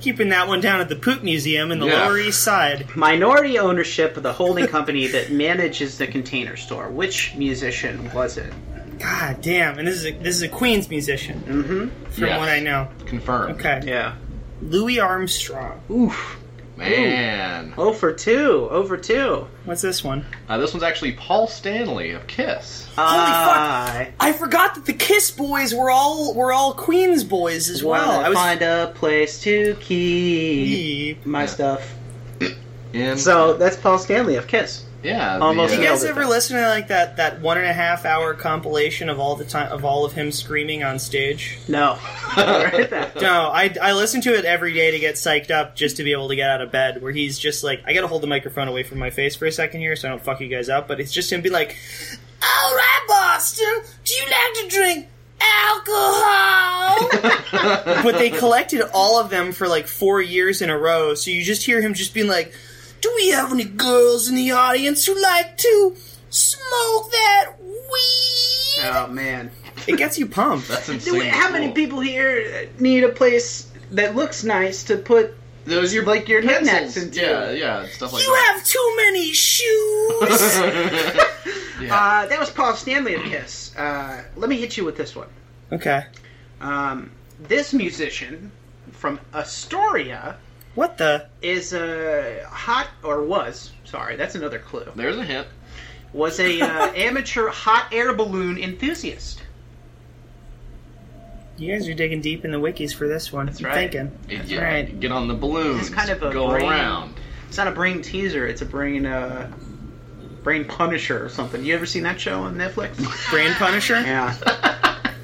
Speaker 3: Keeping that one down at the Poop Museum in the
Speaker 1: Yeah.
Speaker 3: Lower East Side.
Speaker 5: Minority ownership of the holding company that manages the container store. Which musician was it?
Speaker 3: God damn! And this is a, this is a Queens musician,
Speaker 5: Mm-hmm.
Speaker 3: from
Speaker 1: Yes.
Speaker 3: what I know.
Speaker 1: Confirmed.
Speaker 3: Okay,
Speaker 5: Yeah.
Speaker 3: Louis Armstrong.
Speaker 5: Oof.
Speaker 1: Man,
Speaker 5: Oh for two. Oh for two.
Speaker 3: What's this one?
Speaker 1: uh, this one's actually Paul Stanley of Kiss.
Speaker 5: Uh, Ah,
Speaker 3: I forgot that the Kiss boys were all were all Queens boys as
Speaker 2: Oh,
Speaker 3: well.
Speaker 5: Wanna
Speaker 3: I was
Speaker 5: find a place to keep
Speaker 3: You
Speaker 5: my
Speaker 1: Yeah.
Speaker 5: stuff.
Speaker 1: And
Speaker 5: So that's Paul Stanley of Kiss.
Speaker 1: yeah, the,
Speaker 5: Almost-
Speaker 1: uh,
Speaker 5: Yeah.
Speaker 3: guys ever listen to like that that one and a half hour compilation of all the time of all of him screaming on stage?
Speaker 5: No. Right back.
Speaker 3: No, I, I listen to it every day to get psyched up just to be able to get out of bed. Where he's just like, I gotta hold the microphone away from my face for a second here so I don't fuck you guys up. But it's just him be like, All right, Boston, do you like to drink alcohol? but they collected all of them for like four years in a row. So you just hear him just being like, Do we have any girls in the audience who like to smoke that weed?
Speaker 5: Oh man.
Speaker 3: It gets you pumped.
Speaker 1: That's
Speaker 5: Do
Speaker 1: insane.
Speaker 5: we- how many
Speaker 1: cool.
Speaker 5: people here need a place that looks nice to put?
Speaker 1: Those your
Speaker 5: like your knickknacks
Speaker 1: pencils.
Speaker 5: and-
Speaker 1: yeah, yeah, stuff like
Speaker 3: You
Speaker 1: that.
Speaker 3: have too many shoes.
Speaker 1: yeah.
Speaker 5: Uh, that was Paul Stanley of Kiss. Uh, let me hit you with this one.
Speaker 3: okay.
Speaker 5: Um, this musician from Astoria
Speaker 3: What the?
Speaker 5: is a hot or was sorry that's another clue
Speaker 1: There's a hint.
Speaker 5: was a uh, amateur hot air balloon enthusiast.
Speaker 3: You guys are digging deep in the wikis for this one. That's
Speaker 5: right.
Speaker 3: Thinking.
Speaker 1: yeah,
Speaker 5: right.
Speaker 1: Get on the balloons.
Speaker 5: It's kind of a
Speaker 1: go
Speaker 5: brain-
Speaker 1: around.
Speaker 5: It's not a brain teaser. It's a brain, uh, brain punisher or something. You ever seen that show on Netflix?
Speaker 3: Brain Punisher?
Speaker 5: yeah.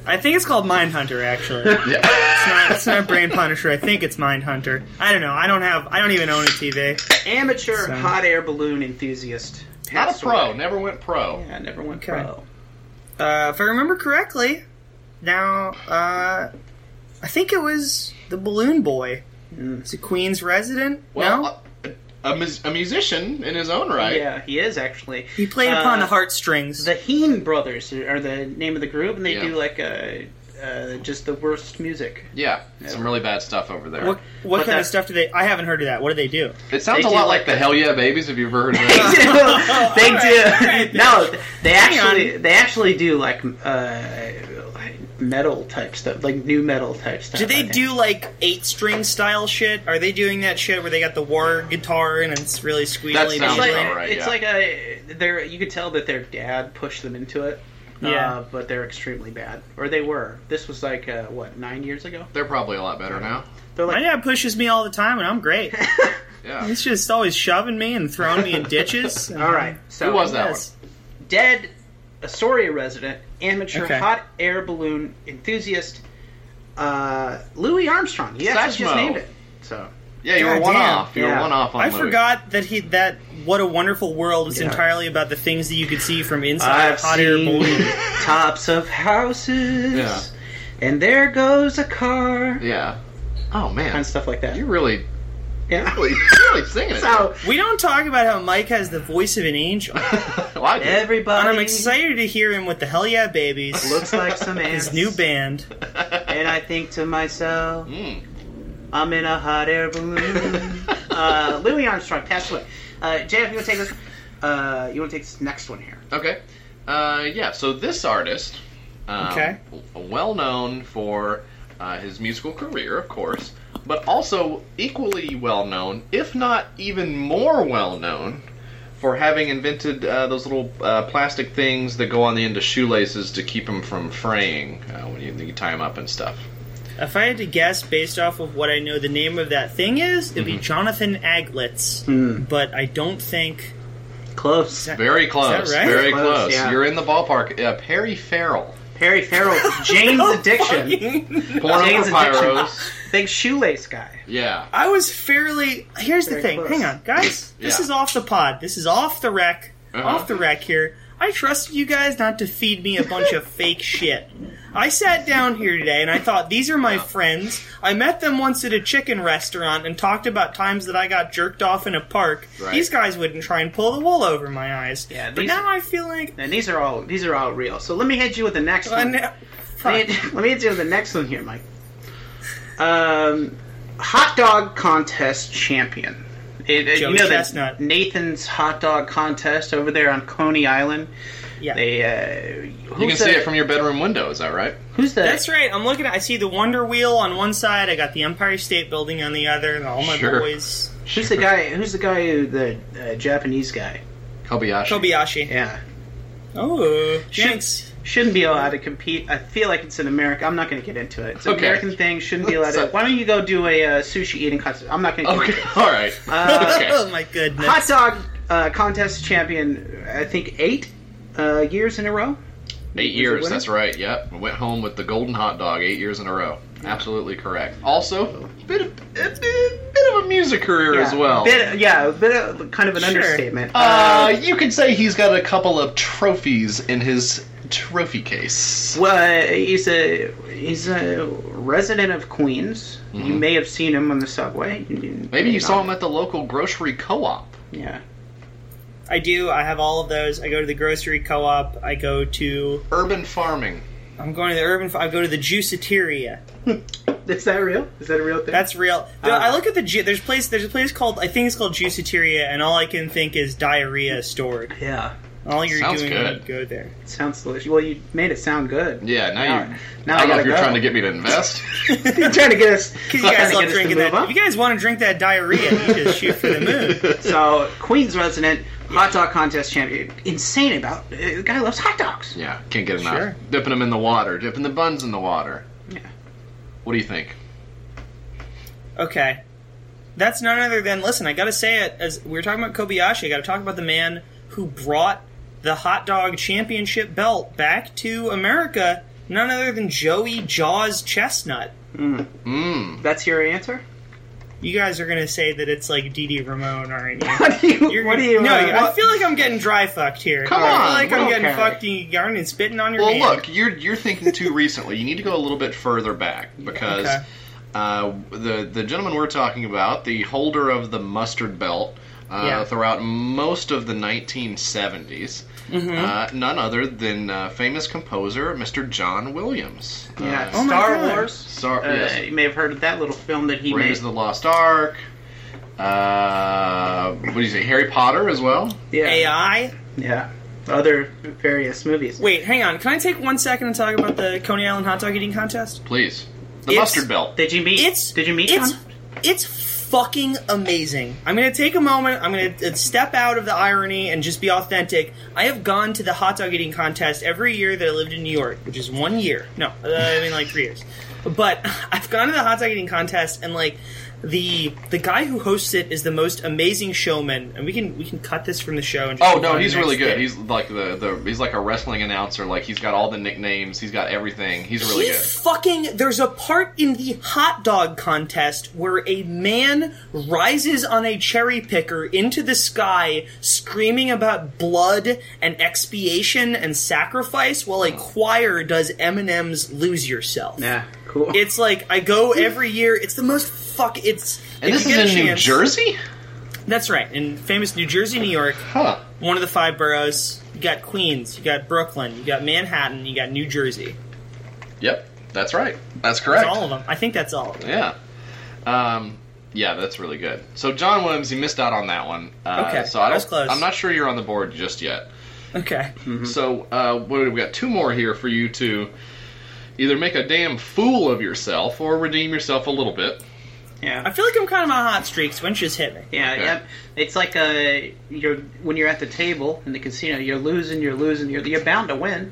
Speaker 3: I think it's called Mindhunter, actually.
Speaker 1: Yeah.
Speaker 3: It's not, it's not Brain Punisher. I think it's Mindhunter. I don't know. I don't have. I don't even own a TV.
Speaker 5: Amateur
Speaker 3: So-
Speaker 5: hot air balloon enthusiast.
Speaker 1: Not a
Speaker 5: Passed
Speaker 1: pro.
Speaker 5: away.
Speaker 1: Never went pro.
Speaker 5: Yeah, never went
Speaker 3: Okay.
Speaker 5: pro.
Speaker 3: Uh, if I remember correctly, now uh, I think it was the Balloon Boy. It's a Queens resident.
Speaker 1: Well,
Speaker 3: no,
Speaker 1: a, a, mus- a musician in his own right.
Speaker 5: Yeah, he is actually.
Speaker 3: he played upon
Speaker 5: uh,
Speaker 3: the heartstrings.
Speaker 5: The Heen Brothers are the name of the group, and they
Speaker 1: Yeah.
Speaker 5: do like uh uh, just the worst music.
Speaker 1: Yeah, some really bad stuff over there.
Speaker 3: what what
Speaker 5: but
Speaker 3: kind
Speaker 5: that-
Speaker 3: of stuff do they? I haven't heard of that. What do they do?
Speaker 1: it sounds
Speaker 5: they
Speaker 1: a
Speaker 5: do
Speaker 1: lot
Speaker 5: like
Speaker 1: like the Hell Yeah Babies. Have you ever heard of
Speaker 5: they
Speaker 1: that?
Speaker 5: do. They do. No, they
Speaker 3: Hang
Speaker 5: actually
Speaker 3: on.
Speaker 5: they actually do like uh, metal type stuff, like new metal type stuff.
Speaker 3: Do
Speaker 5: I
Speaker 3: they
Speaker 5: think.
Speaker 3: do like eight string style shit? Are they doing that shit where they got the war guitar and it's really squealy?
Speaker 1: sounds
Speaker 5: It's like,
Speaker 1: All right,
Speaker 5: it's
Speaker 1: yeah.
Speaker 5: like a they're you could tell that their dad pushed them into it.
Speaker 3: Yeah.
Speaker 5: Uh, but they're extremely bad, or they were. This was like uh, what nine years ago.
Speaker 1: They're probably a lot better now.
Speaker 5: They're
Speaker 3: My
Speaker 5: like
Speaker 3: dad pushes me all the time, and I'm great.
Speaker 1: Yeah.
Speaker 3: He's just always shoving me and throwing me in ditches.
Speaker 5: all right. So
Speaker 1: Who was that
Speaker 3: Yes.
Speaker 5: dead Astoria resident, amateur
Speaker 3: Okay.
Speaker 5: hot air balloon enthusiast, uh, Louis Armstrong. Yes, I just
Speaker 1: Satchmo.
Speaker 5: named it. So
Speaker 1: Yeah, you were
Speaker 3: God
Speaker 1: one
Speaker 3: damn.
Speaker 1: off. You were
Speaker 5: Yeah.
Speaker 1: one off on
Speaker 3: I
Speaker 1: Louis.
Speaker 3: forgot that he that what a wonderful world was
Speaker 5: Yeah.
Speaker 3: entirely about the things that you could see from inside a hot air balloon.
Speaker 5: tops of houses,
Speaker 1: Yeah.
Speaker 5: and there goes a car,
Speaker 1: Yeah. Oh man,
Speaker 5: and stuff like that.
Speaker 1: you're really,
Speaker 5: Yeah.
Speaker 1: really, really singing it.
Speaker 5: So
Speaker 3: We don't talk about how Mike has the voice of an angel,
Speaker 1: well, I did.
Speaker 5: everybody
Speaker 3: and I'm excited to hear him with the Hell Yeah Babies,
Speaker 5: looks like some ants.
Speaker 3: his new band.
Speaker 5: and I think to myself,
Speaker 1: Mm.
Speaker 5: I'm in a hot air balloon. uh, Louis Armstrong passed away. Uh, Jeff, you want to take this? Uh, you want to take this next one here?
Speaker 1: Okay. Uh, yeah. So this artist, um,
Speaker 3: Okay.
Speaker 1: w- well known for uh, his musical career, of course, but also equally well known, if not even more well known, for having invented uh, those little uh, plastic things that go on the end of shoelaces to keep them from fraying uh, when you, you tie them up and stuff.
Speaker 3: If I had to guess based off of what I know the name of that thing is, it'd
Speaker 5: Mm-hmm.
Speaker 3: be Jonathan Aglitz.
Speaker 5: Hmm.
Speaker 3: But I don't think
Speaker 5: Close.
Speaker 1: Very close.
Speaker 3: right?
Speaker 1: Very
Speaker 5: Close,
Speaker 1: close.
Speaker 5: yeah.
Speaker 1: You're in the ballpark. Uh, Perry Farrell,
Speaker 5: Perry Farrell, Jane's Addiction,
Speaker 1: Porno
Speaker 5: Jane's
Speaker 1: for
Speaker 5: Addiction.
Speaker 1: Pyros.
Speaker 5: big shoelace guy.
Speaker 1: Yeah.
Speaker 3: I was fairly. Here's the
Speaker 5: Very
Speaker 3: thing.
Speaker 5: close.
Speaker 3: Hang on, guys. This
Speaker 1: Yeah.
Speaker 3: is off the pod. This is off the wreck.
Speaker 1: Uh-huh.
Speaker 3: Off the wreck here. I trusted you guys not to feed me a bunch of fake shit. I sat down here today and I thought these are my friends. I met them once at a chicken restaurant and talked about times that I got jerked off in a park.
Speaker 1: Right.
Speaker 3: These guys wouldn't try and pull the wool over my eyes.
Speaker 5: Yeah,
Speaker 3: but
Speaker 5: these-
Speaker 3: now I feel like
Speaker 5: And these are all these are all real. So let me hit you with the next
Speaker 3: I
Speaker 5: one.
Speaker 3: know-
Speaker 5: Let me, let me hit you with the next one here, Mike. Um, hot dog contest champion. It, it-
Speaker 3: Joey
Speaker 5: you know that
Speaker 3: Chestnut.
Speaker 5: Nathan's hot dog contest over there on Coney Island.
Speaker 3: Yeah.
Speaker 5: They uh, who's
Speaker 1: You can
Speaker 5: the,
Speaker 1: see it from your bedroom window. Is that right?
Speaker 5: who's the
Speaker 3: That's right. I'm looking at. I see the Wonder Wheel on one side. I got the Empire State Building on the other, and all my
Speaker 1: Sure.
Speaker 3: boys.
Speaker 5: who's the guy who's the guy who the uh, Japanese guy?
Speaker 1: Kobayashi.
Speaker 3: Kobayashi.
Speaker 5: Yeah,
Speaker 3: Oh,
Speaker 5: Jinx. shouldn't be allowed to compete. I feel like it's an America. I'm not going to get into it. It's an
Speaker 1: Okay.
Speaker 5: American thing. Shouldn't be allowed to.
Speaker 1: So-
Speaker 5: Why don't you go do a uh, sushi eating contest? I'm not going to.
Speaker 1: Okay. All right.
Speaker 5: Uh,
Speaker 1: okay.
Speaker 3: Oh my goodness.
Speaker 5: Hot dog uh, contest champion. I think eight uh, years in a row.
Speaker 1: Eight
Speaker 5: it
Speaker 1: years.
Speaker 5: winning?
Speaker 1: That's right. Yep. Went home with the golden hot dog eight years in a row. Absolutely correct. Also, bit of, a bit, bit of a music career as well.
Speaker 5: Bit, yeah, a bit of, kind of an
Speaker 3: Sure.
Speaker 5: understatement.
Speaker 1: uh, you could say he's got a couple of trophies in his trophy case.
Speaker 5: well, uh, he's a he's a resident of Queens. You may have seen him on the subway.
Speaker 1: Maybe you saw him at the local grocery co-op.
Speaker 5: Yeah.
Speaker 3: I do. I have all of those. I go to the grocery co-op. I go to.
Speaker 1: Urban farming.
Speaker 3: I'm going to the urban. I go to the Juiceteria.
Speaker 5: Is that real? Is that a real thing?
Speaker 3: That's real. The-
Speaker 5: Ah.
Speaker 3: I look at the ju- there's place there's a place called I think it's called Juiceteria, and all I can think is diarrhea stored.
Speaker 5: yeah.
Speaker 3: All you're
Speaker 1: Sounds
Speaker 3: doing when
Speaker 1: good.
Speaker 3: you go there.
Speaker 5: Sounds delicious. Well, you made it sound good.
Speaker 1: Yeah. Now you. I
Speaker 5: Now I
Speaker 1: don't know
Speaker 5: gotta
Speaker 1: if you're
Speaker 5: go.
Speaker 1: trying to get me to invest.
Speaker 5: You're trying to get us.
Speaker 3: Because you
Speaker 5: trying to get
Speaker 3: guys love
Speaker 5: us to
Speaker 3: drinking
Speaker 5: move
Speaker 3: that.
Speaker 5: up.
Speaker 3: If you guys want to drink that diarrhea, you just shoot for the moon.
Speaker 5: So Queens resident hot dog contest champion. Insane about uh, the guy loves hot dogs.
Speaker 1: yeah. Can't get enough.
Speaker 3: Sure.
Speaker 1: Dipping them in the water. Dipping the buns in the water.
Speaker 5: Yeah.
Speaker 1: What do you think?
Speaker 3: Okay. That's none other than listen, I gotta say it, as we were talking about Kobayashi, I gotta talk about the man who brought the hot dog championship belt back to America, none other than Joey Jaws Chestnut.
Speaker 1: Mmm.
Speaker 5: That's your answer.
Speaker 3: You guys are gonna say that it's like Dee Dee Ramone, aren't you?
Speaker 5: What do you?
Speaker 3: You're
Speaker 5: what do
Speaker 3: gonna-
Speaker 5: you?
Speaker 3: No,
Speaker 5: uh,
Speaker 3: I
Speaker 5: what-
Speaker 3: feel like I'm getting dry fucked here.
Speaker 1: Come
Speaker 3: I
Speaker 1: on,
Speaker 3: feel like I'm
Speaker 5: okay.
Speaker 3: getting fucked and yarn and spitting on your
Speaker 1: Well,
Speaker 3: hand.
Speaker 1: look, you're you're thinking too recently. You need to go a little bit further back because
Speaker 3: Okay.
Speaker 1: uh, the the gentleman we're talking about, the holder of the mustard belt uh,
Speaker 3: Yeah.
Speaker 1: throughout most of the 1970s, uh, none other than uh, famous composer Mr. John Williams.
Speaker 5: Yeah,
Speaker 1: Uh,
Speaker 3: my
Speaker 5: Star
Speaker 3: God.
Speaker 5: Wars.
Speaker 1: Star-
Speaker 5: Uh,
Speaker 1: yes.
Speaker 5: You may have heard of that little film that he
Speaker 1: Raiders
Speaker 5: made.
Speaker 1: of the Lost Ark. Uh, what do you say? Harry Potter as well.
Speaker 5: yeah,
Speaker 3: AI.
Speaker 5: yeah. Other various movies.
Speaker 3: Wait, hang on. Can I take one second and talk about the Coney Island hot dog eating contest?
Speaker 1: Please, the
Speaker 3: It's-
Speaker 1: mustard belt.
Speaker 5: Did you meet?
Speaker 3: It's
Speaker 5: did you meet
Speaker 3: it's,
Speaker 5: John?
Speaker 3: It's fucking amazing. I'm gonna take a moment. I'm gonna uh, step out of the irony and just be authentic. I have gone to the hot dog eating contest every year that I lived in New York, which is one year. No, uh, I mean like three years. But I've gone to the hot dog eating contest and like the the guy who hosts it is the most amazing showman. And we can we can cut this from the show. And just
Speaker 1: Oh
Speaker 3: move on
Speaker 1: no,
Speaker 3: to
Speaker 1: he's
Speaker 3: the next
Speaker 1: really good.
Speaker 3: bit.
Speaker 1: He's like the, the he's like a wrestling announcer. Like he's got all the nicknames. He's got everything. He's really
Speaker 3: he
Speaker 1: good.
Speaker 3: fucking there's a part in the hot dog contest where a man rises on a cherry picker into the sky screaming about blood and expiation and sacrifice while a choir does Eminem's Lose Yourself.
Speaker 5: Yeah, cool.
Speaker 3: It's like I go every year. It's the most fuck it's
Speaker 1: And
Speaker 3: if
Speaker 1: this
Speaker 3: you get
Speaker 1: is in
Speaker 3: a
Speaker 1: New
Speaker 3: chance-
Speaker 1: Jersey,
Speaker 3: That's right. In famous New Jersey, New York
Speaker 1: huh?
Speaker 3: one of the five boroughs. You got Queens, you got Brooklyn, you got Manhattan, you got New Jersey.
Speaker 1: Yep, that's right. That's
Speaker 3: That's
Speaker 1: correct.
Speaker 3: all of them. I think that's all of them.
Speaker 1: Yeah, um, yeah, that's really good. So John Williams, you missed out on that one. Uh,
Speaker 3: Okay,
Speaker 1: so I
Speaker 3: I
Speaker 1: don't,
Speaker 3: was close.
Speaker 1: I'm not sure you're on the board just yet.
Speaker 3: Okay.
Speaker 1: So uh, what do we got? Two more here for you to either make a damn fool of yourself or redeem yourself a little bit.
Speaker 5: yeah.
Speaker 3: I feel like I'm kind of on a hot streak, so inches hit me.
Speaker 5: Yeah,
Speaker 1: Okay.
Speaker 5: yep. It's like uh you're when you're at the table in the casino, you're losing, you're losing, you're you're bound to win.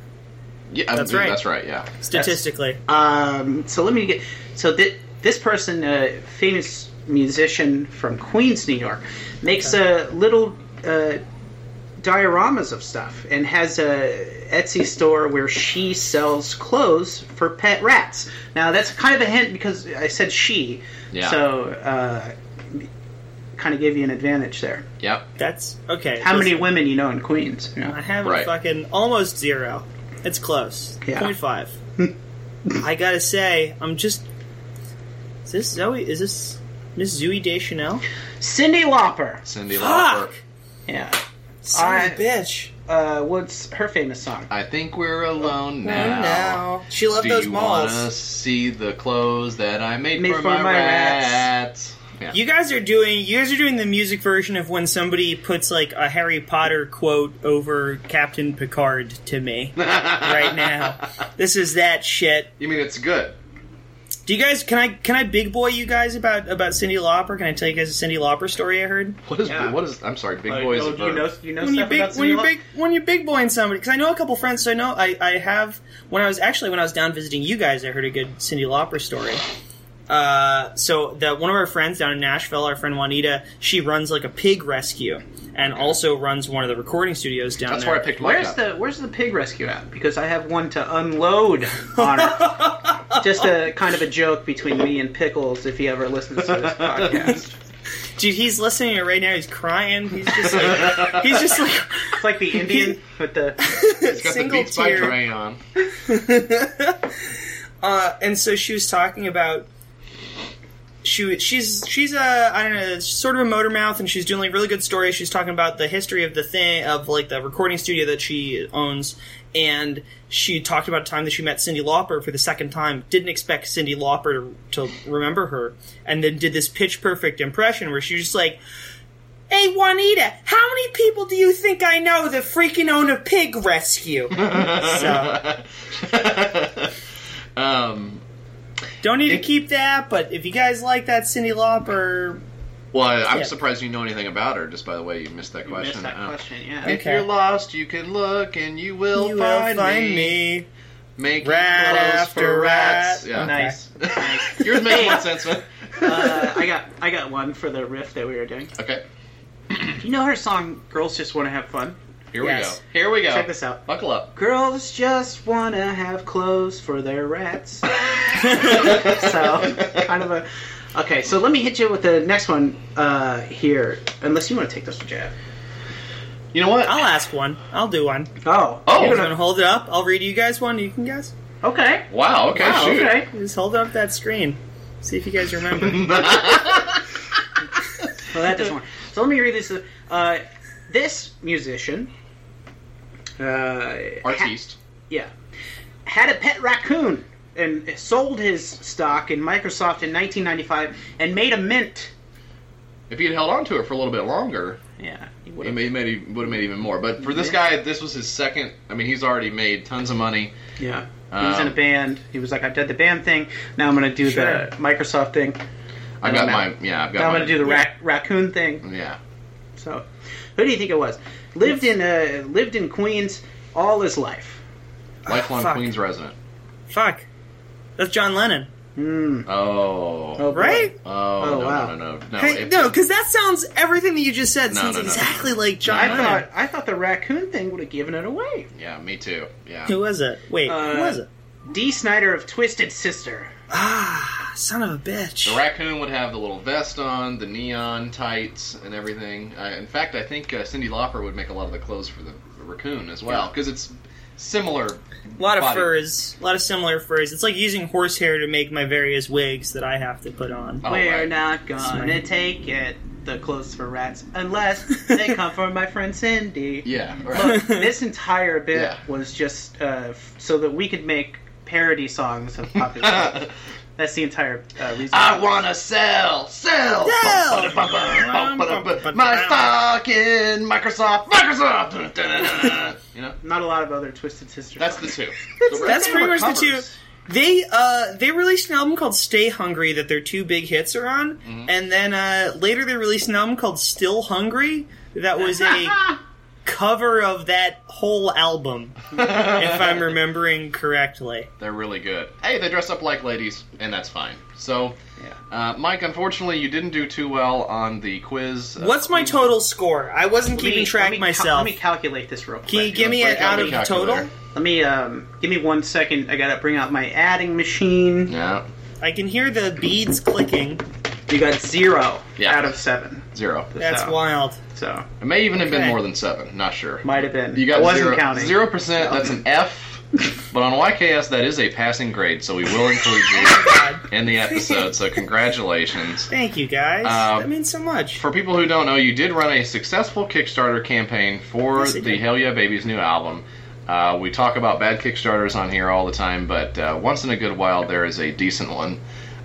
Speaker 1: Yeah, uh,
Speaker 3: That's right.
Speaker 1: That's right. Yeah.
Speaker 3: Statistically.
Speaker 5: Um, so let me get so that this person, a famous musician from Queens, New York, makes uh, little uh, dioramas of stuff and has a Etsy store where she sells clothes for pet rats. Now that's kind of a hint because I said she,
Speaker 1: Yeah.
Speaker 5: so uh, kind of gave you an advantage there.
Speaker 1: Yep.
Speaker 3: That's okay.
Speaker 5: How many
Speaker 3: listen,
Speaker 5: women you know in Queens? You
Speaker 3: I
Speaker 5: know?
Speaker 3: have a
Speaker 1: Right.
Speaker 3: fucking almost zero. It's close.
Speaker 5: Yeah.
Speaker 3: Point five. I gotta say, I'm just. Is this Zoe? Is this Miss Zoe Deschanel?
Speaker 5: Cindy Lauper.
Speaker 1: Cindy Lauper.
Speaker 3: Fuck!
Speaker 5: Yeah.
Speaker 3: Son
Speaker 5: I-
Speaker 3: of a bitch.
Speaker 5: Uh, what's her famous song?
Speaker 1: I think we're alone
Speaker 3: Oh,
Speaker 1: now.
Speaker 3: no. She loved
Speaker 1: Do
Speaker 3: those
Speaker 1: you
Speaker 3: malls.
Speaker 1: wanna see the clothes that I made,
Speaker 5: Made
Speaker 1: for,
Speaker 5: for
Speaker 1: my,
Speaker 5: my
Speaker 1: rats? Yeah.
Speaker 3: You guys are doing. You guys are doing the music version of when somebody puts like a Harry Potter quote over Captain Picard to me right now. This is that shit.
Speaker 1: You mean it's good?
Speaker 3: Do you guys? Can I? Can I big boy you guys about about Cindy Lauper? Can I tell you guys a Cindy Lauper story I heard?
Speaker 1: What is?
Speaker 5: Yeah.
Speaker 1: What is? I'm sorry, big
Speaker 5: Like,
Speaker 1: boy is
Speaker 5: oh,
Speaker 1: a
Speaker 5: do you
Speaker 1: verb.
Speaker 5: know, you know
Speaker 3: when you
Speaker 5: stuff
Speaker 3: big
Speaker 5: about
Speaker 3: when
Speaker 5: Cindy
Speaker 3: you
Speaker 5: Lauper?
Speaker 3: big when you big boying somebody because I know a couple friends so I know I, I have when I was actually when I was down visiting you guys I heard a good Cindy Lauper story. Uh, so the one of our friends down in Nashville, our friend Juanita, she runs like a pig rescue and also runs one of the recording studios down
Speaker 1: That's
Speaker 3: there.
Speaker 1: where I picked mine
Speaker 5: Where's
Speaker 1: up.
Speaker 5: the Where's the pig rescue at? Because I have one to unload on her. Just a kind of a joke between me and Pickles. If he ever listens to this podcast,
Speaker 3: Dude, he's listening to it right now. He's crying. He's just like he's just like
Speaker 5: it's like the Indian with the
Speaker 1: It's got
Speaker 3: single
Speaker 1: the Beats
Speaker 3: tear.
Speaker 1: by Dre on.
Speaker 3: Uh, and so she was talking about she she's she's a I don't know sort of a motor mouth and she's doing like really good stories. She's talking about the history of the thing of like the recording studio that she owns, and she talked about a time that she met Cindy Lauper for the second time. Didn't expect Cindy Lauper to, to remember her, and then did this pitch perfect impression where she was just like. Hey Juanita, how many people do you think I know that freaking own a pig rescue? so
Speaker 1: Um.
Speaker 3: Don't need to keep that, but if you guys like that Cindy Lauper,
Speaker 1: Well, I, I'm
Speaker 3: Yeah.
Speaker 1: surprised you know anything about her. Just by the way, you missed that question.
Speaker 5: missed that
Speaker 1: Uh,
Speaker 5: question. Yeah.
Speaker 1: If
Speaker 3: Okay.
Speaker 1: you're lost, you can look, and you will
Speaker 3: you will
Speaker 1: find,
Speaker 3: find me.
Speaker 1: Making
Speaker 3: Rat
Speaker 1: clothes
Speaker 3: after
Speaker 1: for rats.
Speaker 3: rat.
Speaker 1: Yeah.
Speaker 5: Nice. nice.
Speaker 1: Yours makes more sense, man.
Speaker 5: Uh, I got I got one for the riff that we were doing.
Speaker 1: Okay.
Speaker 5: You know her song "Girls Just Want to Have Fun."
Speaker 1: Here
Speaker 3: Yes.
Speaker 1: we go. Here we go.
Speaker 5: Check this out.
Speaker 1: Buckle up.
Speaker 5: Girls just want to have clothes for their rats. so, kind of a. Okay, so let me hit you with the next one uh, here. Unless you want to take this one, Jab.
Speaker 1: You know what?
Speaker 3: I'll ask one. I'll do one.
Speaker 5: Oh.
Speaker 1: Oh.
Speaker 5: you
Speaker 3: I'm
Speaker 5: don't
Speaker 3: gonna hold it up. I'll read you guys one. You can guess.
Speaker 5: know- Okay.
Speaker 1: Wow. Okay.
Speaker 5: Wow,
Speaker 1: Oh, shoot.
Speaker 5: okay.
Speaker 3: Just hold up that screen. See if you guys remember.
Speaker 5: Well, that doesn't work. So let me read this. Uh, this musician. Uh,
Speaker 1: Artiste.
Speaker 5: Yeah. Had a pet raccoon and sold his stock in Microsoft in 1995 and made a mint.
Speaker 1: If he had held on to it for a little bit longer,
Speaker 5: Yeah. He
Speaker 1: it
Speaker 5: would've-
Speaker 1: made, made would have made even more. But for this guy, this was his second. I mean, he's already made tons of money.
Speaker 5: Yeah. He was in a
Speaker 1: Um,
Speaker 5: band. He was like, I've done the band thing. Now I'm going to do
Speaker 3: Sure.
Speaker 5: the Microsoft thing.
Speaker 1: I've got my yeah. I've got.
Speaker 5: Now I'm
Speaker 1: my,
Speaker 5: going to do the rac- raccoon thing.
Speaker 1: Yeah.
Speaker 5: So, who do you think it was? Lived in uh, lived in Queens all his life.
Speaker 1: Lifelong
Speaker 3: Fuck.
Speaker 1: Queens resident.
Speaker 3: Fuck. That's John Lennon,
Speaker 1: Oh.
Speaker 5: Oh, boy.
Speaker 3: right?
Speaker 1: Oh, no,
Speaker 5: wow.
Speaker 1: no, no, no, no.
Speaker 3: Hey,
Speaker 1: If-
Speaker 3: no, because that sounds everything that you just said
Speaker 1: No,
Speaker 3: sounds
Speaker 1: no, no.
Speaker 3: exactly like John
Speaker 5: I
Speaker 1: No.
Speaker 3: Lennon.
Speaker 5: thought I thought the raccoon thing would have given it away.
Speaker 1: Yeah, me too. Yeah.
Speaker 3: Who was it? Wait,
Speaker 5: Uh,
Speaker 3: who was it?
Speaker 5: D. Snyder of Twisted Sister.
Speaker 3: Ah, son of a bitch.
Speaker 1: The raccoon would have the little vest on, the neon tights, and everything. Uh, in fact, I think uh, Cindy Lauper would make a lot of the clothes for the raccoon as well, because it's similar.
Speaker 3: A lot of
Speaker 1: body.
Speaker 3: furs. A lot of similar furs. It's like using horsehair to make my various wigs that I have to put on.
Speaker 1: Oh,
Speaker 5: We're
Speaker 1: right.
Speaker 5: not gonna take it, the clothes for rats, unless they come from my friend Cindy.
Speaker 1: Yeah.
Speaker 5: Look,
Speaker 1: Right.
Speaker 5: this entire bit
Speaker 1: Yeah.
Speaker 5: was just uh, f- so that we could make parody songs of popular. songs. That's the entire uh, reason.
Speaker 1: I wanna sell, sell,
Speaker 3: Sell!
Speaker 1: my stock in Microsoft, Microsoft. you know,
Speaker 5: Not a lot of other Twisted Sisters.
Speaker 1: that's the
Speaker 5: songs.
Speaker 1: two.
Speaker 3: That's
Speaker 1: The
Speaker 3: pretty
Speaker 1: rest
Speaker 3: much the
Speaker 1: of them are
Speaker 3: two.
Speaker 1: covers.
Speaker 3: They uh they released an album called Stay Hungry that their two big hits are on,
Speaker 5: Mm-hmm.
Speaker 3: and then uh later they released an album called Still Hungry that was a cover of that whole album, if I'm remembering correctly.
Speaker 1: They're really good. Hey, they dress up like ladies, and that's fine. So, uh, Mike, unfortunately, you didn't do too well on the quiz. Uh,
Speaker 3: What's my total score? I wasn't
Speaker 5: Let me-
Speaker 3: keeping
Speaker 5: let
Speaker 3: track
Speaker 5: me cal-
Speaker 3: myself.
Speaker 5: let me calculate this real quick.
Speaker 3: Can you give me it
Speaker 1: break out
Speaker 3: out
Speaker 1: the
Speaker 3: of
Speaker 1: calculator.
Speaker 3: total?
Speaker 5: Let me um, give me one second. I gotta bring out my adding machine.
Speaker 1: Yeah,
Speaker 3: I can hear the beads clicking.
Speaker 5: You got zero
Speaker 1: Yeah.
Speaker 5: out of seven.
Speaker 1: zero.
Speaker 3: That's
Speaker 5: So-
Speaker 3: wild.
Speaker 5: So
Speaker 1: It may even have been
Speaker 3: Okay.
Speaker 1: more than seven. Not sure.
Speaker 5: might have been.
Speaker 1: You got
Speaker 5: I wasn't
Speaker 1: zero,
Speaker 5: counting.
Speaker 1: Zero percent. That's an F. but on YKS, that is a passing grade, so we will include
Speaker 3: Oh
Speaker 1: you in the episode. So congratulations.
Speaker 3: Thank you guys.
Speaker 1: Um,
Speaker 3: that means so much.
Speaker 1: For people who don't know, you did run a successful Kickstarter campaign for
Speaker 3: Yes, I
Speaker 1: the
Speaker 3: did.
Speaker 1: Hell Yeah Babies new album. Uh, we talk about bad Kickstarters on here all the time, but uh, once in a good while there is a decent one,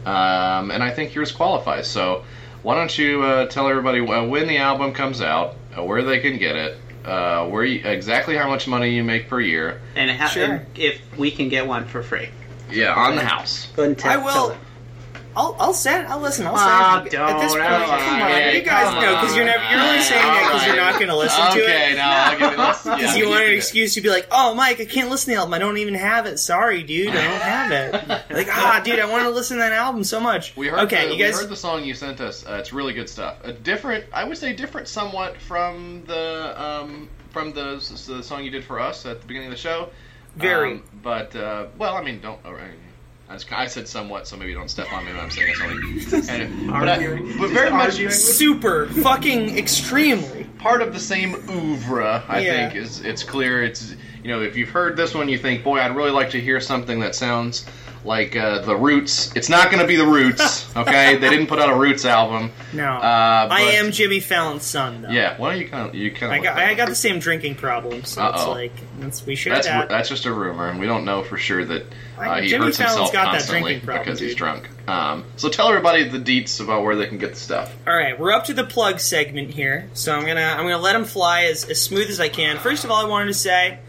Speaker 1: um, and I think yours qualifies. So why don't you uh, tell everybody uh, when the album comes out, uh, where they can get it, uh, where you, exactly how much money you make per year?
Speaker 5: and, ha-
Speaker 3: Sure.
Speaker 5: and if we can get one for free.
Speaker 1: Yeah, on the house.
Speaker 5: Go ahead and tell-
Speaker 3: I
Speaker 5: tell
Speaker 3: will.
Speaker 5: them.
Speaker 3: I'll, I'll send. I'll listen. I'll
Speaker 5: Ah,
Speaker 3: send.
Speaker 5: don't.
Speaker 3: At this point,
Speaker 5: Oh,
Speaker 3: come on,
Speaker 1: okay,
Speaker 3: you guys
Speaker 1: come
Speaker 3: know because you're never. You're only
Speaker 1: on.
Speaker 3: saying that because you're not going to listen
Speaker 1: okay,
Speaker 3: to it.
Speaker 1: now I'll give it. Because
Speaker 3: Because you want an excuse to be like, "Oh, Mike, I can't listen to the album. I don't even have it. Sorry, dude, I don't have it." like, ah, dude, I want to listen to that album so much.
Speaker 1: We heard.
Speaker 3: okay,
Speaker 1: the,
Speaker 3: you guys.
Speaker 1: we heard the song you sent us. Uh, it's really good stuff. A different, I would say, different somewhat from the um, from the, s- the song you did for us at the beginning of the show.
Speaker 3: Very.
Speaker 1: Um, but uh, well, I mean, don't. all right. I, just, I said somewhat, so maybe don't step on me when I'm saying something. And, but, I-
Speaker 5: Arguing.
Speaker 1: but very
Speaker 5: Just
Speaker 1: much
Speaker 5: arguing.
Speaker 3: Super fucking extremely.
Speaker 1: part of the same oeuvre. I
Speaker 3: Yeah.
Speaker 1: think is it's clear. It's you know, if you've heard this one, you think, boy, I'd really like to hear something that sounds like uh, the Roots. It's not going to be the Roots. Okay, they didn't put out a Roots album.
Speaker 3: No,
Speaker 1: Uh,
Speaker 3: I
Speaker 1: but-
Speaker 3: am Jimmy Fallon's son, though.
Speaker 1: Yeah, why don't you kind of you kind of
Speaker 3: I got I got the same drinking problem, so it's
Speaker 1: Uh-oh.
Speaker 3: like that's, we share
Speaker 1: that's
Speaker 3: that.
Speaker 1: that's just a rumor, and we don't know for sure that uh,
Speaker 3: I-
Speaker 1: he
Speaker 3: Jimmy
Speaker 1: hurts
Speaker 3: Fallon's
Speaker 1: himself
Speaker 3: got that
Speaker 1: constantly
Speaker 3: drinking problem,
Speaker 1: because he's
Speaker 3: dude.
Speaker 1: drunk. Um, so tell everybody the deets about where they can get the stuff.
Speaker 3: All right, we're up to the plug segment here, so I'm gonna I'm gonna let them fly as, as smooth as I can. First of all, I wanted to say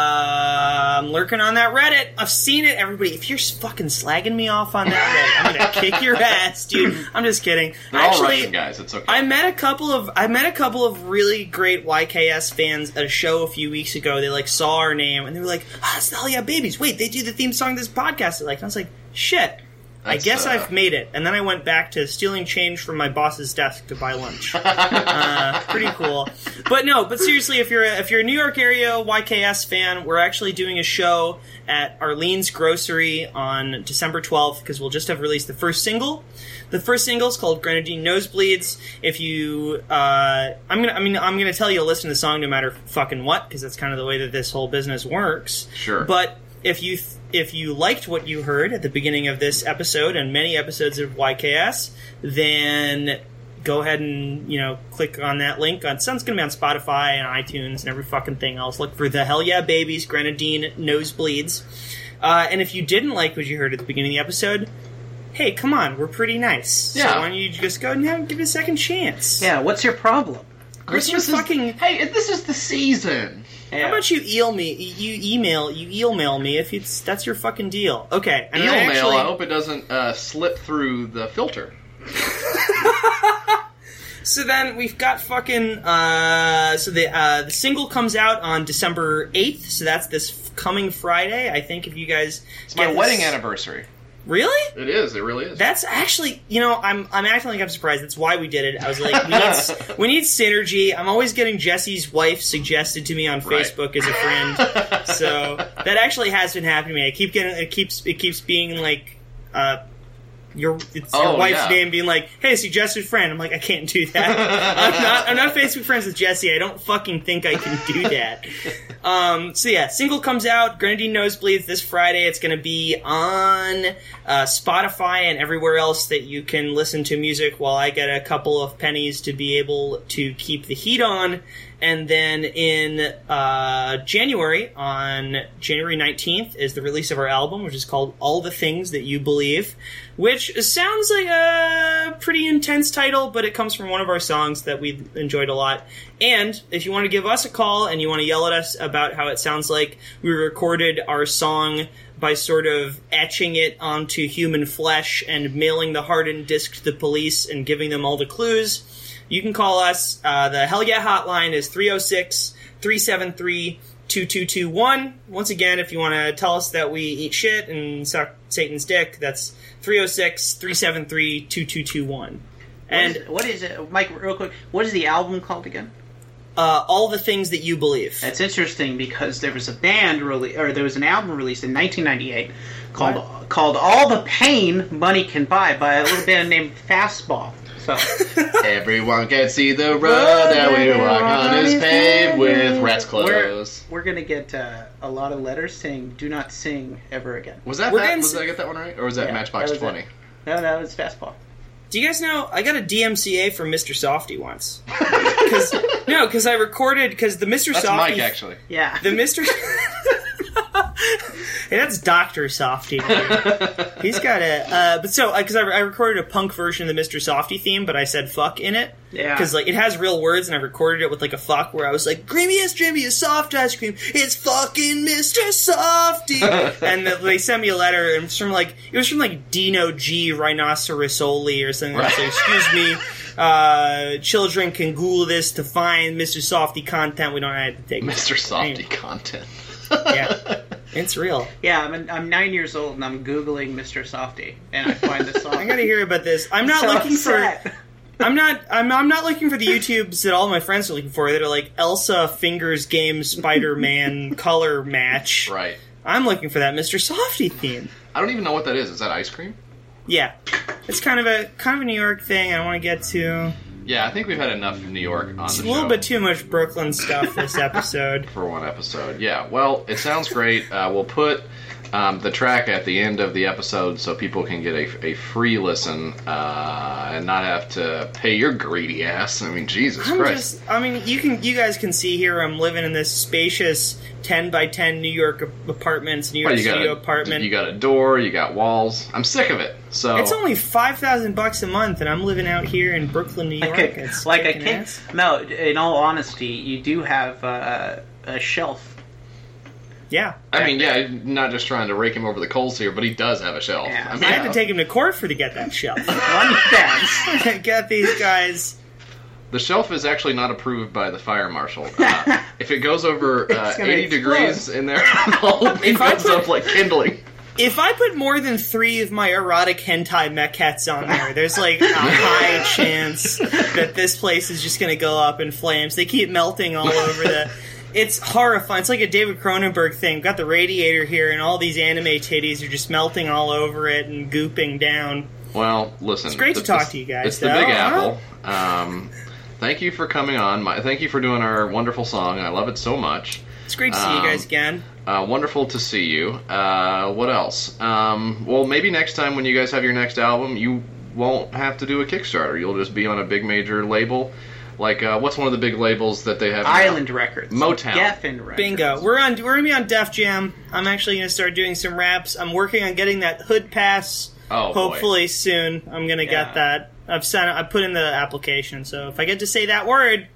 Speaker 3: Uh, I'm lurking on that Reddit. I've seen it, everybody. If you're fucking slagging me off on that Reddit, I'm gonna kick your ass, dude. I'm just kidding.
Speaker 6: They're all
Speaker 3: Actually,
Speaker 6: Russian guys. It's okay.
Speaker 3: I met a couple of I met a couple of really great YKS fans at a show a few weeks ago. They like saw our name and they were like, "Ah, it's the Hell Yeah Babies." Wait, they do the theme song to this podcast. Like, and I was like, "Shit." I
Speaker 6: That's,
Speaker 3: guess
Speaker 6: uh,
Speaker 3: I've made it, and then I went back to stealing change from my boss's desk to buy lunch. uh, pretty cool, but no. But seriously, if you're a, if you're a New York area YKS fan, we're actually doing a show at Arlene's Grocery on December 12th because we'll just have released the first single. The first single is called "Grenadine Nosebleeds." If you, uh, I'm gonna, I mean, I'm gonna tell you to listen to the song no matter fucking what because that's kind of the way that this whole business works.
Speaker 6: Sure.
Speaker 3: But if you if you liked what you heard at the beginning of this episode and many episodes of YKS, then go ahead and you know click on that link. On sounds going to be on Spotify and iTunes and every fucking thing else. Look for the Hell Yeah Babies, Grenadine, Nosebleeds. Uh, and if you didn't like what you heard at the beginning of the episode, hey, come on, we're pretty nice.
Speaker 6: Yeah.
Speaker 3: So why don't you just go now and give it a second chance?
Speaker 5: Yeah, what's your problem?
Speaker 3: Christmas
Speaker 6: is
Speaker 3: fucking-
Speaker 6: Hey, this is the season.
Speaker 5: Yeah.
Speaker 3: How about you eel me? You email, you eel mail me if it's that's your fucking deal. Okay, and I
Speaker 6: Email mail.
Speaker 3: actually-
Speaker 6: I hope it doesn't uh, slip through the filter.
Speaker 3: So then we've got fucking. Uh, so the uh, the single comes out on December eighth. So that's this f- coming Friday. I think if you guys
Speaker 6: It's my
Speaker 3: get
Speaker 6: wedding
Speaker 3: this-
Speaker 6: anniversary.
Speaker 3: Really?
Speaker 6: It is. It really is.
Speaker 3: That's actually, you know, I'm I'm acting like I'm surprised. That's why we did it. I was like, we need, s- we need synergy. I'm always getting Jesse's wife suggested to me on
Speaker 6: Right.
Speaker 3: Facebook as a friend. so that actually has been happening to me. I keep getting it keeps it keeps being like uh your it's
Speaker 6: Oh,
Speaker 3: your wife's
Speaker 6: yeah.
Speaker 3: name being like, "Hey, suggested friend." I'm like, I can't do that. I'm not I'm not Facebook friends with Jesse. I don't fucking think I can do that. Um, so yeah, single comes out. Grenadine Nosebleeds this Friday. It's going to be on uh, Spotify and everywhere else that you can listen to music. While I get a couple of pennies to be able to keep the heat on, and then in uh, January, on January nineteenth, is the release of our album, which is called "All the Things That You Believe," which sounds like a pretty intense title, but it comes from one of our songs that we enjoyed a lot. And if you want to give us a call and you want to yell at us about how it sounds like we recorded our song by sort of etching it onto human flesh and mailing the hardened disc to the police and giving them all the clues, you can call us. Uh, the Hell Yeah hotline is 306 373 2221. Once again, if you want to tell us that we eat shit and suck Satan's dick, that's 306 373 2221.
Speaker 5: And
Speaker 3: And
Speaker 5: what is it, Mike? Real quick, what is the album called again?
Speaker 3: uh, all the things that you believe.
Speaker 5: That's interesting because there was a band really, or there was an album released in 1998 called called "All the Pain Money Can Buy" by a little band named Fastball. So
Speaker 6: Everyone can see the road that we walk on is paved with rat's
Speaker 5: we're,
Speaker 6: clothes.
Speaker 5: we're gonna get uh, a lot of letters saying "Do not sing ever again."
Speaker 6: Was that,
Speaker 3: We're
Speaker 6: that
Speaker 3: getting
Speaker 6: was
Speaker 3: s-
Speaker 6: I get that one right, or was that
Speaker 5: Yeah,
Speaker 6: Matchbox
Speaker 5: that was it.
Speaker 6: Twenty?
Speaker 5: No, that was Fastball.
Speaker 3: Do you guys know I got a DMCA from Mr. Softy once? 'Cause- no, because I recorded because the Mr.
Speaker 6: That's
Speaker 3: Softy
Speaker 6: Mike actually.
Speaker 5: Yeah.
Speaker 3: the Mr. hey, that's Doctor Softy. He's got a uh, but so because I, I recorded a punk version of the Mr. Softy theme, but I said fuck in it.
Speaker 5: Yeah.
Speaker 3: Because like it has real words, and I recorded it with like a fuck where I was like, "Creamy as Jimmy is soft ice cream. It's fucking Mr. Softy." and the, they sent me a letter, and it's from like it was from like Dino G Rhinocerosoli or something. Right.
Speaker 6: Right.
Speaker 3: Excuse me, uh, children can Google this to find Mr. Softy content. We don't have to take.
Speaker 6: Mr. Softy content.
Speaker 3: Yeah, it's real.
Speaker 5: Yeah, I'm, I'm nine years old and I'm googling Mr. Softy and I find this song.
Speaker 3: I gotta hear about this. I'm not
Speaker 5: so
Speaker 3: looking
Speaker 5: upset.
Speaker 3: for. I'm not. I'm. I'm not looking for the YouTubes that all my friends are looking for. That are like Elsa fingers game Spider Man color match.
Speaker 6: Right.
Speaker 3: I'm looking for that Mr. Softy theme.
Speaker 6: I don't even know what that is. Is that ice cream?
Speaker 3: Yeah, it's kind of a kind of a New York thing. I want to get to.
Speaker 6: Yeah, I think we've had enough of New York on
Speaker 3: It's
Speaker 6: the
Speaker 3: a little
Speaker 6: show
Speaker 3: bit too much Brooklyn stuff this episode.
Speaker 6: for one episode. Yeah. Well, it sounds great. Uh, we'll put um, the track at the end of the episode so people can get a, a free listen uh, and not have to pay your greedy ass. I mean, Jesus
Speaker 3: I'm
Speaker 6: Christ.
Speaker 3: just. I mean, you can. You guys can see here. I'm living in this spacious 10 by 10 New York ap- apartments, New York
Speaker 6: Well, you got
Speaker 3: studio
Speaker 6: a,
Speaker 3: apartment.
Speaker 6: You got a door. You got walls. I'm sick of it. So
Speaker 3: It's only five thousand bucks a month, and I'm living out here in Brooklyn, New York.
Speaker 5: Okay,
Speaker 3: It's
Speaker 5: like I
Speaker 3: kicking
Speaker 5: can't.
Speaker 3: ass.
Speaker 5: No, in all honesty, you do have uh, a shelf
Speaker 3: Yeah.
Speaker 6: I mean, yeah, not just trying to rake him over the coals here, but he does have a shelf.
Speaker 5: Yeah.
Speaker 6: I mean,
Speaker 3: I had to take him to court for to get that shelf.
Speaker 5: One dance.
Speaker 3: I got these guys.
Speaker 6: the shelf is actually not approved by the fire marshal. Uh, if it goes over uh,
Speaker 5: It's gonna
Speaker 6: 80
Speaker 5: explode.
Speaker 6: degrees in there, the whole thing
Speaker 3: If I
Speaker 6: goes
Speaker 3: put-
Speaker 6: up like kindling.
Speaker 3: If I put more than three of my erotic hentai maquettes on there, there's like a high chance that this place is just going to go up in flames. They keep melting all over the. It's horrifying. It's like a David Cronenberg thing. We've got the radiator here, and all these anime titties are just melting all over it and gooping down.
Speaker 6: Well, listen. It's
Speaker 3: great to talk to you guys,
Speaker 6: It's the
Speaker 3: though.
Speaker 6: Big Apple. Um, thank you for coming on. My, thank you for doing our wonderful song. I love it so much.
Speaker 3: It's great to see
Speaker 6: Um,
Speaker 3: you guys again.
Speaker 6: Uh, wonderful to see you. Uh, what else? Um, well, maybe next time when you guys have your next album, you won't have to do a Kickstarter. You'll just be on a big major label. Like, uh, what's one of the big labels that they have? now?
Speaker 5: Island Records.
Speaker 6: Motown.
Speaker 5: Geffen Records.
Speaker 3: Bingo. We're on. We're gonna be on Def Jam. I'm actually gonna start doing some raps. I'm working on getting that hood pass.
Speaker 6: Oh, boy.
Speaker 3: hopefully soon. I'm gonna
Speaker 5: Yeah.
Speaker 3: get that. I've sent. I put in the application. So if I get to say that word,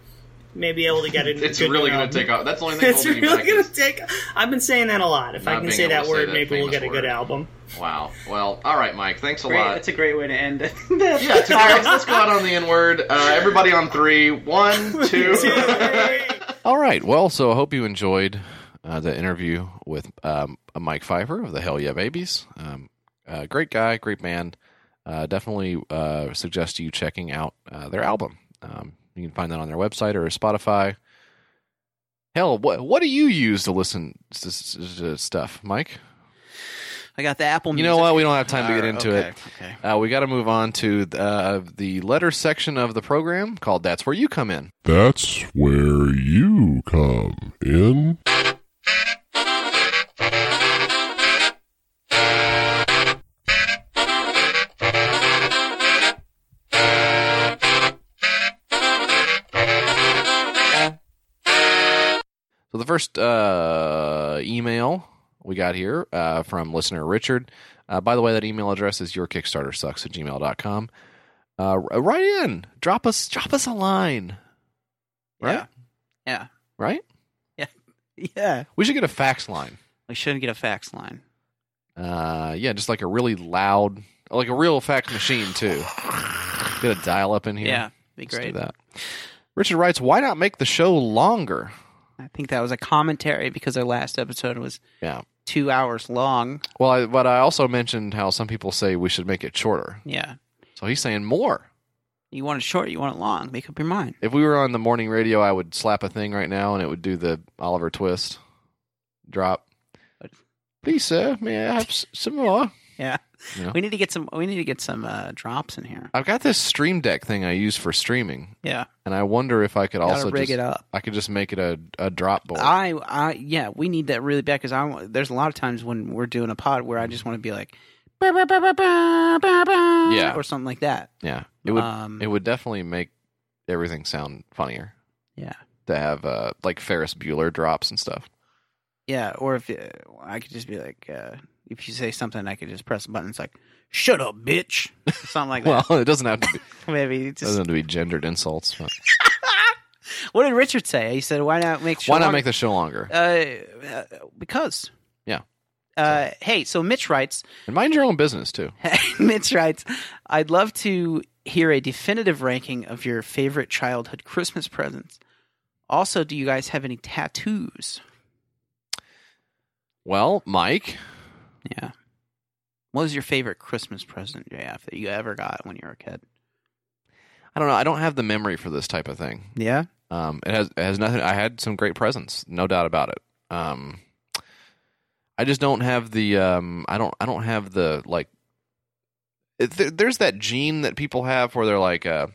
Speaker 3: maybe able to get it.
Speaker 6: It's
Speaker 3: good
Speaker 6: really
Speaker 3: go.
Speaker 6: going to take off. That's the only thing
Speaker 3: It's
Speaker 6: holding
Speaker 3: really
Speaker 6: you back.
Speaker 3: gonna
Speaker 6: is-
Speaker 3: take. I've been saying that a lot. If
Speaker 6: Not
Speaker 3: I can
Speaker 6: being
Speaker 3: say
Speaker 6: able
Speaker 3: that
Speaker 6: to say
Speaker 3: word,
Speaker 6: that
Speaker 3: maybe we'll
Speaker 6: famous
Speaker 3: get a good
Speaker 6: word.
Speaker 3: album.
Speaker 6: Wow. Well, all right, Mike. Thanks a
Speaker 5: Great.
Speaker 6: lot.
Speaker 5: That's a great way to end it.
Speaker 6: yeah, two guys, let's go out on the N word. Uh, everybody on three. One, two.
Speaker 3: Two, three.
Speaker 1: All right. Well, so I hope you enjoyed uh, the interview with um, Mike Pfeiffer of the Hell Yeah Babies. Um, uh, great guy, great man. Uh, definitely uh, suggest you checking out uh, their album. Um, you can find that on their website or Spotify. Hell, what what do you use to listen to, s- to stuff, Mike?
Speaker 2: I got the Apple.
Speaker 1: You know what? We don't have time to get into it.
Speaker 2: Okay.
Speaker 1: Uh, we got to move on to uh, the letter section of the program called "That's Where You Come In."
Speaker 7: That's where you come in.
Speaker 1: So the first uh, email we got here uh, from listener Richard. Uh, by the way, that email address is yourkickstartersucks at gmail.com. Uh, r- write in. Drop us drop us a line. Right?
Speaker 2: Yeah. Yeah.
Speaker 1: Right?
Speaker 2: Yeah.
Speaker 1: We should get a fax line.
Speaker 2: We shouldn't get a fax line.
Speaker 1: Uh, yeah, just like a really loud, like a real fax machine, too. Get a dial up in here.
Speaker 2: Yeah. Be
Speaker 1: Let's do
Speaker 2: great.
Speaker 1: that. Richard writes, why not make the show longer?
Speaker 2: I think that was a commentary because our last episode was
Speaker 1: Yeah.
Speaker 2: two hours long.
Speaker 1: Well, I, but I also mentioned how some people say we should make it shorter.
Speaker 2: Yeah.
Speaker 1: So he's saying more.
Speaker 2: You want it short, you want it long. Make up your mind.
Speaker 1: If we were on the morning radio, I would slap a thing right now and it would do the Oliver Twist drop. Please, sir, may I have s- some more?
Speaker 2: Yeah.
Speaker 1: Yeah.
Speaker 2: We need to get some we need to get some uh, drops in here.
Speaker 1: I've got this Stream Deck thing I use for streaming,
Speaker 2: Yeah.
Speaker 1: and I wonder if I could
Speaker 2: Gotta
Speaker 1: also
Speaker 2: rig
Speaker 1: just,
Speaker 2: it up. Ah.
Speaker 1: I could just make it a, a drop board.
Speaker 2: I, I, yeah, we need that really bad because I. want- There's a lot of times when we're doing a pod where I just want to be like, "Bah, bah, bah, bah, bah, bah, bah,"
Speaker 1: Yeah.
Speaker 2: or something like that.
Speaker 1: yeah, it would
Speaker 2: um,
Speaker 1: it would definitely make everything sound funnier
Speaker 2: yeah,
Speaker 1: to have uh, like Ferris Bueller drops and stuff.
Speaker 2: yeah. Or if uh, I could just be like, uh, if you say something, I could just press a button. It's like, shut up, bitch, something like
Speaker 1: Well, it doesn't have to be,
Speaker 2: that. Maybe it
Speaker 1: doesn't
Speaker 2: just.
Speaker 1: have to be gendered insults. But
Speaker 2: What did Richard say? He said, "Why not make?
Speaker 1: uh, why not
Speaker 2: Sherlock-
Speaker 1: make the show longer?
Speaker 2: Uh, uh, because.
Speaker 1: Yeah.
Speaker 2: Uh, Hey, so Mitch writes.
Speaker 1: and mind your own business too.
Speaker 2: Mitch writes, I'd love to hear a definitive ranking of your favorite childhood Christmas presents. Also, do you guys have any tattoos?
Speaker 1: Well, Mike,
Speaker 2: Yeah. What was your favorite Christmas present, JF, that you ever got when you were a kid?
Speaker 1: I don't know. I don't have the memory for this type of thing.
Speaker 2: Yeah.
Speaker 1: Um, it has it has nothing. I had some great presents, no doubt about it. Um, I just don't have the um, I don't I don't have the like. it- there- There's that gene that people have where they're like, uh,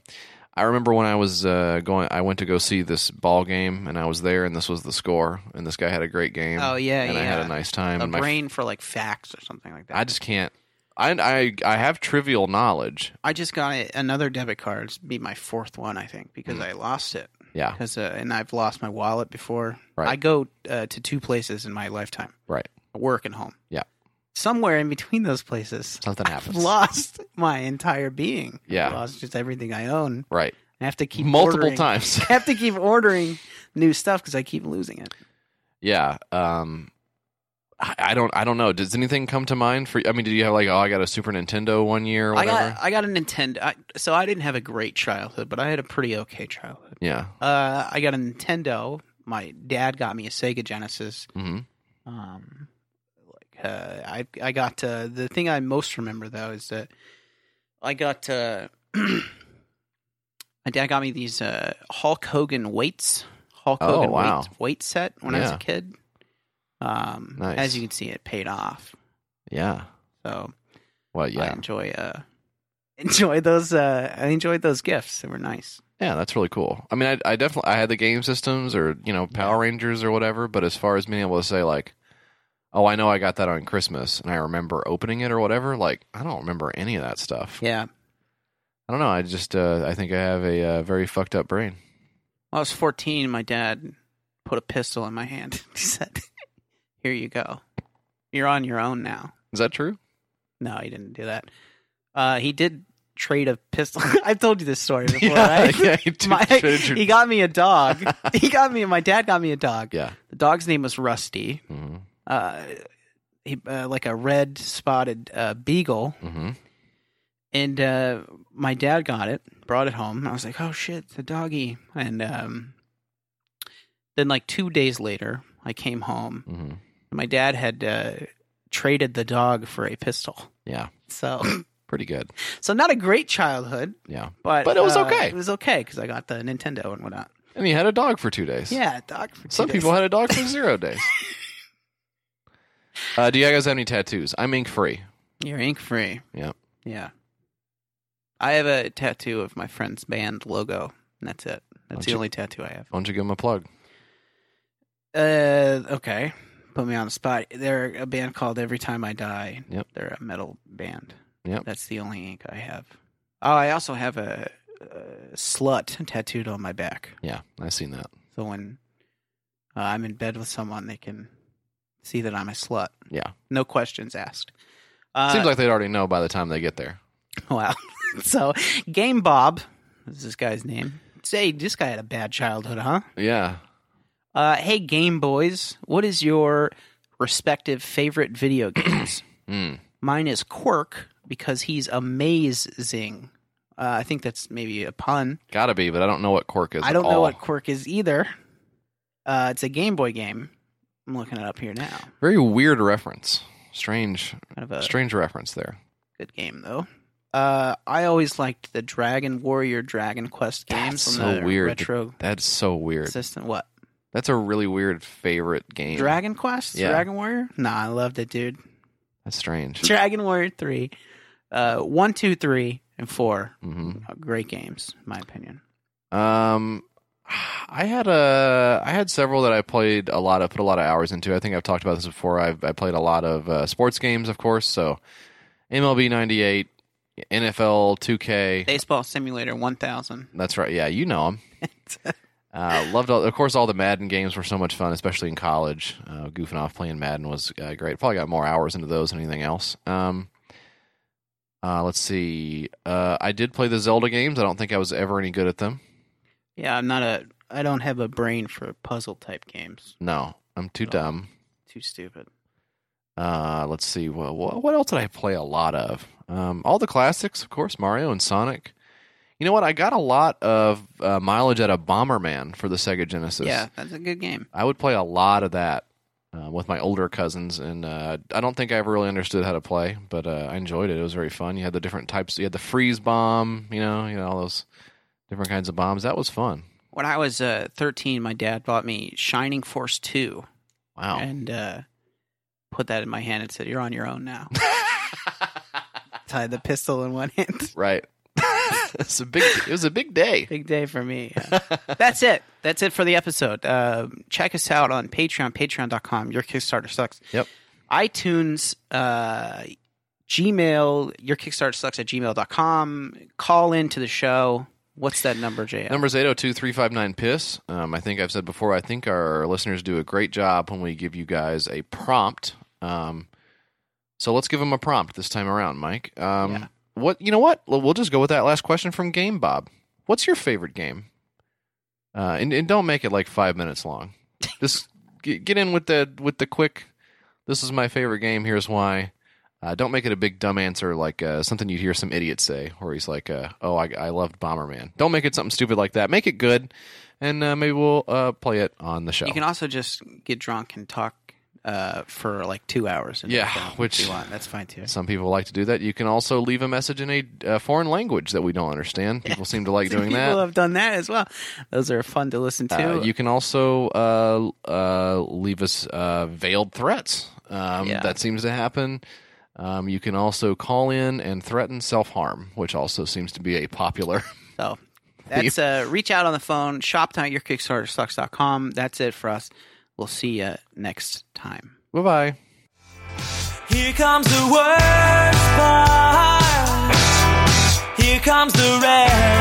Speaker 1: I remember when I was uh, going, I went to go see this ball game, and I was there, and this was the score, and this guy had a great game.
Speaker 2: Oh, yeah,
Speaker 1: and I
Speaker 2: yeah.
Speaker 1: had a nice time.
Speaker 2: A
Speaker 1: and my,
Speaker 2: brain for like facts or something like that.
Speaker 1: I just can't. I I I have trivial knowledge.
Speaker 2: I just got a, another debit card. It's be my fourth one, I think, because
Speaker 1: Hmm.
Speaker 2: I lost it.
Speaker 1: Yeah,
Speaker 2: Because uh, and I've lost my wallet before.
Speaker 1: Right.
Speaker 2: I go uh, to two places in my lifetime:
Speaker 1: right.
Speaker 2: work and home.
Speaker 1: Yeah.
Speaker 2: Somewhere in between those places,
Speaker 1: Something happens.
Speaker 2: I've lost my entire being.
Speaker 1: Yeah.
Speaker 2: I've lost just everything I own.
Speaker 1: Right.
Speaker 2: I have to keep
Speaker 1: Multiple
Speaker 2: ordering-
Speaker 1: times.
Speaker 2: I have to keep ordering new stuff because I keep losing it.
Speaker 1: Yeah. Um, I I don't. I don't know. Does anything come to mind for? I mean, did you have like? Oh, I got a Super Nintendo one year or
Speaker 2: I
Speaker 1: whatever.
Speaker 2: got I got a Nintendo. I, so I didn't have a great childhood, but I had a pretty okay childhood.
Speaker 1: yeah.
Speaker 2: Uh, I got a Nintendo. My dad got me a Sega Genesis.
Speaker 1: hmm
Speaker 2: Um, like uh, I I got uh, the thing I most remember though is that I got uh, my dad got me these uh, Hulk Hogan weights, Hulk
Speaker 1: Oh,
Speaker 2: Hogan
Speaker 1: wow.
Speaker 2: weight, weight set when I was
Speaker 1: Yeah.
Speaker 2: a kid. Um,
Speaker 1: Nice.
Speaker 2: as you can see, it paid off.
Speaker 1: Yeah.
Speaker 2: So
Speaker 1: What?
Speaker 2: I
Speaker 1: Yeah.
Speaker 2: enjoy uh enjoy those uh I enjoyed those gifts. They were nice.
Speaker 1: Yeah. That's really cool. I mean, I, I definitely I had the game systems or you know Power Rangers or whatever, but as far as being able to say like, oh, I know I got that on Christmas and I remember opening it or whatever, like I don't remember any of that stuff.
Speaker 2: Yeah.
Speaker 1: I don't know. I just uh, I think I have a uh, very fucked up brain.
Speaker 2: When I was 14, my dad put a pistol in my hand. he said, "Here you go. You're on your own now."
Speaker 1: Is that true?
Speaker 2: No, he didn't do that. Uh he did trade a pistol. I've told you this story before, right?
Speaker 1: yeah, you did
Speaker 2: My-
Speaker 1: trade your-
Speaker 2: he got me a dog. he got me my dad got me a dog.
Speaker 1: yeah.
Speaker 2: The dog's name was Rusty.
Speaker 1: hmm
Speaker 2: Uh he, uh, like a red spotted uh, beagle
Speaker 1: hmm
Speaker 2: and uh, my dad got it, brought it home. I was like, "Oh shit, it's a doggy!" And um, then, like two days later, I came home.
Speaker 1: hmm
Speaker 2: My dad had uh, traded the dog for a pistol,
Speaker 1: Yeah.
Speaker 2: so
Speaker 1: Pretty good.
Speaker 2: so not a great childhood,
Speaker 1: Yeah.
Speaker 2: but
Speaker 1: But it was
Speaker 2: uh,
Speaker 1: okay.
Speaker 2: It was okay because I got the Nintendo and whatnot.
Speaker 1: And he had a dog for two days.
Speaker 2: Yeah, dog. For two
Speaker 1: Some
Speaker 2: days.
Speaker 1: people had a dog for zero days. Uh, do you guys have any tattoos? I'm ink free.
Speaker 2: You're ink free.
Speaker 1: Yep.
Speaker 2: Yeah. I have a tattoo of my friend's band logo, and that's it.
Speaker 1: Don't
Speaker 2: That's the
Speaker 1: you-
Speaker 2: only tattoo I have.
Speaker 1: Why don't you give him a plug?
Speaker 2: Uh, okay. Put me on the spot. They're a band called Every Time I Die.
Speaker 1: Yep.
Speaker 2: They're a metal band.
Speaker 1: Yep.
Speaker 2: That's the only ink I have. Oh, I also have a, a slut tattooed on my back.
Speaker 1: Yeah, I've seen that.
Speaker 2: So when uh, I'm in bed with someone, they can see that I'm a slut.
Speaker 1: Yeah.
Speaker 2: No questions asked. Uh,
Speaker 1: Seems like they'd already know by the time they get there.
Speaker 2: Wow. so Game Bob is this guy's name. Say, this guy had a bad childhood, huh?
Speaker 1: Yeah.
Speaker 2: Uh, hey, Game Boys, what is your respective favorite video games?
Speaker 1: Mm.
Speaker 2: Mine is Quirk because he's amazing. Uh, I think that's maybe a pun.
Speaker 1: Gotta be, but I don't know what Cork is.
Speaker 2: I
Speaker 1: at
Speaker 2: don't know
Speaker 1: all.
Speaker 2: what Quirk is either. Uh, it's a Game Boy game. I'm looking it up here now.
Speaker 1: Very weird reference. Strange,
Speaker 2: Kind of a
Speaker 1: strange reference there.
Speaker 2: good game though. Uh, I always liked the Dragon Warrior, Dragon Quest games.
Speaker 1: That's so
Speaker 2: on the
Speaker 1: weird.
Speaker 2: Retro
Speaker 1: That's so weird.
Speaker 2: system. What?
Speaker 1: That's a really weird favorite game.
Speaker 2: Dragon Quest?
Speaker 1: Yeah.
Speaker 2: Dragon Warrior? Nah, I loved it, dude.
Speaker 1: That's strange.
Speaker 2: Dragon Warrior 3. Uh, 1, 2, 3, and 4.
Speaker 1: hmm
Speaker 2: Uh, Great games, in my opinion.
Speaker 1: Um, I had a I had several that I played a lot of, put a lot of hours into. I think I've talked about this before. I've I played a lot of uh, sports games, of course. So MLB ninety eight, NFL two K.
Speaker 2: Baseball Simulator 1000.
Speaker 1: That's right. Yeah, you know them. Uh, loved, all, of course, all the Madden games were so much fun, especially in college. Uh, goofing off playing Madden was uh, great. Probably got more hours into those than anything else. Um, uh, let's see. Uh, I did play the Zelda games. I don't think I was ever any good at them.
Speaker 2: yeah, I'm not a. I don't have a brain for puzzle type games.
Speaker 1: No, I'm too dumb.
Speaker 2: Too stupid.
Speaker 1: Uh, let's see. Well, wh- what else did I play a lot of? Um, all the classics, of course, Mario and Sonic. You know what? I got a lot of uh, mileage out of Bomberman for the Sega Genesis.
Speaker 2: yeah, that's a good game.
Speaker 1: I would play a lot of that uh, with my older cousins, and uh, I don't think I ever really understood how to play, but uh, I enjoyed it. It was very fun. You had the different types. You had the freeze bomb. You know, you know all those different kinds of bombs. That was fun.
Speaker 2: When I was uh, 13, my dad bought me Shining Force 2
Speaker 1: Wow.
Speaker 2: and uh, put that in my hand and said, You're on your own now. Tied the pistol in one hand.
Speaker 1: right. it's a big. It was a big day.
Speaker 2: Big day for me. yeah. That's it. That's it for the episode. Uh, check us out on Patreon, patreon.com. Your Kickstarter sucks.
Speaker 1: Yep.
Speaker 2: iTunes, uh, Gmail, your Kickstarter sucks at gmail.com. Call in to the show. What's that number, JL?
Speaker 1: Number is 802 359 PISS. Um, I think I've said before, I think our listeners do a great job when we give you guys a prompt. Um, so let's give them a prompt this time around, Mike. Um,
Speaker 2: Yeah.
Speaker 1: What You know what? We'll we'll just go with that last question from Game Bob. What's your favorite game? Uh, and, and don't make it like five minutes long. just get, get in with the with the quick this is my favorite game. Here's why. Uh, don't make it a big dumb answer like uh, something you'd hear some idiot say, where he's like, uh, "Oh, I, I loved Bomberman." Don't make it something stupid like that. Make it good, and uh, maybe we'll uh, play it on the show.
Speaker 2: You can also just get drunk and talk uh, for like two hours. And
Speaker 1: Yeah,
Speaker 2: everything if
Speaker 1: which-
Speaker 2: you want. That's fine too.
Speaker 1: Some people like to do that. You can also leave a message in a uh, foreign language that we don't understand. People seem to like doing
Speaker 2: People
Speaker 1: that.
Speaker 2: have done that as well. Those are fun to listen to.
Speaker 1: Uh, you can also uh, uh, leave us uh, veiled threats. Um,
Speaker 2: Yeah.
Speaker 1: That seems to happen. Um, you can also call in and threaten self harm, which also seems to be a popular.
Speaker 2: So that's uh, reach out on the phone, shop down at your Kickstarter sucks.com. That's it for us. We'll see you next time.
Speaker 1: bye bye.
Speaker 8: Here comes the worst part. Here comes the red.